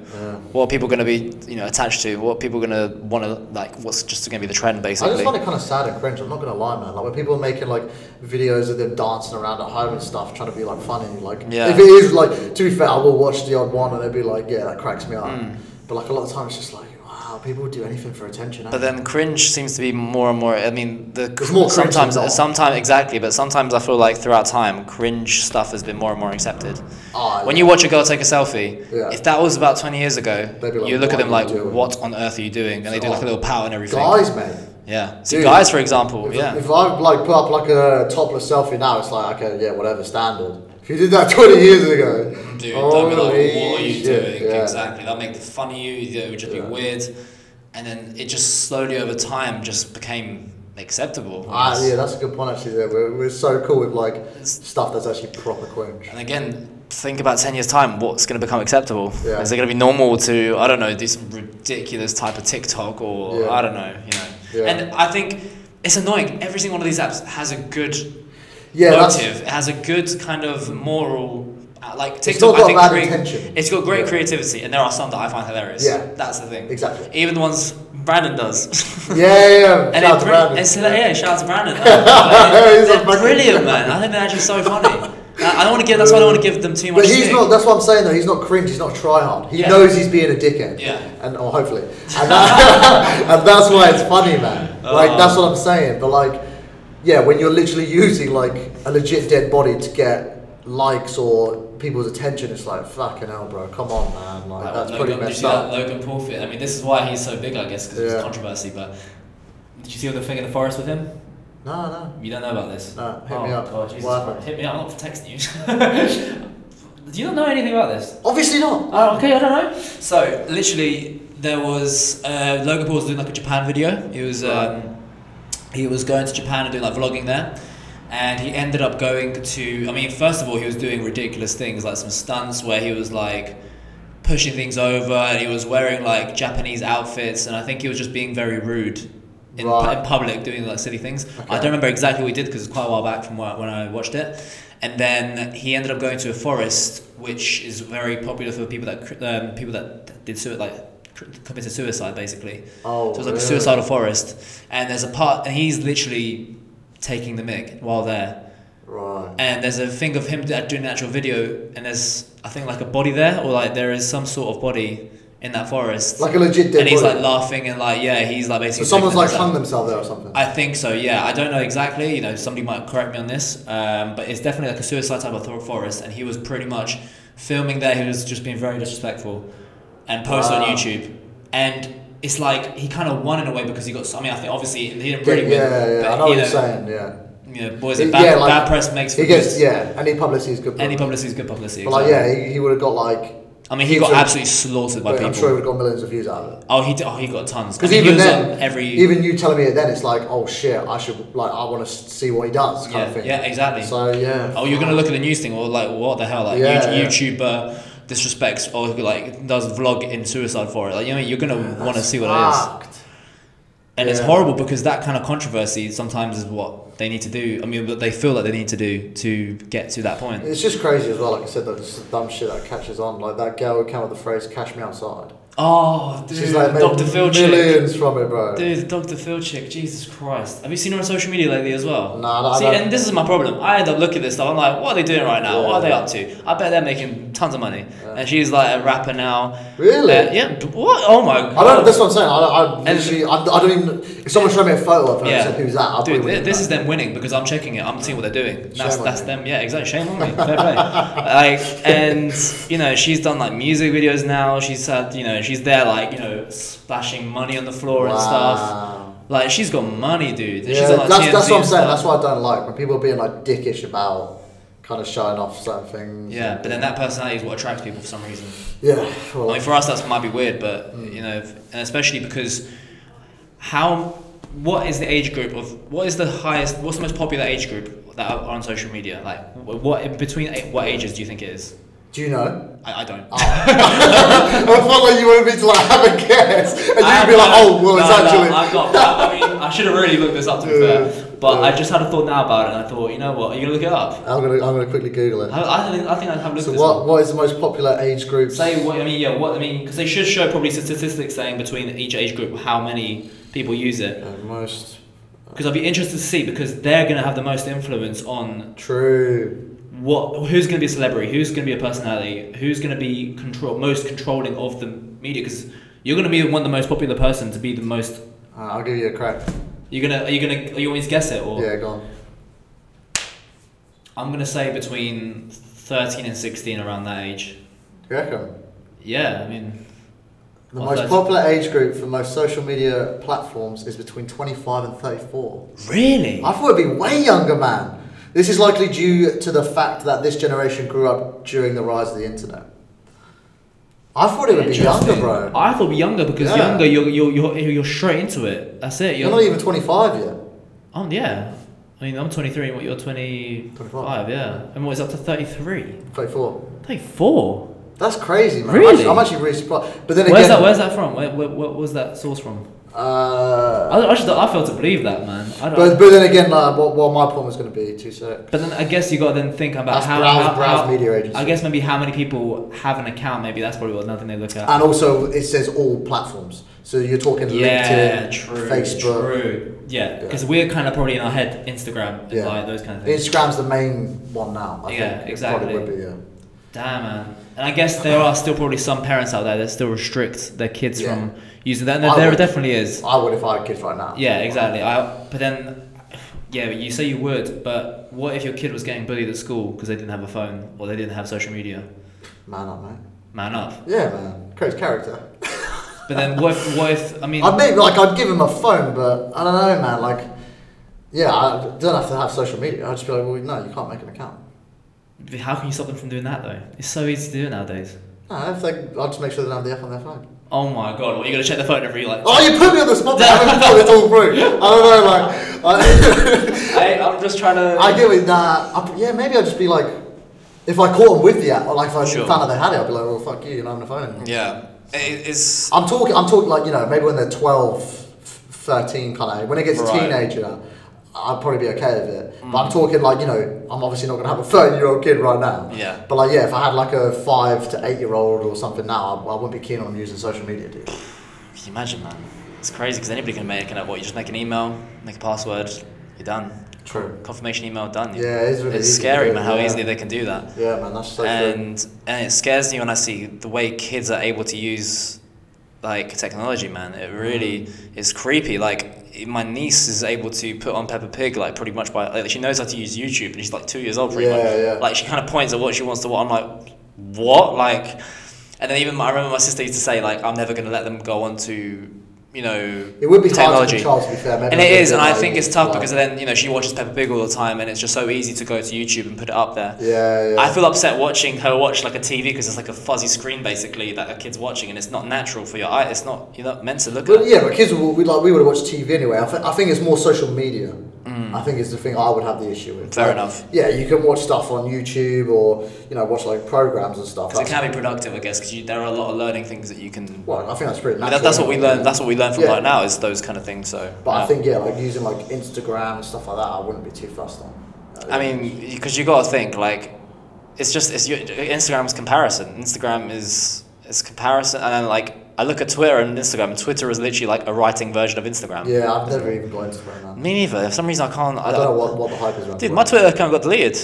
Speaker 2: what are people gonna be, you know, attached to? What are people gonna want to like? What's just gonna be the trend,
Speaker 1: I
Speaker 2: basically?
Speaker 1: just find it kind of sad and cringe. I'm not gonna lie, man. Like when people are making like videos of them dancing around at home and stuff, trying to be like funny. Like,
Speaker 2: Yeah.
Speaker 1: if it is like, to be fair, I will watch the odd one, and they'll be like, yeah, that cracks me up.
Speaker 2: Hmm.
Speaker 1: But like a lot of times, it's just like, wow, people do anything for attention. eh?
Speaker 2: but then cringe seems to be more and more. I mean, the
Speaker 1: There's more cringe than
Speaker 2: sometimes,
Speaker 1: not.
Speaker 2: sometimes exactly, but sometimes I feel like throughout time, cringe stuff has been more and more accepted.
Speaker 1: Ah,
Speaker 2: when
Speaker 1: yeah.
Speaker 2: you watch a girl take a selfie,
Speaker 1: Yeah.
Speaker 2: if that was about 20 years ago,
Speaker 1: They'd be like,
Speaker 2: you look at
Speaker 1: "What
Speaker 2: them
Speaker 1: are you
Speaker 2: like,
Speaker 1: doing?"
Speaker 2: what on earth are you doing? And they do like a
Speaker 1: Oh.
Speaker 2: little pout and everything.
Speaker 1: guys, mate.
Speaker 2: Yeah. So
Speaker 1: Dude,
Speaker 2: guys, for example,
Speaker 1: If,
Speaker 2: yeah.
Speaker 1: If I like put up like a topless selfie now, it's like okay, yeah, whatever, standard. If you did that twenty years ago,
Speaker 2: Dude,
Speaker 1: Oh,
Speaker 2: they'll be like, what are
Speaker 1: holy
Speaker 2: you
Speaker 1: shit,
Speaker 2: doing? Exactly. They'll make fun of you. It would just
Speaker 1: Yeah.
Speaker 2: be weird. And then it just slowly over time just became acceptable. I
Speaker 1: Ah,
Speaker 2: guess.
Speaker 1: yeah, that's a good point actually. There, we're, we're so cool with like
Speaker 2: It's-
Speaker 1: stuff that's actually proper cringe.
Speaker 2: And again, think about 10 years' time, what's going to become acceptable?
Speaker 1: Yeah.
Speaker 2: Is it going to be normal to, I don't know, do some ridiculous type of TikTok or,
Speaker 1: Yeah.
Speaker 2: I don't know, you know?
Speaker 1: Yeah.
Speaker 2: And I think it's annoying. Every single one of these apps has a good
Speaker 1: Yeah, that's-
Speaker 2: motive, it has a good kind of moral. uh, Like TikTok,
Speaker 1: not got
Speaker 2: I think
Speaker 1: bad
Speaker 2: crea-
Speaker 1: intention.
Speaker 2: it's got great
Speaker 1: Yeah.
Speaker 2: creativity, and there are some that I find hilarious.
Speaker 1: Yeah.
Speaker 2: that's the thing.
Speaker 1: Exactly.
Speaker 2: Even the ones Brandon does.
Speaker 1: Yeah, yeah, yeah.
Speaker 2: And it
Speaker 1: shout out to
Speaker 2: bri-
Speaker 1: Brandon.
Speaker 2: It's, yeah. shout out to Brandon.
Speaker 1: He's a
Speaker 2: they're
Speaker 1: fucking-
Speaker 2: brilliant, man. I think they're actually so funny. I I don't want to give. That's why I don't want to give them too much.
Speaker 1: But he's
Speaker 2: stick.
Speaker 1: not. That's what I'm saying. Though he's not cringe. He's not try hard. He
Speaker 2: Yeah.
Speaker 1: knows he's being a dickhead.
Speaker 2: Yeah.
Speaker 1: And or hopefully, and, that, and that's why it's funny, man. Like that's what I'm saying. But like, yeah, when you're literally using like a legit dead body to get likes or people's attention, it's like fucking hell, bro. Come on, man. Like
Speaker 2: Like,
Speaker 1: that's
Speaker 2: Logan,
Speaker 1: pretty
Speaker 2: did you
Speaker 1: messed
Speaker 2: see that
Speaker 1: up.
Speaker 2: Logan Paul fit. I mean, this is why he's so big, I guess, because
Speaker 1: Yeah.
Speaker 2: it's controversy. But did you see all the thing in the forest with him?
Speaker 1: No, no.
Speaker 2: You don't know about this.
Speaker 1: No, hit
Speaker 2: oh,
Speaker 1: me up.
Speaker 2: God, Jesus
Speaker 1: What happened?
Speaker 2: Christ. Hit me up. I'm not texting you. Do you not know anything about this?
Speaker 1: Obviously not.
Speaker 2: Oh, okay, I don't know. So literally, there was uh, Logan Paul was doing like a Japan video. He was um, he was going to Japan and doing like vlogging there, and he ended up going to. I mean, first of all, he was doing ridiculous things like some stunts where he was like pushing things over and he was wearing like Japanese outfits, and I think he was just being very rude. In, pu-
Speaker 1: Right.
Speaker 2: in public doing like silly things. I
Speaker 1: Okay.
Speaker 2: don't remember exactly what he did because it's quite a while back from where, when I watched it. And then he ended up going to a forest, which is very popular for people that cr- um, people that did sui- like cr- committed suicide basically.
Speaker 1: Oh,
Speaker 2: so it's like a
Speaker 1: really?
Speaker 2: suicidal forest, and there's a part, and he's literally taking the mic while there.
Speaker 1: Right.
Speaker 2: And there's a thing of him da- doing an actual video, and there's I think like a body there, or like there is some sort of body in that forest.
Speaker 1: Like a legit dead
Speaker 2: and he's
Speaker 1: body.
Speaker 2: like laughing and like yeah, he's like
Speaker 1: so
Speaker 2: basically.
Speaker 1: someone's
Speaker 2: taking
Speaker 1: like
Speaker 2: himself.
Speaker 1: hung themselves there or something.
Speaker 2: I think so. Yeah, I don't know exactly. You know, somebody might correct me on this, um, but it's definitely like a suicide type of thor- forest. And he was pretty much filming there. He was just being very disrespectful, and posted
Speaker 1: Wow.
Speaker 2: on YouTube. And it's like he kind of won in a way because he got. so- I mean, I think obviously he didn't
Speaker 1: yeah,
Speaker 2: really win.
Speaker 1: yeah, yeah, I
Speaker 2: but,
Speaker 1: know what
Speaker 2: you
Speaker 1: you're
Speaker 2: know,
Speaker 1: saying. Yeah,
Speaker 2: You know, boys, bad,
Speaker 1: It- yeah, like,
Speaker 2: bad press makes. for
Speaker 1: he gets
Speaker 2: good.
Speaker 1: yeah. Any publicity is good.
Speaker 2: Any publicity is good publicity.
Speaker 1: But like
Speaker 2: exactly.
Speaker 1: yeah, he, he would have got like.
Speaker 2: I mean, he
Speaker 1: huge
Speaker 2: got
Speaker 1: of-
Speaker 2: absolutely slaughtered by
Speaker 1: but
Speaker 2: people.
Speaker 1: I'm sure he would have got millions of views out of it.
Speaker 2: Oh, he did, oh he got tons. I
Speaker 1: Because
Speaker 2: mean, he
Speaker 1: even
Speaker 2: was
Speaker 1: then,
Speaker 2: on every
Speaker 1: even you telling me it then, it's like, oh shit, I should like, I want to see what he does, kind
Speaker 2: yeah,
Speaker 1: of thing.
Speaker 2: yeah exactly.
Speaker 1: So yeah.
Speaker 2: oh, you're gonna look at the news thing or like what the hell like
Speaker 1: Yeah,
Speaker 2: you-
Speaker 1: yeah.
Speaker 2: YouTuber disrespects or like does vlog in suicide for it. Like you know you're gonna want to see what it is,
Speaker 1: Fucked.
Speaker 2: and it's
Speaker 1: Yeah.
Speaker 2: horrible because that kind of controversy sometimes is what they need to do. I mean, what they feel like they need to do to get to that point.
Speaker 1: It's just crazy as well. Like I said, that just dumb shit that catches on. Like that girl who came up with the phrase "cash me outside."
Speaker 2: oh, dude,
Speaker 1: She's like made
Speaker 2: Dr. Phil chick.
Speaker 1: millions from it, bro.
Speaker 2: Dude, Dr. Phil chick, Jesus Christ. Have you seen her on social media lately as well?
Speaker 1: Nah, nah,
Speaker 2: See,
Speaker 1: nah.
Speaker 2: and this is my problem. I end up looking at this stuff. I'm like, what are they doing right now? What are they up to? I bet they're making tons of money. And she's like a rapper now.
Speaker 1: Really?
Speaker 2: Uh, yeah. d- What? Oh my god.
Speaker 1: I don't. That's what I'm saying. I, I
Speaker 2: And-
Speaker 1: literally, I, I don't even. If someone showed me a photo of her
Speaker 2: Yeah.
Speaker 1: and said who's that, I
Speaker 2: Dude,
Speaker 1: probably
Speaker 2: thi- this is them winning because I'm checking it. I'm seeing what they're doing. That's,
Speaker 1: Shame on
Speaker 2: that's
Speaker 1: you.
Speaker 2: them. Yeah, exactly. Shame on me. Fair play. Like, and you know, she's done like music videos now. She's had, you know, she's there like you know, splashing money on the floor and stuff. Like, she's got money, dude. And
Speaker 1: Yeah,
Speaker 2: she's on, like,
Speaker 1: that's,
Speaker 2: TMZ
Speaker 1: that's what I'm
Speaker 2: and
Speaker 1: saying.
Speaker 2: stuff.
Speaker 1: That's what I don't like when people are being like dickish about kind of showing off certain things.
Speaker 2: Yeah, but then that personality is what attracts people for some reason.
Speaker 1: Yeah.
Speaker 2: I
Speaker 1: Well,
Speaker 2: mean, for us, that might be weird, but
Speaker 1: Hmm.
Speaker 2: you know, if- and especially because how, what is the age group of what is the highest, what's the most popular age group that are on social media? Like, wh- what in between a- what ages do you think it is?
Speaker 1: do you know?
Speaker 2: I, I don't.
Speaker 1: Ah. I felt like you wanted me to like have a guess,
Speaker 2: I
Speaker 1: and you'd
Speaker 2: have
Speaker 1: be like,
Speaker 2: no-
Speaker 1: "Oh, well,
Speaker 2: no,
Speaker 1: it's
Speaker 2: no,
Speaker 1: actually."
Speaker 2: I've got. I mean, I should have really looked this up to be fair,
Speaker 1: Uh,
Speaker 2: but I
Speaker 1: uh.
Speaker 2: just had a thought now about it, and I thought, you know what, are you gonna look it up?
Speaker 1: I'm gonna, I'm gonna quickly Google it.
Speaker 2: I, I think I think I'd have a look
Speaker 1: So
Speaker 2: this up.
Speaker 1: what, what is the most popular age group?
Speaker 2: Say what I mean, yeah. What I mean, because they should show probably statistics saying between each age group how many people use it.
Speaker 1: Uh, most
Speaker 2: Because I'd be interested to see because they're gonna have the most influence on
Speaker 1: true.
Speaker 2: what who's gonna be a celebrity, who's gonna be a personality, who's gonna be control most controlling of the media. Because you're gonna be one of the most popular person to be the most.
Speaker 1: Uh, I'll give you a crack.
Speaker 2: You're gonna are you gonna are you always guess it or
Speaker 1: Yeah, go on.
Speaker 2: I'm gonna say between thirteen and sixteen around that age.
Speaker 1: You reckon?
Speaker 2: Yeah, I mean.
Speaker 1: The
Speaker 2: Well,
Speaker 1: most
Speaker 2: that's-
Speaker 1: popular age group for most social media platforms is between 25 and 34.
Speaker 2: Really?
Speaker 1: I thought it'd be way younger, man. This is likely due to the fact that this generation grew up during the rise of the internet. I thought it would be younger,
Speaker 2: Interesting.
Speaker 1: bro.
Speaker 2: I thought younger because
Speaker 1: Yeah.
Speaker 2: younger you're, you're you're you're straight into it. That's it.
Speaker 1: You're not even 25 yet.
Speaker 2: Oh yeah. I mean, I'm 23. and What you're 25?
Speaker 1: 25.
Speaker 2: Yeah. And what is up to 33?
Speaker 1: 34.
Speaker 2: 34.
Speaker 1: That's crazy, man. I'm
Speaker 2: Really?
Speaker 1: actually, I'm actually really surprised. But then
Speaker 2: Where's that?
Speaker 1: again,
Speaker 2: Where's that from? Where, where, what was that source from?
Speaker 1: Uh,
Speaker 2: I, I just I fail to believe that man. I don't.
Speaker 1: but, but then again, like, what, what my point was going to be, two sec.
Speaker 2: but then I guess you got to then think about
Speaker 1: That's
Speaker 2: how,
Speaker 1: Browse-
Speaker 2: how,
Speaker 1: Browse
Speaker 2: how-
Speaker 1: Media Agency.
Speaker 2: I guess maybe how many people have an account. Maybe that's probably what nothing they look at.
Speaker 1: And also, it says all platforms. So you're talking
Speaker 2: yeah,
Speaker 1: LinkedIn,
Speaker 2: true,
Speaker 1: Facebook.
Speaker 2: true. Yeah,
Speaker 1: Yeah.
Speaker 2: because we're kind of probably in our head Instagram, and
Speaker 1: Yeah.
Speaker 2: like those kind of things.
Speaker 1: Instagram's the main one now. I
Speaker 2: Yeah,
Speaker 1: think. It
Speaker 2: exactly.
Speaker 1: Probably would be, yeah.
Speaker 2: Damn, man. And I guess there are still probably some parents out there that still restrict their kids
Speaker 1: Yeah.
Speaker 2: from using that. And
Speaker 1: I
Speaker 2: there
Speaker 1: would.
Speaker 2: definitely is.
Speaker 1: I would if I had kids right now.
Speaker 2: Yeah, exactly. I, but then, yeah, but you say you would, but what if your kid was getting bullied at school because they didn't have a phone or they didn't have social media?
Speaker 1: Man up, mate.
Speaker 2: Man up.
Speaker 1: Yeah, man. Creates character.
Speaker 2: But then what if, what if I mean,
Speaker 1: I'd maybe, like, I'd give him a phone, but I don't know, man. Like, yeah, I don't have to have social media. I'd just be like, well, no, you can't make an account.
Speaker 2: how can you stop them from doing that though? It's so easy to do it nowadays.
Speaker 1: No, if they, I'll just make sure they don't have the app on their phone.
Speaker 2: Oh my god, well, you gotta check the phone every like.
Speaker 1: Oh, you put me on the spot. but I haven't thought it all through. I don't know, like,
Speaker 2: I, I'm just trying to.
Speaker 1: I, I get with that. I, yeah, maybe I'd just be like, if I caught them with the app, or like if I
Speaker 2: Sure.
Speaker 1: found out they had it, I'd be like, well, fuck you, you're not having a phone.
Speaker 2: yeah, it, it's
Speaker 1: I'm talking, I'm talking like, you know, maybe when they're 12, f- 13 kind of, when it gets
Speaker 2: Right.
Speaker 1: a teenager, I'd probably be okay with it. But I'm talking like, you know, I'm obviously not going to have a 30 year old kid right now.
Speaker 2: Yeah.
Speaker 1: But like, yeah, if I had like a 5 to 8 year old or something now, I, I wouldn't be keen on using social media, dude.
Speaker 2: Can you imagine, man? It's crazy because anybody can make an what you just make an email, make a password, you're done.
Speaker 1: True.
Speaker 2: Confirmation email done.
Speaker 1: Yeah, it is really
Speaker 2: it's
Speaker 1: easy to
Speaker 2: scary,
Speaker 1: do,
Speaker 2: man, how
Speaker 1: yeah.
Speaker 2: easily they can do that.
Speaker 1: Yeah, man, that's so true.
Speaker 2: and and it scares me when I see the way kids are able to use like technology, man. It really
Speaker 1: Mm.
Speaker 2: is creepy. Like my niece is able to put on Peppa Pig like pretty much by like she knows how to use YouTube, and she's like two years old pretty
Speaker 1: Yeah,
Speaker 2: much.
Speaker 1: yeah.
Speaker 2: Like she kind of points at what she wants to. What I'm like, what like, and then even my, I remember my sister used to say like, I'm never gonna let them go on to you know
Speaker 1: It would be
Speaker 2: technology.
Speaker 1: hard to be fair. Maybe
Speaker 2: And
Speaker 1: I'd
Speaker 2: it
Speaker 1: be a
Speaker 2: is,
Speaker 1: bit
Speaker 2: and I
Speaker 1: like-
Speaker 2: think it's tough
Speaker 1: like-
Speaker 2: because then you know she watches Peppa Pig all the time, and it's just so easy to go to YouTube and put it up there.
Speaker 1: yeah, yeah.
Speaker 2: I feel upset watching her watch like a TV because it's like a fuzzy screen basically that a kid's watching, and it's not natural for your eye. It's not you're not meant to look at.
Speaker 1: But
Speaker 2: it.
Speaker 1: yeah, but kids would we like we would have watched TV anyway. I, th- I think it's more social media. I think is the thing I would have the issue with.
Speaker 2: Mm. Fair
Speaker 1: Like,
Speaker 2: enough.
Speaker 1: Yeah, you can watch stuff on YouTube or you know watch like programs and stuff.
Speaker 2: 'Cause it
Speaker 1: That's-
Speaker 2: can be productive, I guess, because there are a lot of learning things that you can.
Speaker 1: well, I think that's pretty.
Speaker 2: I mean,
Speaker 1: Natural,
Speaker 2: that, that's what we learn. That's what we learn from
Speaker 1: Yeah.
Speaker 2: right now is those kind of things. So.
Speaker 1: But
Speaker 2: yeah.
Speaker 1: I think yeah, like using like Instagram and stuff like that, I wouldn't be too fussed on.
Speaker 2: I mean, because you got to think like, it's just it's your, Instagram's comparison. Instagram is it's comparison, and then like I look at Twitter and Instagram. and Twitter is literally like a writing version of Instagram.
Speaker 1: yeah, I've never even got Instagram. Man.
Speaker 2: Me neither. For some reason, I can't.
Speaker 1: I don't know what, what the hype is around.
Speaker 2: Dude,
Speaker 1: it.
Speaker 2: my Twitter account got deleted.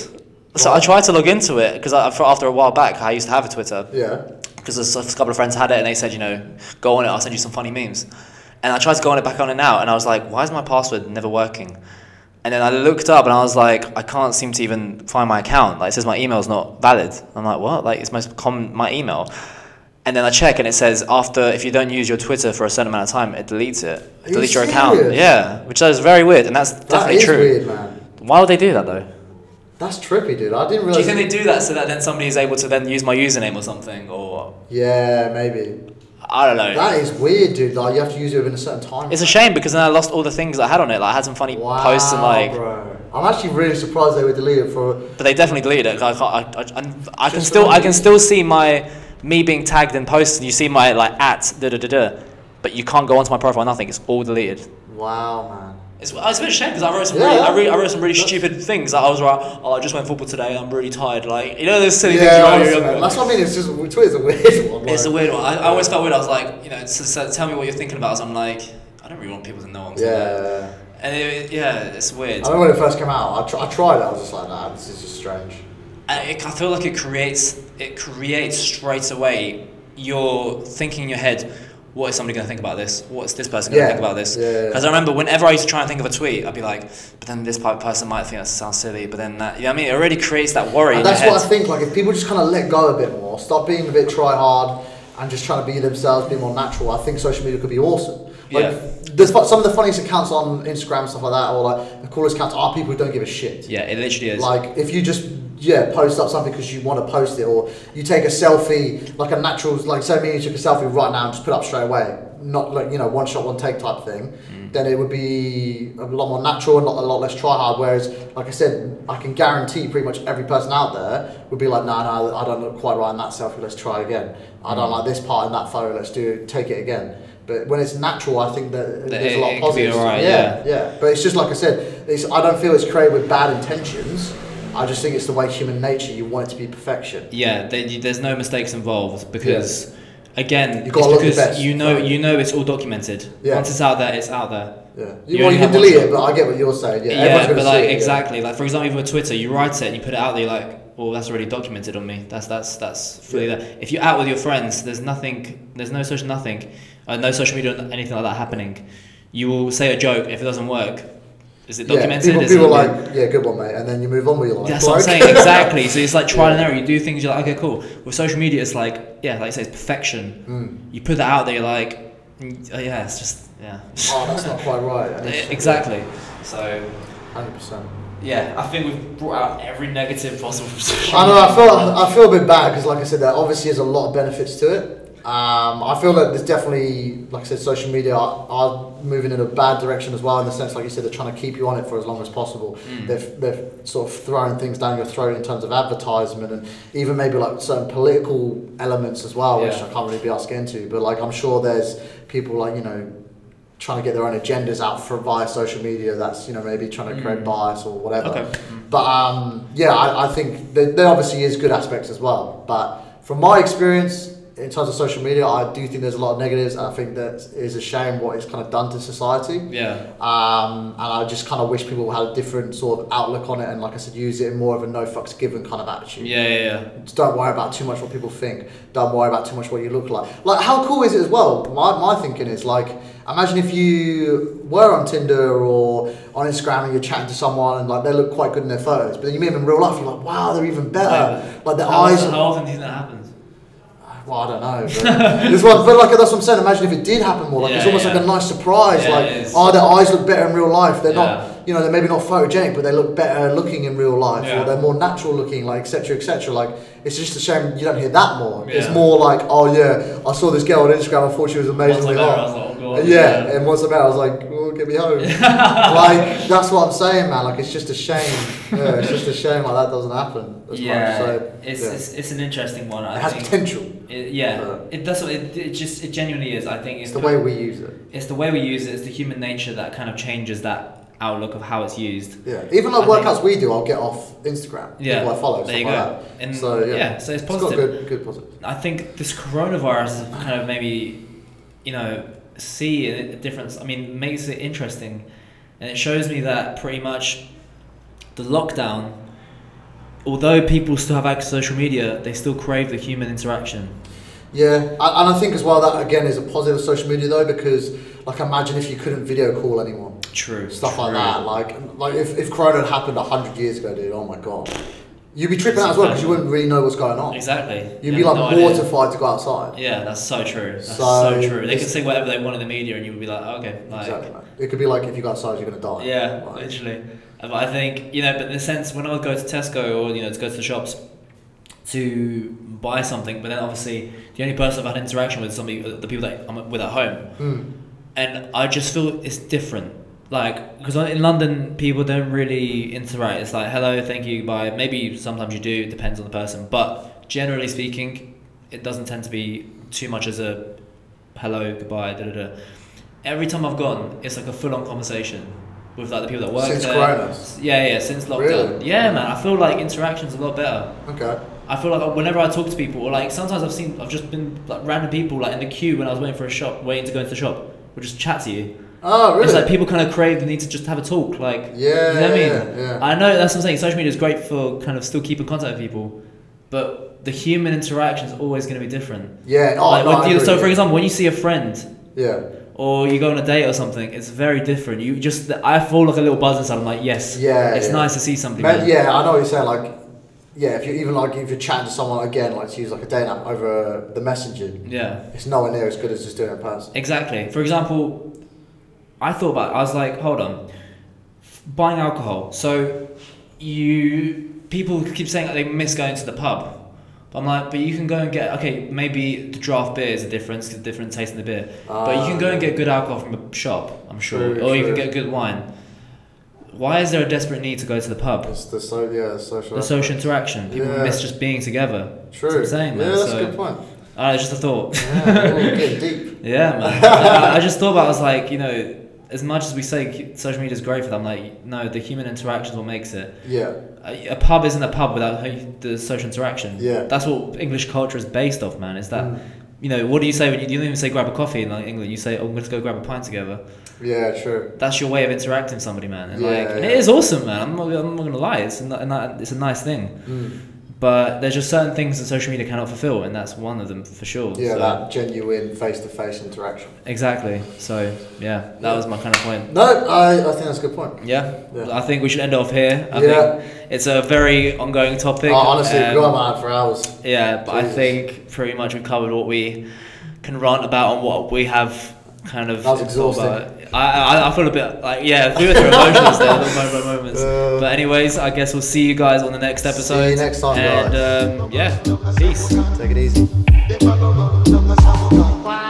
Speaker 2: So I
Speaker 1: Why?
Speaker 2: tried to log into it because after a while back, I used to have a Twitter
Speaker 1: Yeah.
Speaker 2: because a couple of friends had it and they said, you know, go on it, I'll send you some funny memes. And I tried to go on it back on it now and I was like, why is my password never working? And then I looked up and I was like, I can't seem to even find my account. Like it says my email's not valid. I'm like, what? Like it's most common my email. And then I check and it says after if you don't use your Twitter for a certain amount of time, it deletes it.
Speaker 1: Are
Speaker 2: It
Speaker 1: you
Speaker 2: deletes your account.
Speaker 1: serious?
Speaker 2: Yeah. Which is very weird and that's
Speaker 1: That
Speaker 2: definitely
Speaker 1: is
Speaker 2: true.
Speaker 1: weird, man.
Speaker 2: Why would they do that though?
Speaker 1: That's trippy, dude. I didn't
Speaker 2: Do you
Speaker 1: realize.
Speaker 2: think they do that so that then somebody is able to then use my username or something, or
Speaker 1: yeah, maybe.
Speaker 2: I don't know.
Speaker 1: That is weird, dude. Like you have to use it within a certain time.
Speaker 2: it's a shame because then I lost all the things I had on it. Like I had some funny posts and like,
Speaker 1: bro. I'm actually really surprised they were deleted for.
Speaker 2: but they definitely deleted it. 'cause I can't. I, I, I'm- I can
Speaker 1: Just
Speaker 2: still I
Speaker 1: remember-
Speaker 2: can still see my me being tagged in posts, and you see my like at da da da da, but you can't go onto my profile. Nothing. It's all deleted.
Speaker 1: Wow, man.
Speaker 2: It's, oh, it's a bit of a shame because I wrote some
Speaker 1: Yeah,
Speaker 2: really, I,
Speaker 1: yeah.
Speaker 2: really, I wrote some really
Speaker 1: That's-
Speaker 2: stupid things. Like I was like, oh, I just went football today. I'm really tired. Like you know those silly
Speaker 1: yeah,
Speaker 2: things.
Speaker 1: honestly,
Speaker 2: you write.
Speaker 1: man. That's what I mean. It's just Twitter's a weird one.
Speaker 2: It's a
Speaker 1: like-
Speaker 2: weird one. I, I always felt weird. I was like, you know, so, so tell me what you're thinking about. So I'm like, I don't really want people to know what I'm
Speaker 1: Yeah.
Speaker 2: thinking. And it, yeah, it's weird.
Speaker 1: I remember when it first came out. I, tr- I tried it. I was just like, nah, this is just strange.
Speaker 2: And it, I feel like it creates it creates straight away. You're thinking in your head, what is somebody going to think about this? What's this person going to
Speaker 1: Yeah.
Speaker 2: think about this?
Speaker 1: Yeah, yeah, yeah.
Speaker 2: Because I remember whenever I used to try and think of a tweet, I'd be like, but then this pe- person might think that sounds silly. But then that, you know what I mean? It already creates that worry.
Speaker 1: And
Speaker 2: in your
Speaker 1: that's what I
Speaker 2: head.
Speaker 1: think. Like, if people just kind of let go a bit more, stop being a bit try hard, and just trying to be themselves, be more natural, I think social media could be awesome. Like,
Speaker 2: Yeah.
Speaker 1: there's fu- some of the funniest accounts on Instagram, and stuff like that, or like the coolest accounts are people who don't give a shit.
Speaker 2: Yeah, it literally is.
Speaker 1: Like if you just yeah post up something because you want to post it, or you take a selfie like a natural like say me and you took a selfie right now and just put it up straight away, not like you know one shot one take type thing,
Speaker 2: Mm.
Speaker 1: then it would be a lot more natural and not a lot less try hard. Whereas like I said, I can guarantee pretty much every person out there would be like, nah, nah, I don't look quite right in that selfie. Let's try again. I don't
Speaker 2: Mm.
Speaker 1: like this part in that photo. Let's do take it again. But when it's natural, I think that
Speaker 2: That
Speaker 1: there's
Speaker 2: it-
Speaker 1: a lot
Speaker 2: it
Speaker 1: of
Speaker 2: could be
Speaker 1: positives.
Speaker 2: alright, yeah.
Speaker 1: Yeah, but it's just like I said, it's, I don't feel it's created with bad intentions. I just think it's the way human nature, you want it to be perfection.
Speaker 2: Yeah, they, you- there's no mistakes involved because, again,
Speaker 1: You
Speaker 2: it's
Speaker 1: gotta look your
Speaker 2: because
Speaker 1: best.
Speaker 2: you know you know it's all documented.
Speaker 1: Yeah.
Speaker 2: Once it's out there, it's out there.
Speaker 1: Yeah.
Speaker 2: You
Speaker 1: You, well,
Speaker 2: only
Speaker 1: you
Speaker 2: have
Speaker 1: can
Speaker 2: one
Speaker 1: delete
Speaker 2: shot.
Speaker 1: it, but I get what you're saying. Yeah,
Speaker 2: Yeah,
Speaker 1: everyone's
Speaker 2: but
Speaker 1: gonna
Speaker 2: like
Speaker 1: see it, yeah.
Speaker 2: exactly, like for example, even with Twitter, you write it and you put it out there. You're like, well, that's already documented on me. That's that's that's fully there. If you're out with your friends, there's nothing, there's no social nothing, uh, no social media, or anything like that happening. You will say a joke if it doesn't work. Is it
Speaker 1: Yeah,
Speaker 2: documented?
Speaker 1: people,
Speaker 2: Is it-
Speaker 1: people are like, yeah, good one, mate, and then you move on with your life.
Speaker 2: that's what I'm
Speaker 1: Like-
Speaker 2: saying, exactly. So it's like trial and
Speaker 1: Yeah.
Speaker 2: error. You do things, you're like, okay, cool. With social media, it's like, yeah, like I say, it's perfection.
Speaker 1: Mm.
Speaker 2: You put that out there, you're like, mm, oh, yeah, it's just, yeah.
Speaker 1: oh, that's not quite right. And it's-
Speaker 2: exactly. So,
Speaker 1: 100%.
Speaker 2: yeah, I think we've brought out every negative possible from social
Speaker 1: I know. I
Speaker 2: media.
Speaker 1: feel I feel a bit bad because, like I said, there obviously is a lot of benefits to it. Um, I feel that there's definitely, like I said, social media are, are moving in a bad direction as well. In the sense, like you said, they're trying to keep you on it for as long as possible. They've they've sort of throwing things down your throat in terms of advertisement and even maybe like certain political elements as well, which
Speaker 2: Yeah.
Speaker 1: I can't really be asked into. But like I'm sure there's people like you know trying to get their own agendas out for via social media. That's you know maybe trying to create
Speaker 2: Mm.
Speaker 1: bias or whatever.
Speaker 2: Okay.
Speaker 1: But um, yeah, I, I think there, there obviously is good aspects as well. But from my experience, in terms of social media, I do think there's a lot of negatives, and I think that is a shame what it's kind of done to society.
Speaker 4: Yeah.
Speaker 1: Um, and I just kind of wish people had a different sort of outlook on it, and like I said, use it in more of a no fucks given kind of attitude.
Speaker 4: Yeah, yeah, yeah.
Speaker 1: Just Don't worry about too much what people think. Don't worry about too much what you look like. Like, how cool is it as well? My, my thinking is like, imagine if you were on Tinder or on Instagram and you're chatting to someone and like they look quite good in their photos, but then you meet them in real life, you're like, wow, they're even better.
Speaker 4: Yeah.
Speaker 1: Like their
Speaker 4: how,
Speaker 1: eyes.
Speaker 4: How
Speaker 1: Are,
Speaker 4: often do you think that happens?
Speaker 1: well, I don't know. But, it's one- but like that's what I'm saying. Imagine if it did happen more. Like it's
Speaker 4: Yeah,
Speaker 1: almost like
Speaker 4: yeah.
Speaker 1: a nice surprise.
Speaker 4: Yeah, it
Speaker 1: like,
Speaker 4: is.
Speaker 1: oh, their eyes look better in real life. They're
Speaker 4: Yeah.
Speaker 1: not, you know, they're maybe not photogenic, but they look better looking in real life,
Speaker 4: Yeah.
Speaker 1: or they're more natural looking, like etc. etc. Like it's just a shame you don't hear that more. It's
Speaker 4: Yeah.
Speaker 1: more like, oh yeah, I saw this girl on Instagram. I thought she was
Speaker 4: Once I
Speaker 1: amazingly
Speaker 4: got her, I
Speaker 1: hot.
Speaker 4: was like, oh
Speaker 1: Yeah,
Speaker 4: god.
Speaker 1: and once I met, her, I was like, oh, get me home. like that's what I'm saying, man. Like it's just a shame. Yeah, it's just a shame like that doesn't happen. As
Speaker 2: yeah,
Speaker 1: Much. So,
Speaker 2: it's,
Speaker 1: yeah.
Speaker 2: it's it's an interesting one. I
Speaker 1: it has
Speaker 2: think.
Speaker 1: potential.
Speaker 2: It, yeah,
Speaker 1: Uh,
Speaker 2: it does. It, it just it genuinely is. I think
Speaker 1: It's the way we use it.
Speaker 2: it's the way we use it. It's the human nature that kind of changes that outlook of how it's used.
Speaker 1: Yeah, even like
Speaker 2: I think-
Speaker 1: workouts we do, I'll get off Instagram.
Speaker 2: Yeah,
Speaker 1: people I follow.
Speaker 2: there
Speaker 1: stuff
Speaker 2: you
Speaker 1: like
Speaker 2: go.
Speaker 1: That.
Speaker 2: And
Speaker 1: so yeah,
Speaker 2: so it's
Speaker 1: it's got
Speaker 2: positive.
Speaker 1: good, good positive.
Speaker 2: I think this coronavirus has kind of maybe, you know, see a a difference. I mean, makes it interesting, and it shows me that pretty much the lockdown, although people still have access to social media, they still crave the human interaction.
Speaker 1: Yeah, and and I think as well that again is a positive of social media though because like imagine if you couldn't video call anyone,
Speaker 2: True.
Speaker 1: stuff like that. Like like if if Corona had happened hundred years ago, dude, oh my god, you'd be tripping out as well because you wouldn't really know what's going on.
Speaker 2: Exactly.
Speaker 1: You'd
Speaker 2: Yeah,
Speaker 1: be like
Speaker 2: no idea.
Speaker 1: mortified to go outside.
Speaker 2: Yeah, that's so true. That's
Speaker 1: So,
Speaker 2: so, true. They
Speaker 1: it's-
Speaker 2: could say whatever they want in the media, and you would be like, okay, like,
Speaker 1: exactly. man. It could be like if you go outside, you're gonna die.
Speaker 2: yeah,
Speaker 1: Like,
Speaker 2: literally. Uh, But I think you know, but in the sense, when I would go to Tesco or you know to go to the shops to buy something, but then obviously the only person I've had interaction with is somebody, the people that I'm with at home,
Speaker 1: hmm.
Speaker 2: and I just feel it's different. Like, because in London, people don't really interact. It's like, hello, thank you, bye. Maybe sometimes you do, depends on the person. But generally speaking, it doesn't tend to be too much as a hello, goodbye, da da da. Every time I've gone, it's like a full on conversation with like the people that work
Speaker 1: Since
Speaker 2: there.
Speaker 1: Corona?
Speaker 2: Yeah, yeah, since lockdown.
Speaker 1: Really?
Speaker 2: Yeah, man, I feel like interaction's a lot better.
Speaker 1: Okay.
Speaker 2: I feel like whenever I talk to people, or like sometimes I've seen, I've just been like random people like in the queue when I was waiting for a shop, waiting to go into the shop, will just chat to you.
Speaker 1: Oh really?
Speaker 2: It's like people kind of crave the need to just have a talk. Like,
Speaker 1: Yeah,
Speaker 2: you know what I
Speaker 1: yeah,
Speaker 2: mean?
Speaker 1: yeah.
Speaker 2: I know that's what I'm saying. Social media is great for kind of still keeping contact with people, but the human interaction is always going to be different.
Speaker 1: yeah. Oh,
Speaker 2: Like,
Speaker 1: no,
Speaker 2: when
Speaker 1: I
Speaker 2: you-
Speaker 1: agree.
Speaker 2: so, for example, when you see a friend
Speaker 1: Yeah.
Speaker 2: or you go on a date or something, it's very different. You just, I feel like a little buzz inside. I'm like, yes,
Speaker 1: Yeah,
Speaker 2: it's
Speaker 1: yeah.
Speaker 2: nice to see somebody.
Speaker 1: Ma-
Speaker 2: man.
Speaker 1: yeah, I know what you're saying. Like, yeah, if you even like if you're chatting to someone again, like to use like a dating app over uh, the messenger,
Speaker 2: yeah.
Speaker 1: it's nowhere near as good as just doing it in person.
Speaker 2: Exactly. For example, I thought about. I was like, hold on, F- buying alcohol. So you people keep saying that they miss going to the pub. But I'm like, but you can go and get okay. Maybe the draft beer is a difference, 'cause different taste in the beer. but you
Speaker 1: Ah,
Speaker 2: can go and
Speaker 1: yeah.
Speaker 2: get good alcohol from a shop. I'm sure,
Speaker 1: True,
Speaker 2: or you can
Speaker 1: true.
Speaker 2: get good wine. Why is there a desperate need to go to the pub?
Speaker 1: It's the so yeah the social.
Speaker 2: The social interaction. People
Speaker 1: Yeah.
Speaker 2: miss just being together.
Speaker 1: True.
Speaker 2: That's what I'm saying, man.
Speaker 1: yeah, that's
Speaker 2: So-
Speaker 1: a good point.
Speaker 2: Uh, it's just a thought.
Speaker 1: Yeah, ooh, getting deep.
Speaker 2: Yeah, man. I, I just thought about. it, I was like, you know, as much as we say social media is great for them, like, no, the human interaction is what makes it.
Speaker 1: Yeah,
Speaker 2: A, a pub isn't a pub without ho- the social interaction.
Speaker 1: Yeah.
Speaker 2: That's what English culture is based off, man. Is that.
Speaker 1: Mm.
Speaker 2: You know, what do you say when you, you don't even say grab a coffee in like England? You say, oh, let's go grab a pint together.
Speaker 1: yeah, true.
Speaker 2: That's your way of interacting with somebody, man. And,
Speaker 1: Yeah,
Speaker 2: like, and
Speaker 1: yeah.
Speaker 2: it is awesome, man. I'm not, I'm not gonna lie, it's a, ni- it's a nice thing.
Speaker 1: Mm.
Speaker 2: But there's just certain things that social media cannot fulfill, and that's one of them for sure.
Speaker 1: Yeah,
Speaker 2: So-
Speaker 1: that genuine face-to-face interaction.
Speaker 2: Exactly. So yeah, that was my kind of point.
Speaker 1: No, I, I think that's a good point.
Speaker 2: Yeah.
Speaker 1: Yeah.
Speaker 2: I think we should end off here. I
Speaker 1: Yeah.
Speaker 2: think it's a very ongoing topic.
Speaker 1: Oh, honestly,
Speaker 2: um,
Speaker 1: um, you're mad for hours.
Speaker 2: yeah, but I
Speaker 1: Jesus.
Speaker 2: think pretty much we've covered what we can rant about and what we have kind of
Speaker 1: That was
Speaker 2: thought
Speaker 1: exhausting.
Speaker 2: about. I, I I feel a bit like yeah, we were through emotions there, little moment by moments.
Speaker 1: Uh,
Speaker 2: but anyways, I guess we'll see you guys on the next
Speaker 1: See you
Speaker 2: episode.
Speaker 1: next time,
Speaker 2: and um, yeah, peace.
Speaker 1: Take it easy.
Speaker 3: Wow.